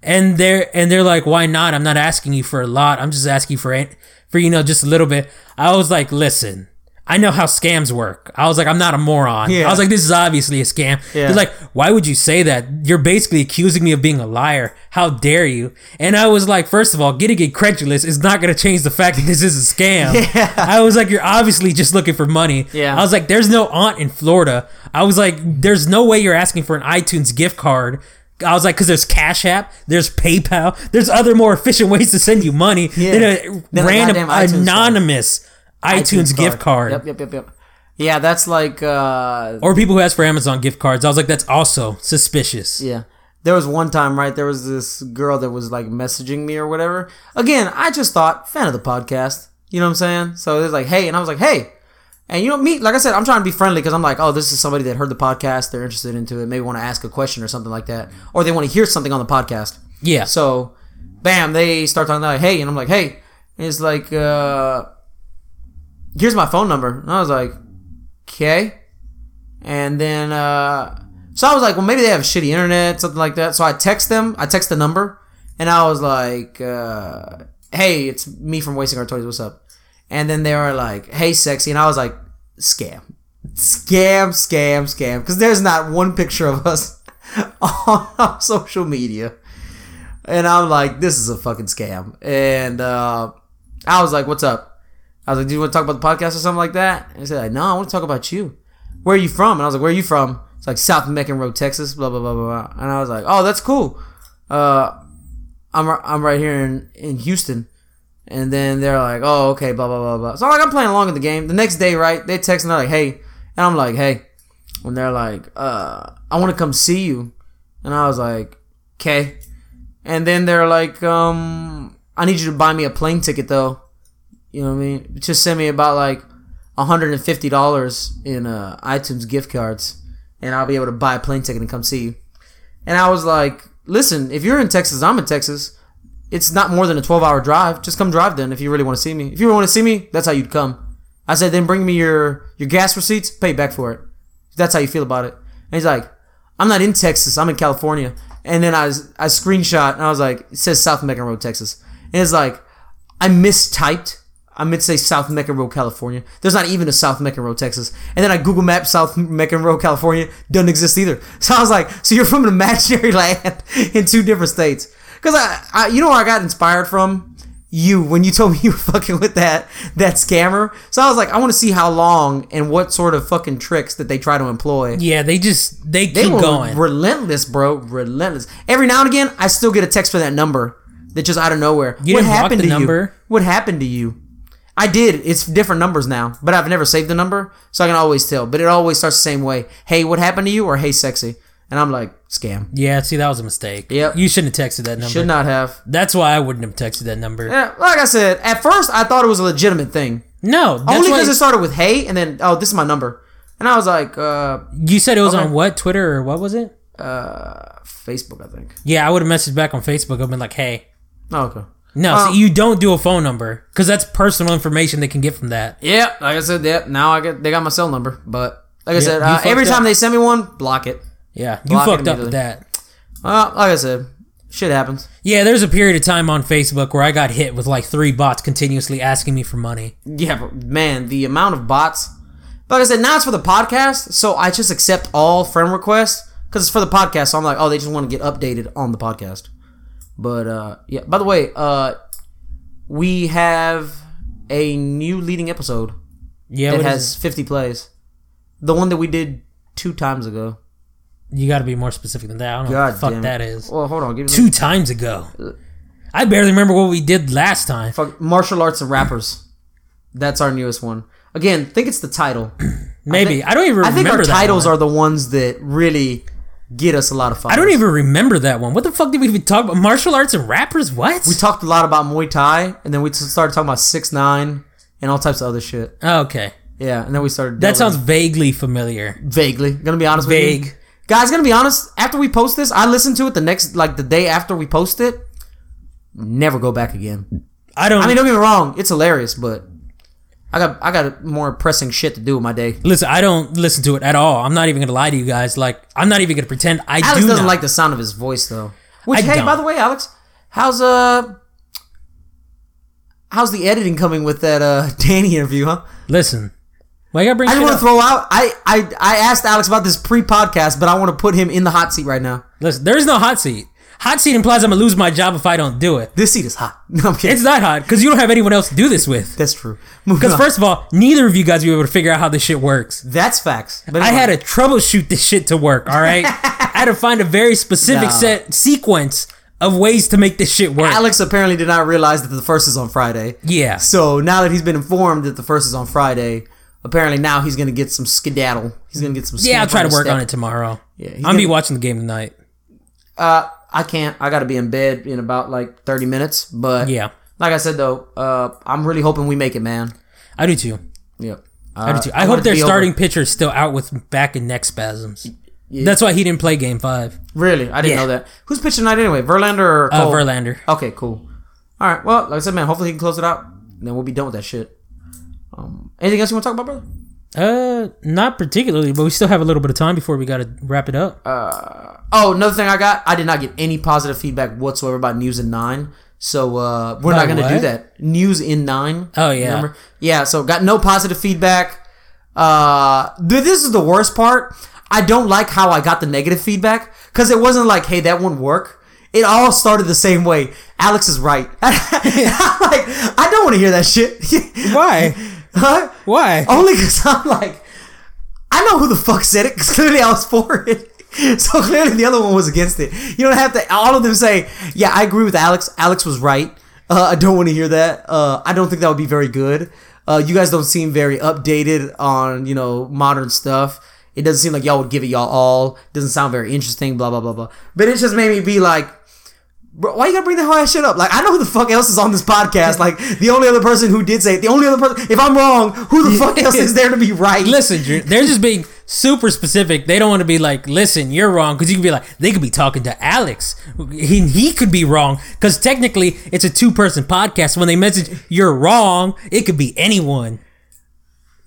Speaker 2: and they're and they're like, why not? I'm not asking you for a lot. I'm just asking for it for you know just a little bit. I was like, listen. I know how scams work. I was like, I'm not a moron.
Speaker 1: Yeah.
Speaker 2: I was like, this is obviously a scam.
Speaker 1: Yeah.
Speaker 2: They're like, why would you say that? You're basically accusing me of being a liar. How dare you? And I was like, first of all, getting incredulous is not going to change the fact that this is a scam. I was like, you're obviously just looking for money.
Speaker 1: Yeah.
Speaker 2: I was like, there's no aunt in Florida. I was like, there's no way you're asking for an iTunes gift card. I was like, because there's Cash App, there's PayPal, there's other more efficient ways to send you money than a
Speaker 1: Than a
Speaker 2: random,
Speaker 1: goddamn iTunes card.
Speaker 2: anonymous iTunes, gift card.
Speaker 1: Yep, yep, yep, yep. Yeah, that's like uh
Speaker 2: Or people who ask for Amazon gift cards. I was like, that's also suspicious.
Speaker 1: yeah. there was one time, right? There was this girl that was like messaging me or whatever. Again, I just thought fan of the podcast. You know what I'm saying? So it was like, hey, and I was like, hey, and you know me, like I said, I'm trying to be friendly because I'm like, oh, this is somebody that heard the podcast, they're interested into it, maybe want to ask a question or something like that, or they want to hear something on the podcast.
Speaker 2: Yeah.
Speaker 1: So, bam, they start talking like, hey, and I'm like, hey, and it's like, uh, here's my phone number, and I was like, okay, and then, uh, so I was like, well, maybe they have shitty internet, something like that. So I text them, I text the number, and I was like, uh, hey, it's me from Wasting Our Toys, what's up? And then they were like, hey, sexy. And I was like, scam. Scam, scam, scam. Because there's not one picture of us on our social media. And I'm like, this is a fucking scam. And uh, I was like, what's up? I was like, do you want to talk about the podcast or something like that? And he said, like, no, I want to talk about you. Where are you from? And I was like, where are you from? It's like South Meccan Road, Texas, blah, blah, blah, blah, blah. And I was like, oh, that's cool. Uh, I'm, ri- I'm right here in, in Houston. And then they're like, oh, okay, blah, blah, blah, blah. So, like, I'm playing along in the game. The next day, right, they text and they're like, hey. And I'm like, hey. And they're like, uh, I want to come see you. And I was like, okay. And then they're like, um, I need you to buy me a plane ticket, though. You know what I mean? Just send me about, like, $150 in uh, iTunes gift cards. And I'll be able to buy a plane ticket and come see you. And I was like, listen, if you're in Texas, I'm in Texas. It's not more than a 12 hour drive. Just come drive then if you really want to see me. If you want to see me, that's how you'd come. I said, then bring me your, your gas receipts, pay back for it. If that's how you feel about it. And he's like, I'm not in Texas, I'm in California. And then I, was, I screenshot and I was like, it says South Meccan Road, Texas. And it's like, I mistyped. I meant to say South Meccan Road, California. There's not even a South Meccan Road, Texas. And then I Google Map South Meccan Road, California. Doesn't exist either. So I was like, so you're from an imaginary land in two different states. Cause I, I, you know where I got inspired from? You, when you told me you were fucking with that, that scammer. So I was like, I want to see how long and what sort of fucking tricks that they try to employ.
Speaker 2: Yeah, they just they keep
Speaker 1: They were
Speaker 2: going.
Speaker 1: relentless, bro. Relentless. Every now and again, I still get a text for that number that just out of nowhere.
Speaker 2: You didn't block the
Speaker 1: to you?
Speaker 2: number?
Speaker 1: What happened to you? I did. It's different numbers now, but I've never saved the number, so I can always tell. But it always starts the same way. Hey, what happened to you? Or hey, sexy. And I'm like, scam.
Speaker 2: yeah, see that was a mistake.
Speaker 1: Yep.
Speaker 2: You shouldn't have texted that number.
Speaker 1: Should not have.
Speaker 2: That's why I wouldn't have texted that number.
Speaker 1: Yeah, like I said, at first I thought it was a legitimate thing.
Speaker 2: No, that's
Speaker 1: Only
Speaker 2: why-
Speaker 1: because it started with hey, and then oh, this is my number, and I was like, uh,
Speaker 2: you said it was on what Twitter or what was it?
Speaker 1: uh, Facebook, I think.
Speaker 2: Yeah, I would have messaged back on Facebook. I've been like, hey,
Speaker 1: Oh, okay.
Speaker 2: no, so you don't do a phone number because that's personal information they can get from that.
Speaker 1: Yep, like I said, yep. Now I get they got my cell number, but like I said,
Speaker 2: you
Speaker 1: uh,
Speaker 2: fucked
Speaker 1: every
Speaker 2: up.
Speaker 1: time they send me one, block it.
Speaker 2: Yeah, you
Speaker 1: Block it
Speaker 2: fucked up
Speaker 1: immediately.
Speaker 2: with that.
Speaker 1: Uh, like I said, shit happens.
Speaker 2: Yeah, there's a period of time on Facebook where I got hit with like three bots continuously asking me for money.
Speaker 1: Yeah, but man, the amount of bots. But like I said, now it's for the podcast, so I just accept all friend requests because it's for the podcast. So I'm like, oh, they just want to get updated on the podcast. But uh, yeah. By the way, uh, we have a new leading episode
Speaker 2: Yeah,
Speaker 1: that
Speaker 2: what is
Speaker 1: has 50 plays. The one that we did two times ago.
Speaker 2: it? you got to be more specific than that. I don't know
Speaker 1: God
Speaker 2: what the fuck
Speaker 1: damn it.
Speaker 2: that is.
Speaker 1: Well, hold on, give me
Speaker 2: Two times ago, I barely remember what we did last time.
Speaker 1: Fuck, martial arts and rappers. That's our newest one. Again, think it's the title.
Speaker 2: Maybe I, don't even.
Speaker 1: I
Speaker 2: Remember
Speaker 1: think our
Speaker 2: that
Speaker 1: titles
Speaker 2: one.
Speaker 1: are the ones that really get us a lot of fun.
Speaker 2: I don't even remember that one. What the fuck did we even talk about? Martial arts and rappers? What?
Speaker 1: We talked a lot about Muay Thai, and then we started talking about six nine and all types of other shit.
Speaker 2: oh, okay,
Speaker 1: Yeah, and then we started. delving
Speaker 2: that sounds vaguely familiar.
Speaker 1: vaguely. Gonna be honest with you,
Speaker 2: Vague.
Speaker 1: guys. Gonna be honest. After we post this, I listened to it the next, like the day after we post it. Never go back again.
Speaker 2: I don't.
Speaker 1: I mean, don't get me wrong. It's hilarious, but I got I got more pressing shit to do with my day.
Speaker 2: listen. I don't listen to it at all. I'm not even gonna lie to you guys. Like I'm not even gonna pretend I
Speaker 1: Alex
Speaker 2: do
Speaker 1: doesn't
Speaker 2: not.
Speaker 1: like the sound of his voice though. Which
Speaker 2: I
Speaker 1: hey, by
Speaker 2: don't.
Speaker 1: the way, Alex, how's uh how's the editing coming with that uh Danny interview, huh?
Speaker 2: Listen, why you gotta bring
Speaker 1: I just
Speaker 2: shit
Speaker 1: want
Speaker 2: up?
Speaker 1: to throw out I, I I asked Alex about this pre-podcast, but I want to put him in the hot seat right now.
Speaker 2: Listen, there is no hot seat. Hot seat implies I'm gonna lose my job if I don't do it.
Speaker 1: This seat is hot. No, I'm kidding.
Speaker 2: It's not hot because you don't have anyone else to do this with.
Speaker 1: That's true. Moving
Speaker 2: Because
Speaker 1: on.
Speaker 2: first of all, neither of you guys will be able to figure out how this shit works.
Speaker 1: that's facts. But
Speaker 2: I
Speaker 1: anyway,
Speaker 2: had to troubleshoot this shit to work. All right, I had to find a very
Speaker 1: No.
Speaker 2: specific set sequence of ways to make this shit work.
Speaker 1: Alex apparently did not realize that the first is on Friday.
Speaker 2: yeah,
Speaker 1: So now that he's been informed that the first is on Friday, apparently now he's gonna get some skedaddle. He's gonna get some.
Speaker 2: yeah. I'll
Speaker 1: scamp
Speaker 2: try to
Speaker 1: his
Speaker 2: work
Speaker 1: step.
Speaker 2: on it tomorrow.
Speaker 1: Yeah,
Speaker 2: I'm
Speaker 1: he's
Speaker 2: gonna be
Speaker 1: gonna-
Speaker 2: watching the game tonight.
Speaker 1: Uh, I can't. I got to be in bed in about like 30 minutes. But
Speaker 2: Yeah,
Speaker 1: like I said though, uh, I'm really hoping we make it, man.
Speaker 2: I do too.
Speaker 1: Yep.
Speaker 2: I
Speaker 1: Uh,
Speaker 2: do too. I,
Speaker 1: want it
Speaker 2: hope
Speaker 1: to
Speaker 2: their
Speaker 1: be over.
Speaker 2: starting pitcher's still out with back and neck spasms. That's why he didn't play game five.
Speaker 1: Really, I didn't
Speaker 2: Yeah.
Speaker 1: know that. Who's pitching tonight anyway? Verlander or
Speaker 2: Uh,
Speaker 1: Cole?
Speaker 2: Verlander.
Speaker 1: Okay, cool. All right. Well, like I said, man, hopefully he can close it out. and Then we'll be done with that shit. Um, anything else you want to talk about, brother?
Speaker 2: Uh, not particularly, but we still have a little bit of time before we got to wrap it up.
Speaker 1: Oh, another thing I got. I did not get any positive feedback whatsoever about News in Nine. So uh, we're not
Speaker 2: About
Speaker 1: going to do
Speaker 2: what?
Speaker 1: that. News in Nine.
Speaker 2: Oh, yeah.
Speaker 1: Yeah. So got no positive feedback. Uh, th- this is the worst part. I don't like how I got the negative feedback because it wasn't like, hey, that wouldn't work. It all started the same way. Alex is right. I'm like, I don't want to hear that shit.
Speaker 2: Why?
Speaker 1: Huh?
Speaker 2: Why?
Speaker 1: Only because I'm like, I know who the fuck said it. 'cause clearly, I was for it. So clearly, the other one was against it. You don't have to. All of them say, "Yeah, I agree with Alex. Alex was right. Uh, I don't want to hear that. Uh, I don't think that would be very good. Uh, you guys don't seem very updated on you know modern stuff. It doesn't seem like y'all would give it y'all all. Doesn't sound very interesting. Blah blah blah blah. But it just made me be like, Bro, why you gotta bring that whole ass shit up? Like, I know who the fuck else is on this podcast. Like, the only other person who did say it, the only other person, if I'm wrong, who the fuck else is there to be right?
Speaker 2: Listen, Drew, they're just being super specific. They don't want to be like, listen, you're wrong. Because you could be like, they could be talking to Alex. He, he could be wrong. Because technically, it's a two person podcast. When they message, you're wrong, it could be anyone.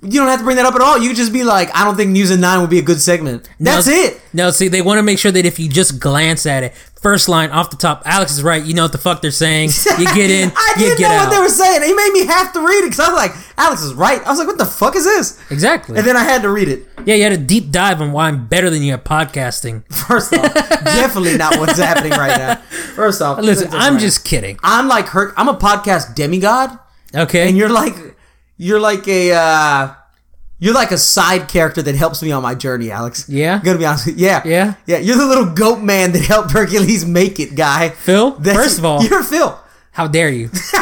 Speaker 1: You don't have to bring that up at all. You could just be like, I don't think News and Nine would be a good segment. That's
Speaker 2: no,
Speaker 1: it.
Speaker 2: No, see, they want to make sure that if you just glance at it, first line off the top, Alex is right. You know what the fuck they're saying. You get in,
Speaker 1: I
Speaker 2: you
Speaker 1: didn't
Speaker 2: get
Speaker 1: know
Speaker 2: out.
Speaker 1: what they were saying. It made me have to read it because I was like, Alex is right. I was like, what the fuck is this?
Speaker 2: exactly.
Speaker 1: And then I had to read it.
Speaker 2: yeah, you had a deep dive on why I'm better than you at podcasting.
Speaker 1: First off, definitely not what's happening right now. First off,
Speaker 2: Listen, I'm
Speaker 1: right.
Speaker 2: just kidding.
Speaker 1: I'm like, Herc, I'm a podcast demigod.
Speaker 2: Okay.
Speaker 1: and you're like you're like a uh you're like a side character that helps me on my journey, Alex.
Speaker 2: Yeah?
Speaker 1: I'm gonna be honest. With you. Yeah.
Speaker 2: Yeah?
Speaker 1: Yeah. You're the little goat man that helped Hercules make it, guy.
Speaker 2: Phil, first of all-
Speaker 1: you're Phil.
Speaker 2: How dare you?
Speaker 1: Listen,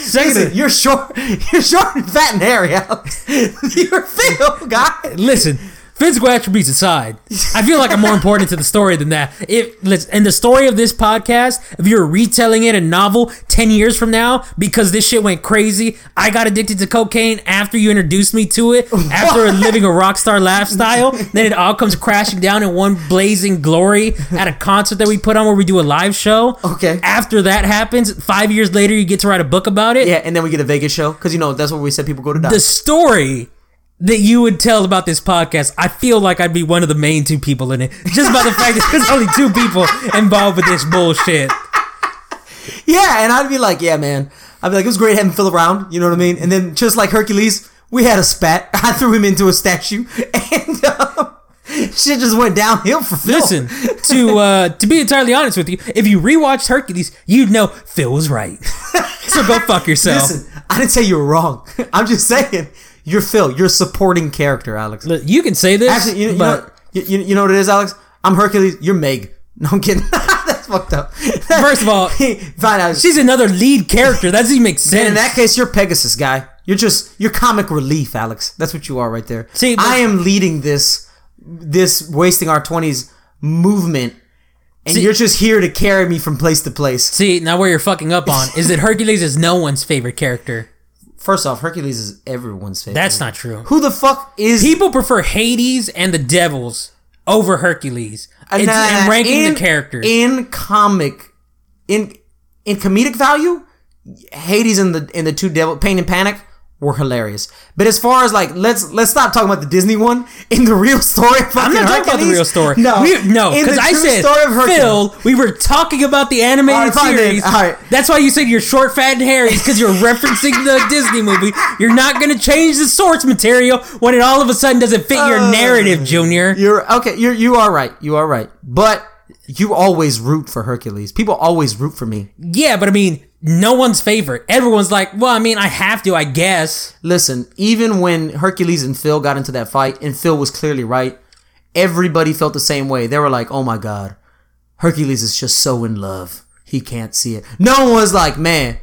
Speaker 2: Secondly,
Speaker 1: you're short. You're short and fat and hairy, Alex. You're Phil, guy.
Speaker 2: listen, physical attributes aside, I feel like I'm more important to the story than that. If listen, and the story of this podcast, if you're retelling it a novel ten years from now because this shit went crazy, I got addicted to cocaine after you introduced me to it, after living a rock star lifestyle, then it all comes crashing down in one blazing glory at a concert that we put on where we do a live show.
Speaker 1: Okay.
Speaker 2: After that happens, five years later, you get to write a book about it.
Speaker 1: Yeah, and then we get a Vegas show because you know that's where we said people go to die.
Speaker 2: the story that you would tell about this podcast, I feel like I'd be one of the main two people in it. Just by the fact that there's only two people involved with this bullshit.
Speaker 1: Yeah, and I'd be like, yeah, man. I'd be like, it was great having Phil around. You know what I mean? And then just like Hercules, we had a spat. I threw him into a statue, and um, shit just went downhill for Phil.
Speaker 2: Listen, to uh, to be entirely honest with you, if you rewatched Hercules, you'd know Phil was right. So go fuck yourself.
Speaker 1: listen. I didn't say you were wrong. I'm just saying you're Phil. You're a supporting character, Alex.
Speaker 2: Look, Uh, you can say this,
Speaker 1: Actually, you, you know,
Speaker 2: but
Speaker 1: you, you, you know what it is, Alex? I'm Hercules. You're Meg. No, I'm kidding. That's fucked up.
Speaker 2: First of all,
Speaker 1: fine. Alex.
Speaker 2: she's another lead character. That doesn't even make
Speaker 1: And
Speaker 2: sense.
Speaker 1: in that case, you're Pegasus guy. You're just you're comic relief, Alex. That's what you are right there.
Speaker 2: See, but-
Speaker 1: I am leading this this wasting our twenties movement, and
Speaker 2: See-
Speaker 1: you're just here to carry me from place to place.
Speaker 2: See, now where you're fucking up on is that Hercules is no one's favorite character.
Speaker 1: First off, Hercules is everyone's favorite.
Speaker 2: That's not true.
Speaker 1: who the fuck is
Speaker 2: people prefer Hades and the devils over Hercules. It's
Speaker 1: Nah,
Speaker 2: in ranking
Speaker 1: in-
Speaker 2: the characters.
Speaker 1: in comic in in comedic value. Hades and the and the two devil pain and panic were hilarious. But as far as like let's let's stop talking about the Disney one in the real story. Of
Speaker 2: I'm not talking about the real story.
Speaker 1: No,
Speaker 2: We- no,
Speaker 1: In the
Speaker 2: because I
Speaker 1: true
Speaker 2: said
Speaker 1: story of Hercules.
Speaker 2: Phil. We were talking about the animated
Speaker 1: All right, fine then.
Speaker 2: series.
Speaker 1: All right.
Speaker 2: That's why you said you're short, fat, and hairy because you're referencing the Disney movie. You're not going to change the source material when it all of a sudden doesn't fit
Speaker 1: Oh.
Speaker 2: your narrative, Junior.
Speaker 1: You're okay. You're you are right. You are right. But you always root for Hercules. People always root for me.
Speaker 2: Yeah, but I mean, no one's favorite. Everyone's like, well, I mean, I have to, I guess.
Speaker 1: Listen, even when Hercules and Phil got into that fight, and Phil was clearly right, everybody felt the same way. They were like, oh my God, Hercules is just so in love. He can't see it. No one was like, man,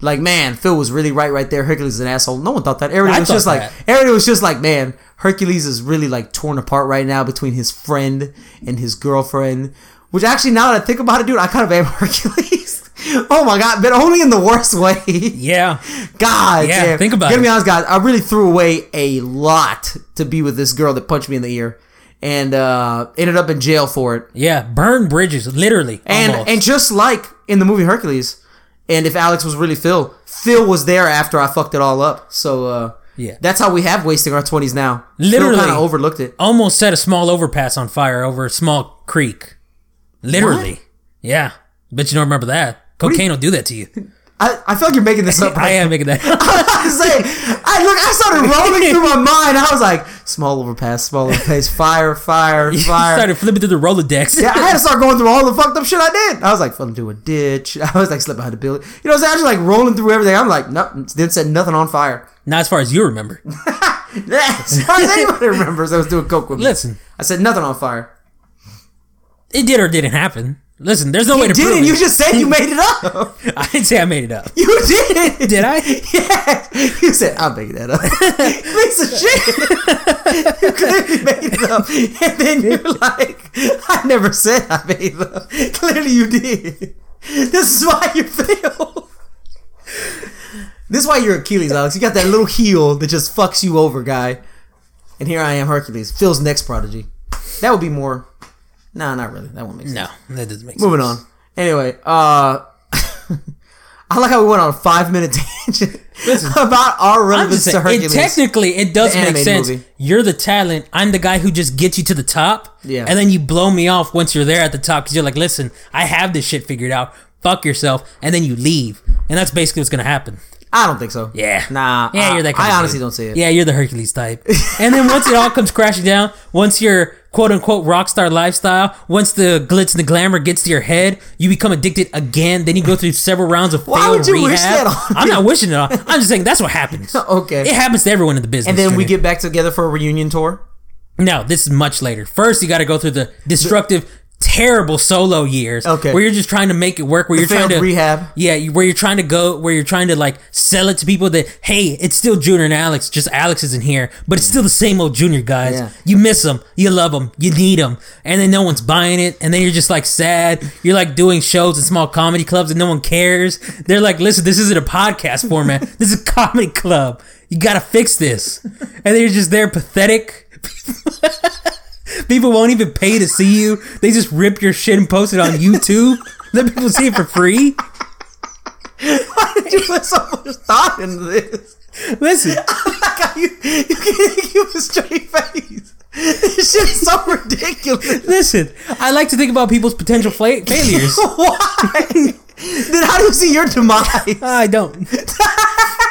Speaker 1: Like man, Phil was really right right there. Hercules is an asshole. No one thought that. Everybody
Speaker 2: I
Speaker 1: was
Speaker 2: thought
Speaker 1: just
Speaker 2: that.
Speaker 1: like everybody was just like man, Hercules is really like torn apart right now between his friend and his girlfriend. Which actually, now that I think about it, dude, I kind of am Hercules. oh my god, but only in the worst way.
Speaker 2: Yeah.
Speaker 1: God,
Speaker 2: Yeah,
Speaker 1: damn.
Speaker 2: think about
Speaker 1: Gonna
Speaker 2: it.
Speaker 1: be honest, guys. I really threw away a lot to be with this girl that punched me in the ear, and uh ended up in jail for it.
Speaker 2: Yeah. Burn bridges, literally.
Speaker 1: And
Speaker 2: almost.
Speaker 1: and just like in the movie Hercules, and if Alex was really Phil, Phil was there after I fucked it all up. So uh
Speaker 2: Yeah.
Speaker 1: that's how we have wasting our twenties now.
Speaker 2: Literally.
Speaker 1: kind of overlooked it.
Speaker 2: almost set a small overpass on fire over a small creek. Literally. Yeah. Bet you don't remember that. Cocaine will do that to you.
Speaker 1: I, I feel like you're making this up.
Speaker 2: I am making that.
Speaker 1: I was saying, I look, I started rolling through my mind. I was like, small overpass, small overpass, fire, fire,
Speaker 2: You
Speaker 1: fire.
Speaker 2: started flipping through the Rolodex.
Speaker 1: Yeah, I had to start going through all the fucked up shit I did. I was like, fell into a ditch. I was like, slipped behind a building. You know what I'm saying? I was like rolling through everything. I'm like, nope, didn't set nothing on fire.
Speaker 2: Not as far as you remember.
Speaker 1: Yeah, as far as anybody remembers, I was doing coke with me.
Speaker 2: Listen.
Speaker 1: I said nothing on fire.
Speaker 2: It did or didn't happen. Listen, there's no way
Speaker 1: You
Speaker 2: to prove
Speaker 1: didn't.
Speaker 2: it.
Speaker 1: You just said you made it up.
Speaker 2: I didn't say I made it up.
Speaker 1: You did.
Speaker 2: Did I?
Speaker 1: Yeah. You said I'm making that up. Piece of shit. you clearly made it up, and then you're like, I never said I made it up. Clearly you did. This is why you fail. This is why you're Achilles, Alex. You got that little heel that just fucks you over, guy. And here I am, Hercules, Phil's next prodigy. That would be more. Nah, not really. That won't make sense.
Speaker 2: No, that doesn't make sense.
Speaker 1: Moving on. Anyway, uh, I like how we went on a five minute tangent about our
Speaker 2: I'm
Speaker 1: relevance
Speaker 2: just
Speaker 1: to
Speaker 2: saying, it
Speaker 1: Hercules.
Speaker 2: technically it does
Speaker 1: The
Speaker 2: make
Speaker 1: animated
Speaker 2: sense.
Speaker 1: movie.
Speaker 2: You're the talent. I'm the guy who just gets you to the top.
Speaker 1: Yeah.
Speaker 2: And then you blow me off once you're there at the top because you're like, listen, I have this shit figured out. Fuck yourself. And then you leave. And that's basically what's gonna happen.
Speaker 1: I don't think so.
Speaker 2: Yeah.
Speaker 1: Nah.
Speaker 2: Yeah,
Speaker 1: I,
Speaker 2: you're that. Kind
Speaker 1: I
Speaker 2: of
Speaker 1: honestly
Speaker 2: dude.
Speaker 1: don't see it.
Speaker 2: Yeah, you're the Hercules type. and then once it all comes crashing down, once your quote unquote rock star lifestyle, once the glitz and the glamour gets to your head, you become addicted again. Then you go through several rounds of
Speaker 1: Why
Speaker 2: failed
Speaker 1: would you
Speaker 2: rehab.
Speaker 1: wish that on
Speaker 2: I'm
Speaker 1: me?
Speaker 2: not wishing it on. I'm just saying that's what happens.
Speaker 1: Okay.
Speaker 2: It happens to everyone in the business.
Speaker 1: and then we
Speaker 2: Trini.
Speaker 1: get back together for a reunion tour.
Speaker 2: no. This is much later. First, you got to go through the destructive. Terrible solo years,
Speaker 1: Okay.
Speaker 2: Where you're just trying to make it work, where you're trying
Speaker 1: Failed
Speaker 2: to
Speaker 1: rehab.
Speaker 2: yeah, you- where you're trying to go, where you're trying to like sell it to people that hey, it's still Junior and Alex, just Alex isn't here, but it's still the same old Junior guys.
Speaker 1: Yeah.
Speaker 2: You miss them, you love them, you need them, and then no one's buying it, and then you're just like sad. You're like doing shows in small comedy clubs and no one cares. They're like, listen, this isn't a podcast format. this is a comedy club. You gotta fix this, and then you're just there, pathetic. People won't even pay to see you. They just rip your shit and post it on YouTube. Let people see it for free.
Speaker 1: Why did you put so much thought into this?
Speaker 2: Listen,
Speaker 1: Like how you, you can't keep a straight face. This shit is so ridiculous.
Speaker 2: listen. I like to think about people's potential fla- failures.
Speaker 1: Why? then how do you see your demise?
Speaker 2: I don't.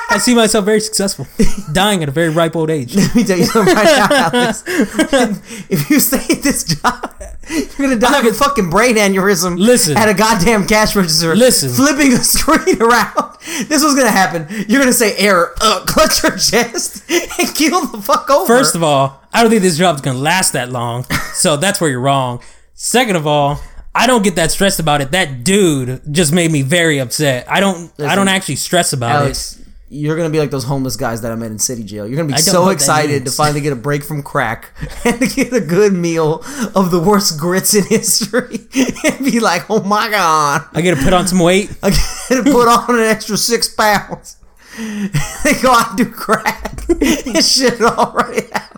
Speaker 2: I see myself very successful, dying at a very ripe old age.
Speaker 1: Let me tell you something right now, Alex. if you stay at this job, you're gonna die of a fucking brain aneurysm.
Speaker 2: Listen.
Speaker 1: at a goddamn cash register.
Speaker 2: Listen.
Speaker 1: flipping a screen around. This was gonna happen. You're gonna say error, uh, clutch your chest, and kill the fuck over.
Speaker 2: First of all, I don't think this job's gonna last that long, so that's where you're wrong. Second of all, I don't get that stressed about it. That dude just made me very upset. I don't. I don't actually stress about it.
Speaker 1: Alex, you're gonna be like those homeless guys that I met in city jail. You're gonna be
Speaker 2: don't know
Speaker 1: so
Speaker 2: what that
Speaker 1: excited to
Speaker 2: means.
Speaker 1: finally get a break from crack and to get a good meal of the worst grits in history, and be like, oh my god.
Speaker 2: I gotta put on some weight.
Speaker 1: I gotta put on an extra six pounds. they go out and do crack. this shit already happened.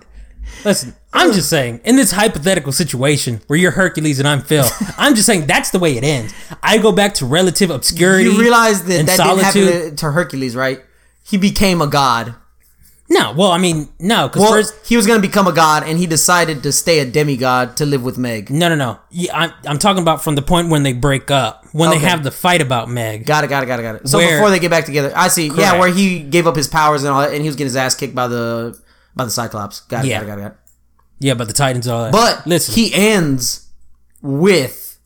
Speaker 2: Listen, I'm just saying, in this hypothetical situation where you're Hercules and I'm Phil, I'm just saying that's the way it ends. I go back to relative obscurity.
Speaker 1: You realize that
Speaker 2: and
Speaker 1: that didn't happen to, to Hercules, right? He became a god.
Speaker 2: No, well, I mean, no, because
Speaker 1: Well,
Speaker 2: first,
Speaker 1: he was gonna become a god, and he decided to stay a demigod to live with Meg.
Speaker 2: no, no, no. Yeah, I'm, I'm talking about from the point when they break up, when
Speaker 1: Okay.
Speaker 2: they have the fight about Meg.
Speaker 1: Got it, got it, got it, got it. So
Speaker 2: Where-
Speaker 1: before they get back together, I see. Yeah,
Speaker 2: Correct.
Speaker 1: where he gave up his powers and all that, and he was getting his ass kicked by the by the Cyclops. Got it,
Speaker 2: Yeah.
Speaker 1: got it, got it, got it.
Speaker 2: Yeah, but the Titans and all that.
Speaker 1: But
Speaker 2: listen,
Speaker 1: he ends with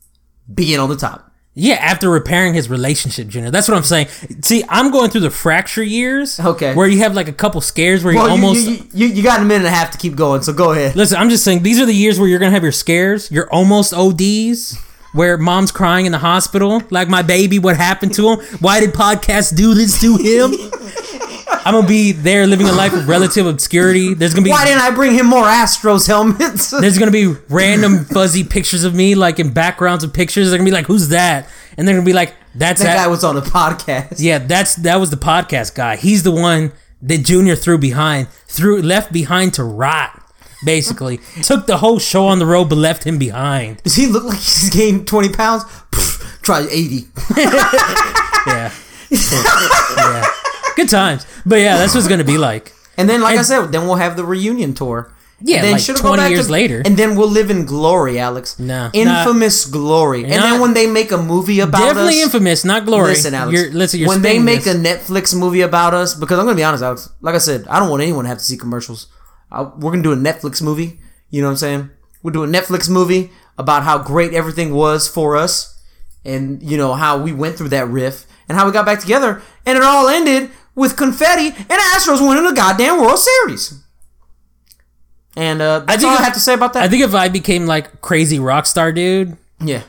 Speaker 1: being on the top.
Speaker 2: yeah, after repairing his relationship, Junior, that's what I'm saying. See, I'm going through the fracture years.
Speaker 1: Okay.
Speaker 2: where you have like a couple scares where
Speaker 1: Well,
Speaker 2: you
Speaker 1: Oh, you-
Speaker 2: almost
Speaker 1: you, you, you got a minute and a half to keep going, so go ahead.
Speaker 2: Listen, I'm just saying these are the years where you're gonna have your scares, your almost ODs, where mom's crying in the hospital, like my baby, what happened to him? Why did podcasts do this to him? I'm gonna be there living a life of relative obscurity. There's gonna be
Speaker 1: Why didn't I bring him more Astros helmets?
Speaker 2: there's gonna be random fuzzy pictures of me, like in backgrounds of pictures. They're gonna be like, "Who's that?" And they're gonna be like, "That's
Speaker 1: that
Speaker 2: that."
Speaker 1: guy was on the podcast.
Speaker 2: yeah, that's that was the podcast guy. He's the one that Junior threw behind, threw left behind to rot. Basically, took the whole show on the road, but left him behind.
Speaker 1: Does he look like he's gained 20 pounds? Pfft, try 80.
Speaker 2: Yeah, yeah. Good times, but yeah, that's what's gonna be like.
Speaker 1: And then, like I said, then we'll have the reunion tour.
Speaker 2: Yeah,
Speaker 1: And then
Speaker 2: like
Speaker 1: should
Speaker 2: 20 years later.
Speaker 1: And then we'll live in glory, Alex.
Speaker 2: No.
Speaker 1: Infamous glory. And
Speaker 2: not-
Speaker 1: then when they make a movie about
Speaker 2: Definitely
Speaker 1: us.
Speaker 2: infamous, not glory.
Speaker 1: Listen, Alex.
Speaker 2: You're, listen, you're
Speaker 1: when they
Speaker 2: spinning
Speaker 1: make
Speaker 2: this.
Speaker 1: a Netflix movie about us, because I'm gonna be honest, Alex. Like I said, I don't want anyone to have to see commercials. I, we're gonna do a Netflix movie. You know what I'm saying? We'll do a Netflix movie about how great everything was for us, and you know how we went through that riff and how we got back together, and it all ended with confetti and Astros winning the goddamn World Series. And uh, that's
Speaker 2: think
Speaker 1: all I
Speaker 2: if-
Speaker 1: have to say about that.
Speaker 2: I think if I became like crazy rock star dude,
Speaker 1: yeah.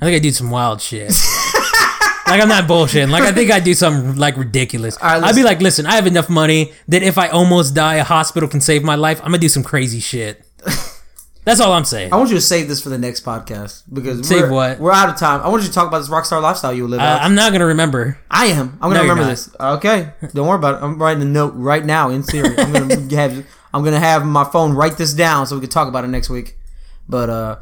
Speaker 2: I think I do some wild shit. like I'm not bullshitting. Like I think I do something like ridiculous.
Speaker 1: right,
Speaker 2: I'd be
Speaker 1: listen.
Speaker 2: like, listen, I have enough money that if I almost die, a hospital can save my life. I'm gonna do some crazy shit. That's all I'm saying. Uh,
Speaker 1: I want you to save this for the next podcast because
Speaker 2: Save
Speaker 1: we're,
Speaker 2: what?
Speaker 1: we're out of time. I want you to talk about this rock star lifestyle you live.
Speaker 2: Uh,
Speaker 1: Alex.
Speaker 2: I'm not gonna remember.
Speaker 1: I am. I'm gonna
Speaker 2: No, you're
Speaker 1: remember
Speaker 2: not.
Speaker 1: this. Okay, don't worry about it. I'm writing a note right now in Siri. I'm gonna have I'm gonna have my phone write this down so we can talk about it next week. But uh,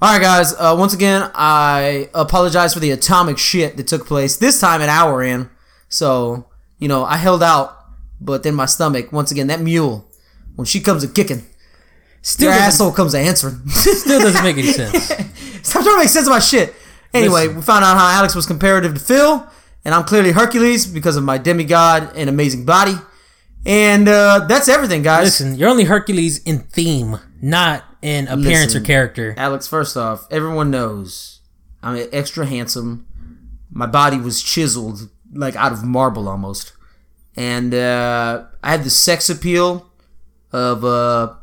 Speaker 1: all right, guys. Uh, once again, I apologize for the atomic shit that took place. This time an hour in, so you know I held out, but then my stomach. Once again, that mule when she comes a kicking,
Speaker 2: Still,
Speaker 1: your
Speaker 2: doesn't,
Speaker 1: asshole comes a answering.
Speaker 2: still doesn't make any sense.
Speaker 1: Stop trying to make sense of my shit. Anyway,
Speaker 2: Listen.
Speaker 1: we found out how Alex was comparative to Phil, and I'm clearly Hercules because of my demigod and amazing body. And uh, that's everything, guys.
Speaker 2: Listen, you're only Hercules in theme, not in appearance
Speaker 1: Listen.
Speaker 2: or character.
Speaker 1: Alex, first off, everyone knows I'm extra handsome. My body was chiseled like out of marble almost, and uh, I had the sex appeal of. Uh,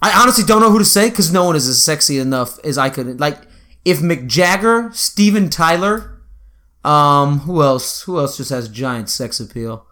Speaker 1: I honestly don't know who to say because no one is as sexy enough as I could. Like, if Mick Jagger, Steven Tyler, um, who else? Who else just has giant sex appeal?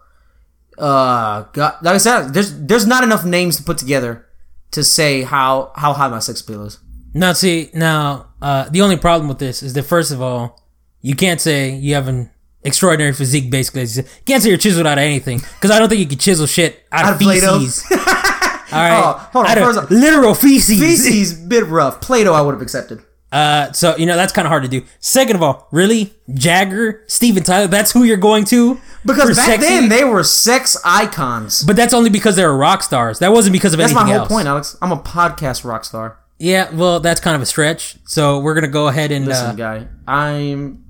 Speaker 1: Uh, God, like I said, there's there's not enough names to put together to say how how high my sex appeal is.
Speaker 2: Now, see, now uh, the only problem with this is that first of all, you can't say you have an extraordinary physique. Basically, you can't say you're chiseled out of anything because I don't think you can chisel shit out,
Speaker 1: of
Speaker 2: of
Speaker 1: Play-Doh?
Speaker 2: feces. all right,
Speaker 1: Oh, hold on,
Speaker 2: Out of
Speaker 1: first off-
Speaker 2: literal feces.
Speaker 1: feces bit rough. Plato, I would have accepted.
Speaker 2: Uh, so you know that's kind of hard to do. Second of all, really, Jagger, Steven Tyler, that's who you're going to
Speaker 1: Because
Speaker 2: for
Speaker 1: back
Speaker 2: sexy?
Speaker 1: then they were sex icons.
Speaker 2: But that's only because they were rock stars. That wasn't because of
Speaker 1: That's my
Speaker 2: anything
Speaker 1: whole
Speaker 2: else.
Speaker 1: point, Alex. I'm a podcast rock star.
Speaker 2: Yeah, well, that's kind of a stretch. So we're gonna go ahead and
Speaker 1: Listen,
Speaker 2: uh,
Speaker 1: guy, I'm,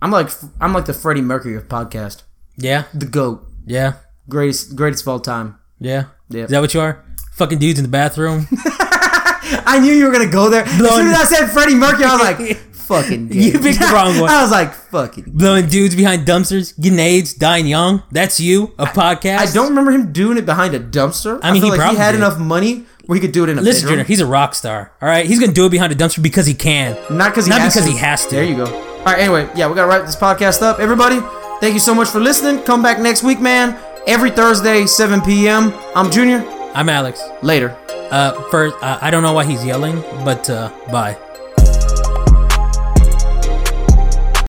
Speaker 1: I'm like I'm like the Freddie Mercury of podcast,
Speaker 2: yeah,
Speaker 1: the goat,
Speaker 2: yeah,
Speaker 1: greatest greatest of all time.
Speaker 2: yeah.
Speaker 1: Yep.
Speaker 2: Is that what you are? Fucking dudes in the bathroom.
Speaker 1: I knew you were gonna go there. As soon
Speaker 2: Blowing-
Speaker 1: as I said Freddie Mercury, I was like, fucking.
Speaker 2: You
Speaker 1: gay.
Speaker 2: picked the wrong one.
Speaker 1: I was like, fucking.
Speaker 2: blowing dudes behind dumpsters, getting AIDS, dying young. That's you, a podcast.
Speaker 1: I don't remember him doing it behind a dumpster. I
Speaker 2: mean,
Speaker 1: feel
Speaker 2: he
Speaker 1: like
Speaker 2: probably
Speaker 1: had
Speaker 2: did.
Speaker 1: enough money where he could do it in a
Speaker 2: Listen, Junior,
Speaker 1: bedroom.
Speaker 2: he's a rock star. All right, he's gonna do it behind a dumpster because he can.
Speaker 1: Not because he
Speaker 2: Not
Speaker 1: has
Speaker 2: because
Speaker 1: to.
Speaker 2: he has to.
Speaker 1: There you go. All right. Anyway, yeah, we gotta wrap this podcast up. Everybody, thank you so much for listening. Come back next week, man. Every Thursday, 7 p.m. I'm Junior.
Speaker 2: I'm Alex.
Speaker 1: Later.
Speaker 2: Uh, first, uh, I don't know why he's yelling, but uh, bye.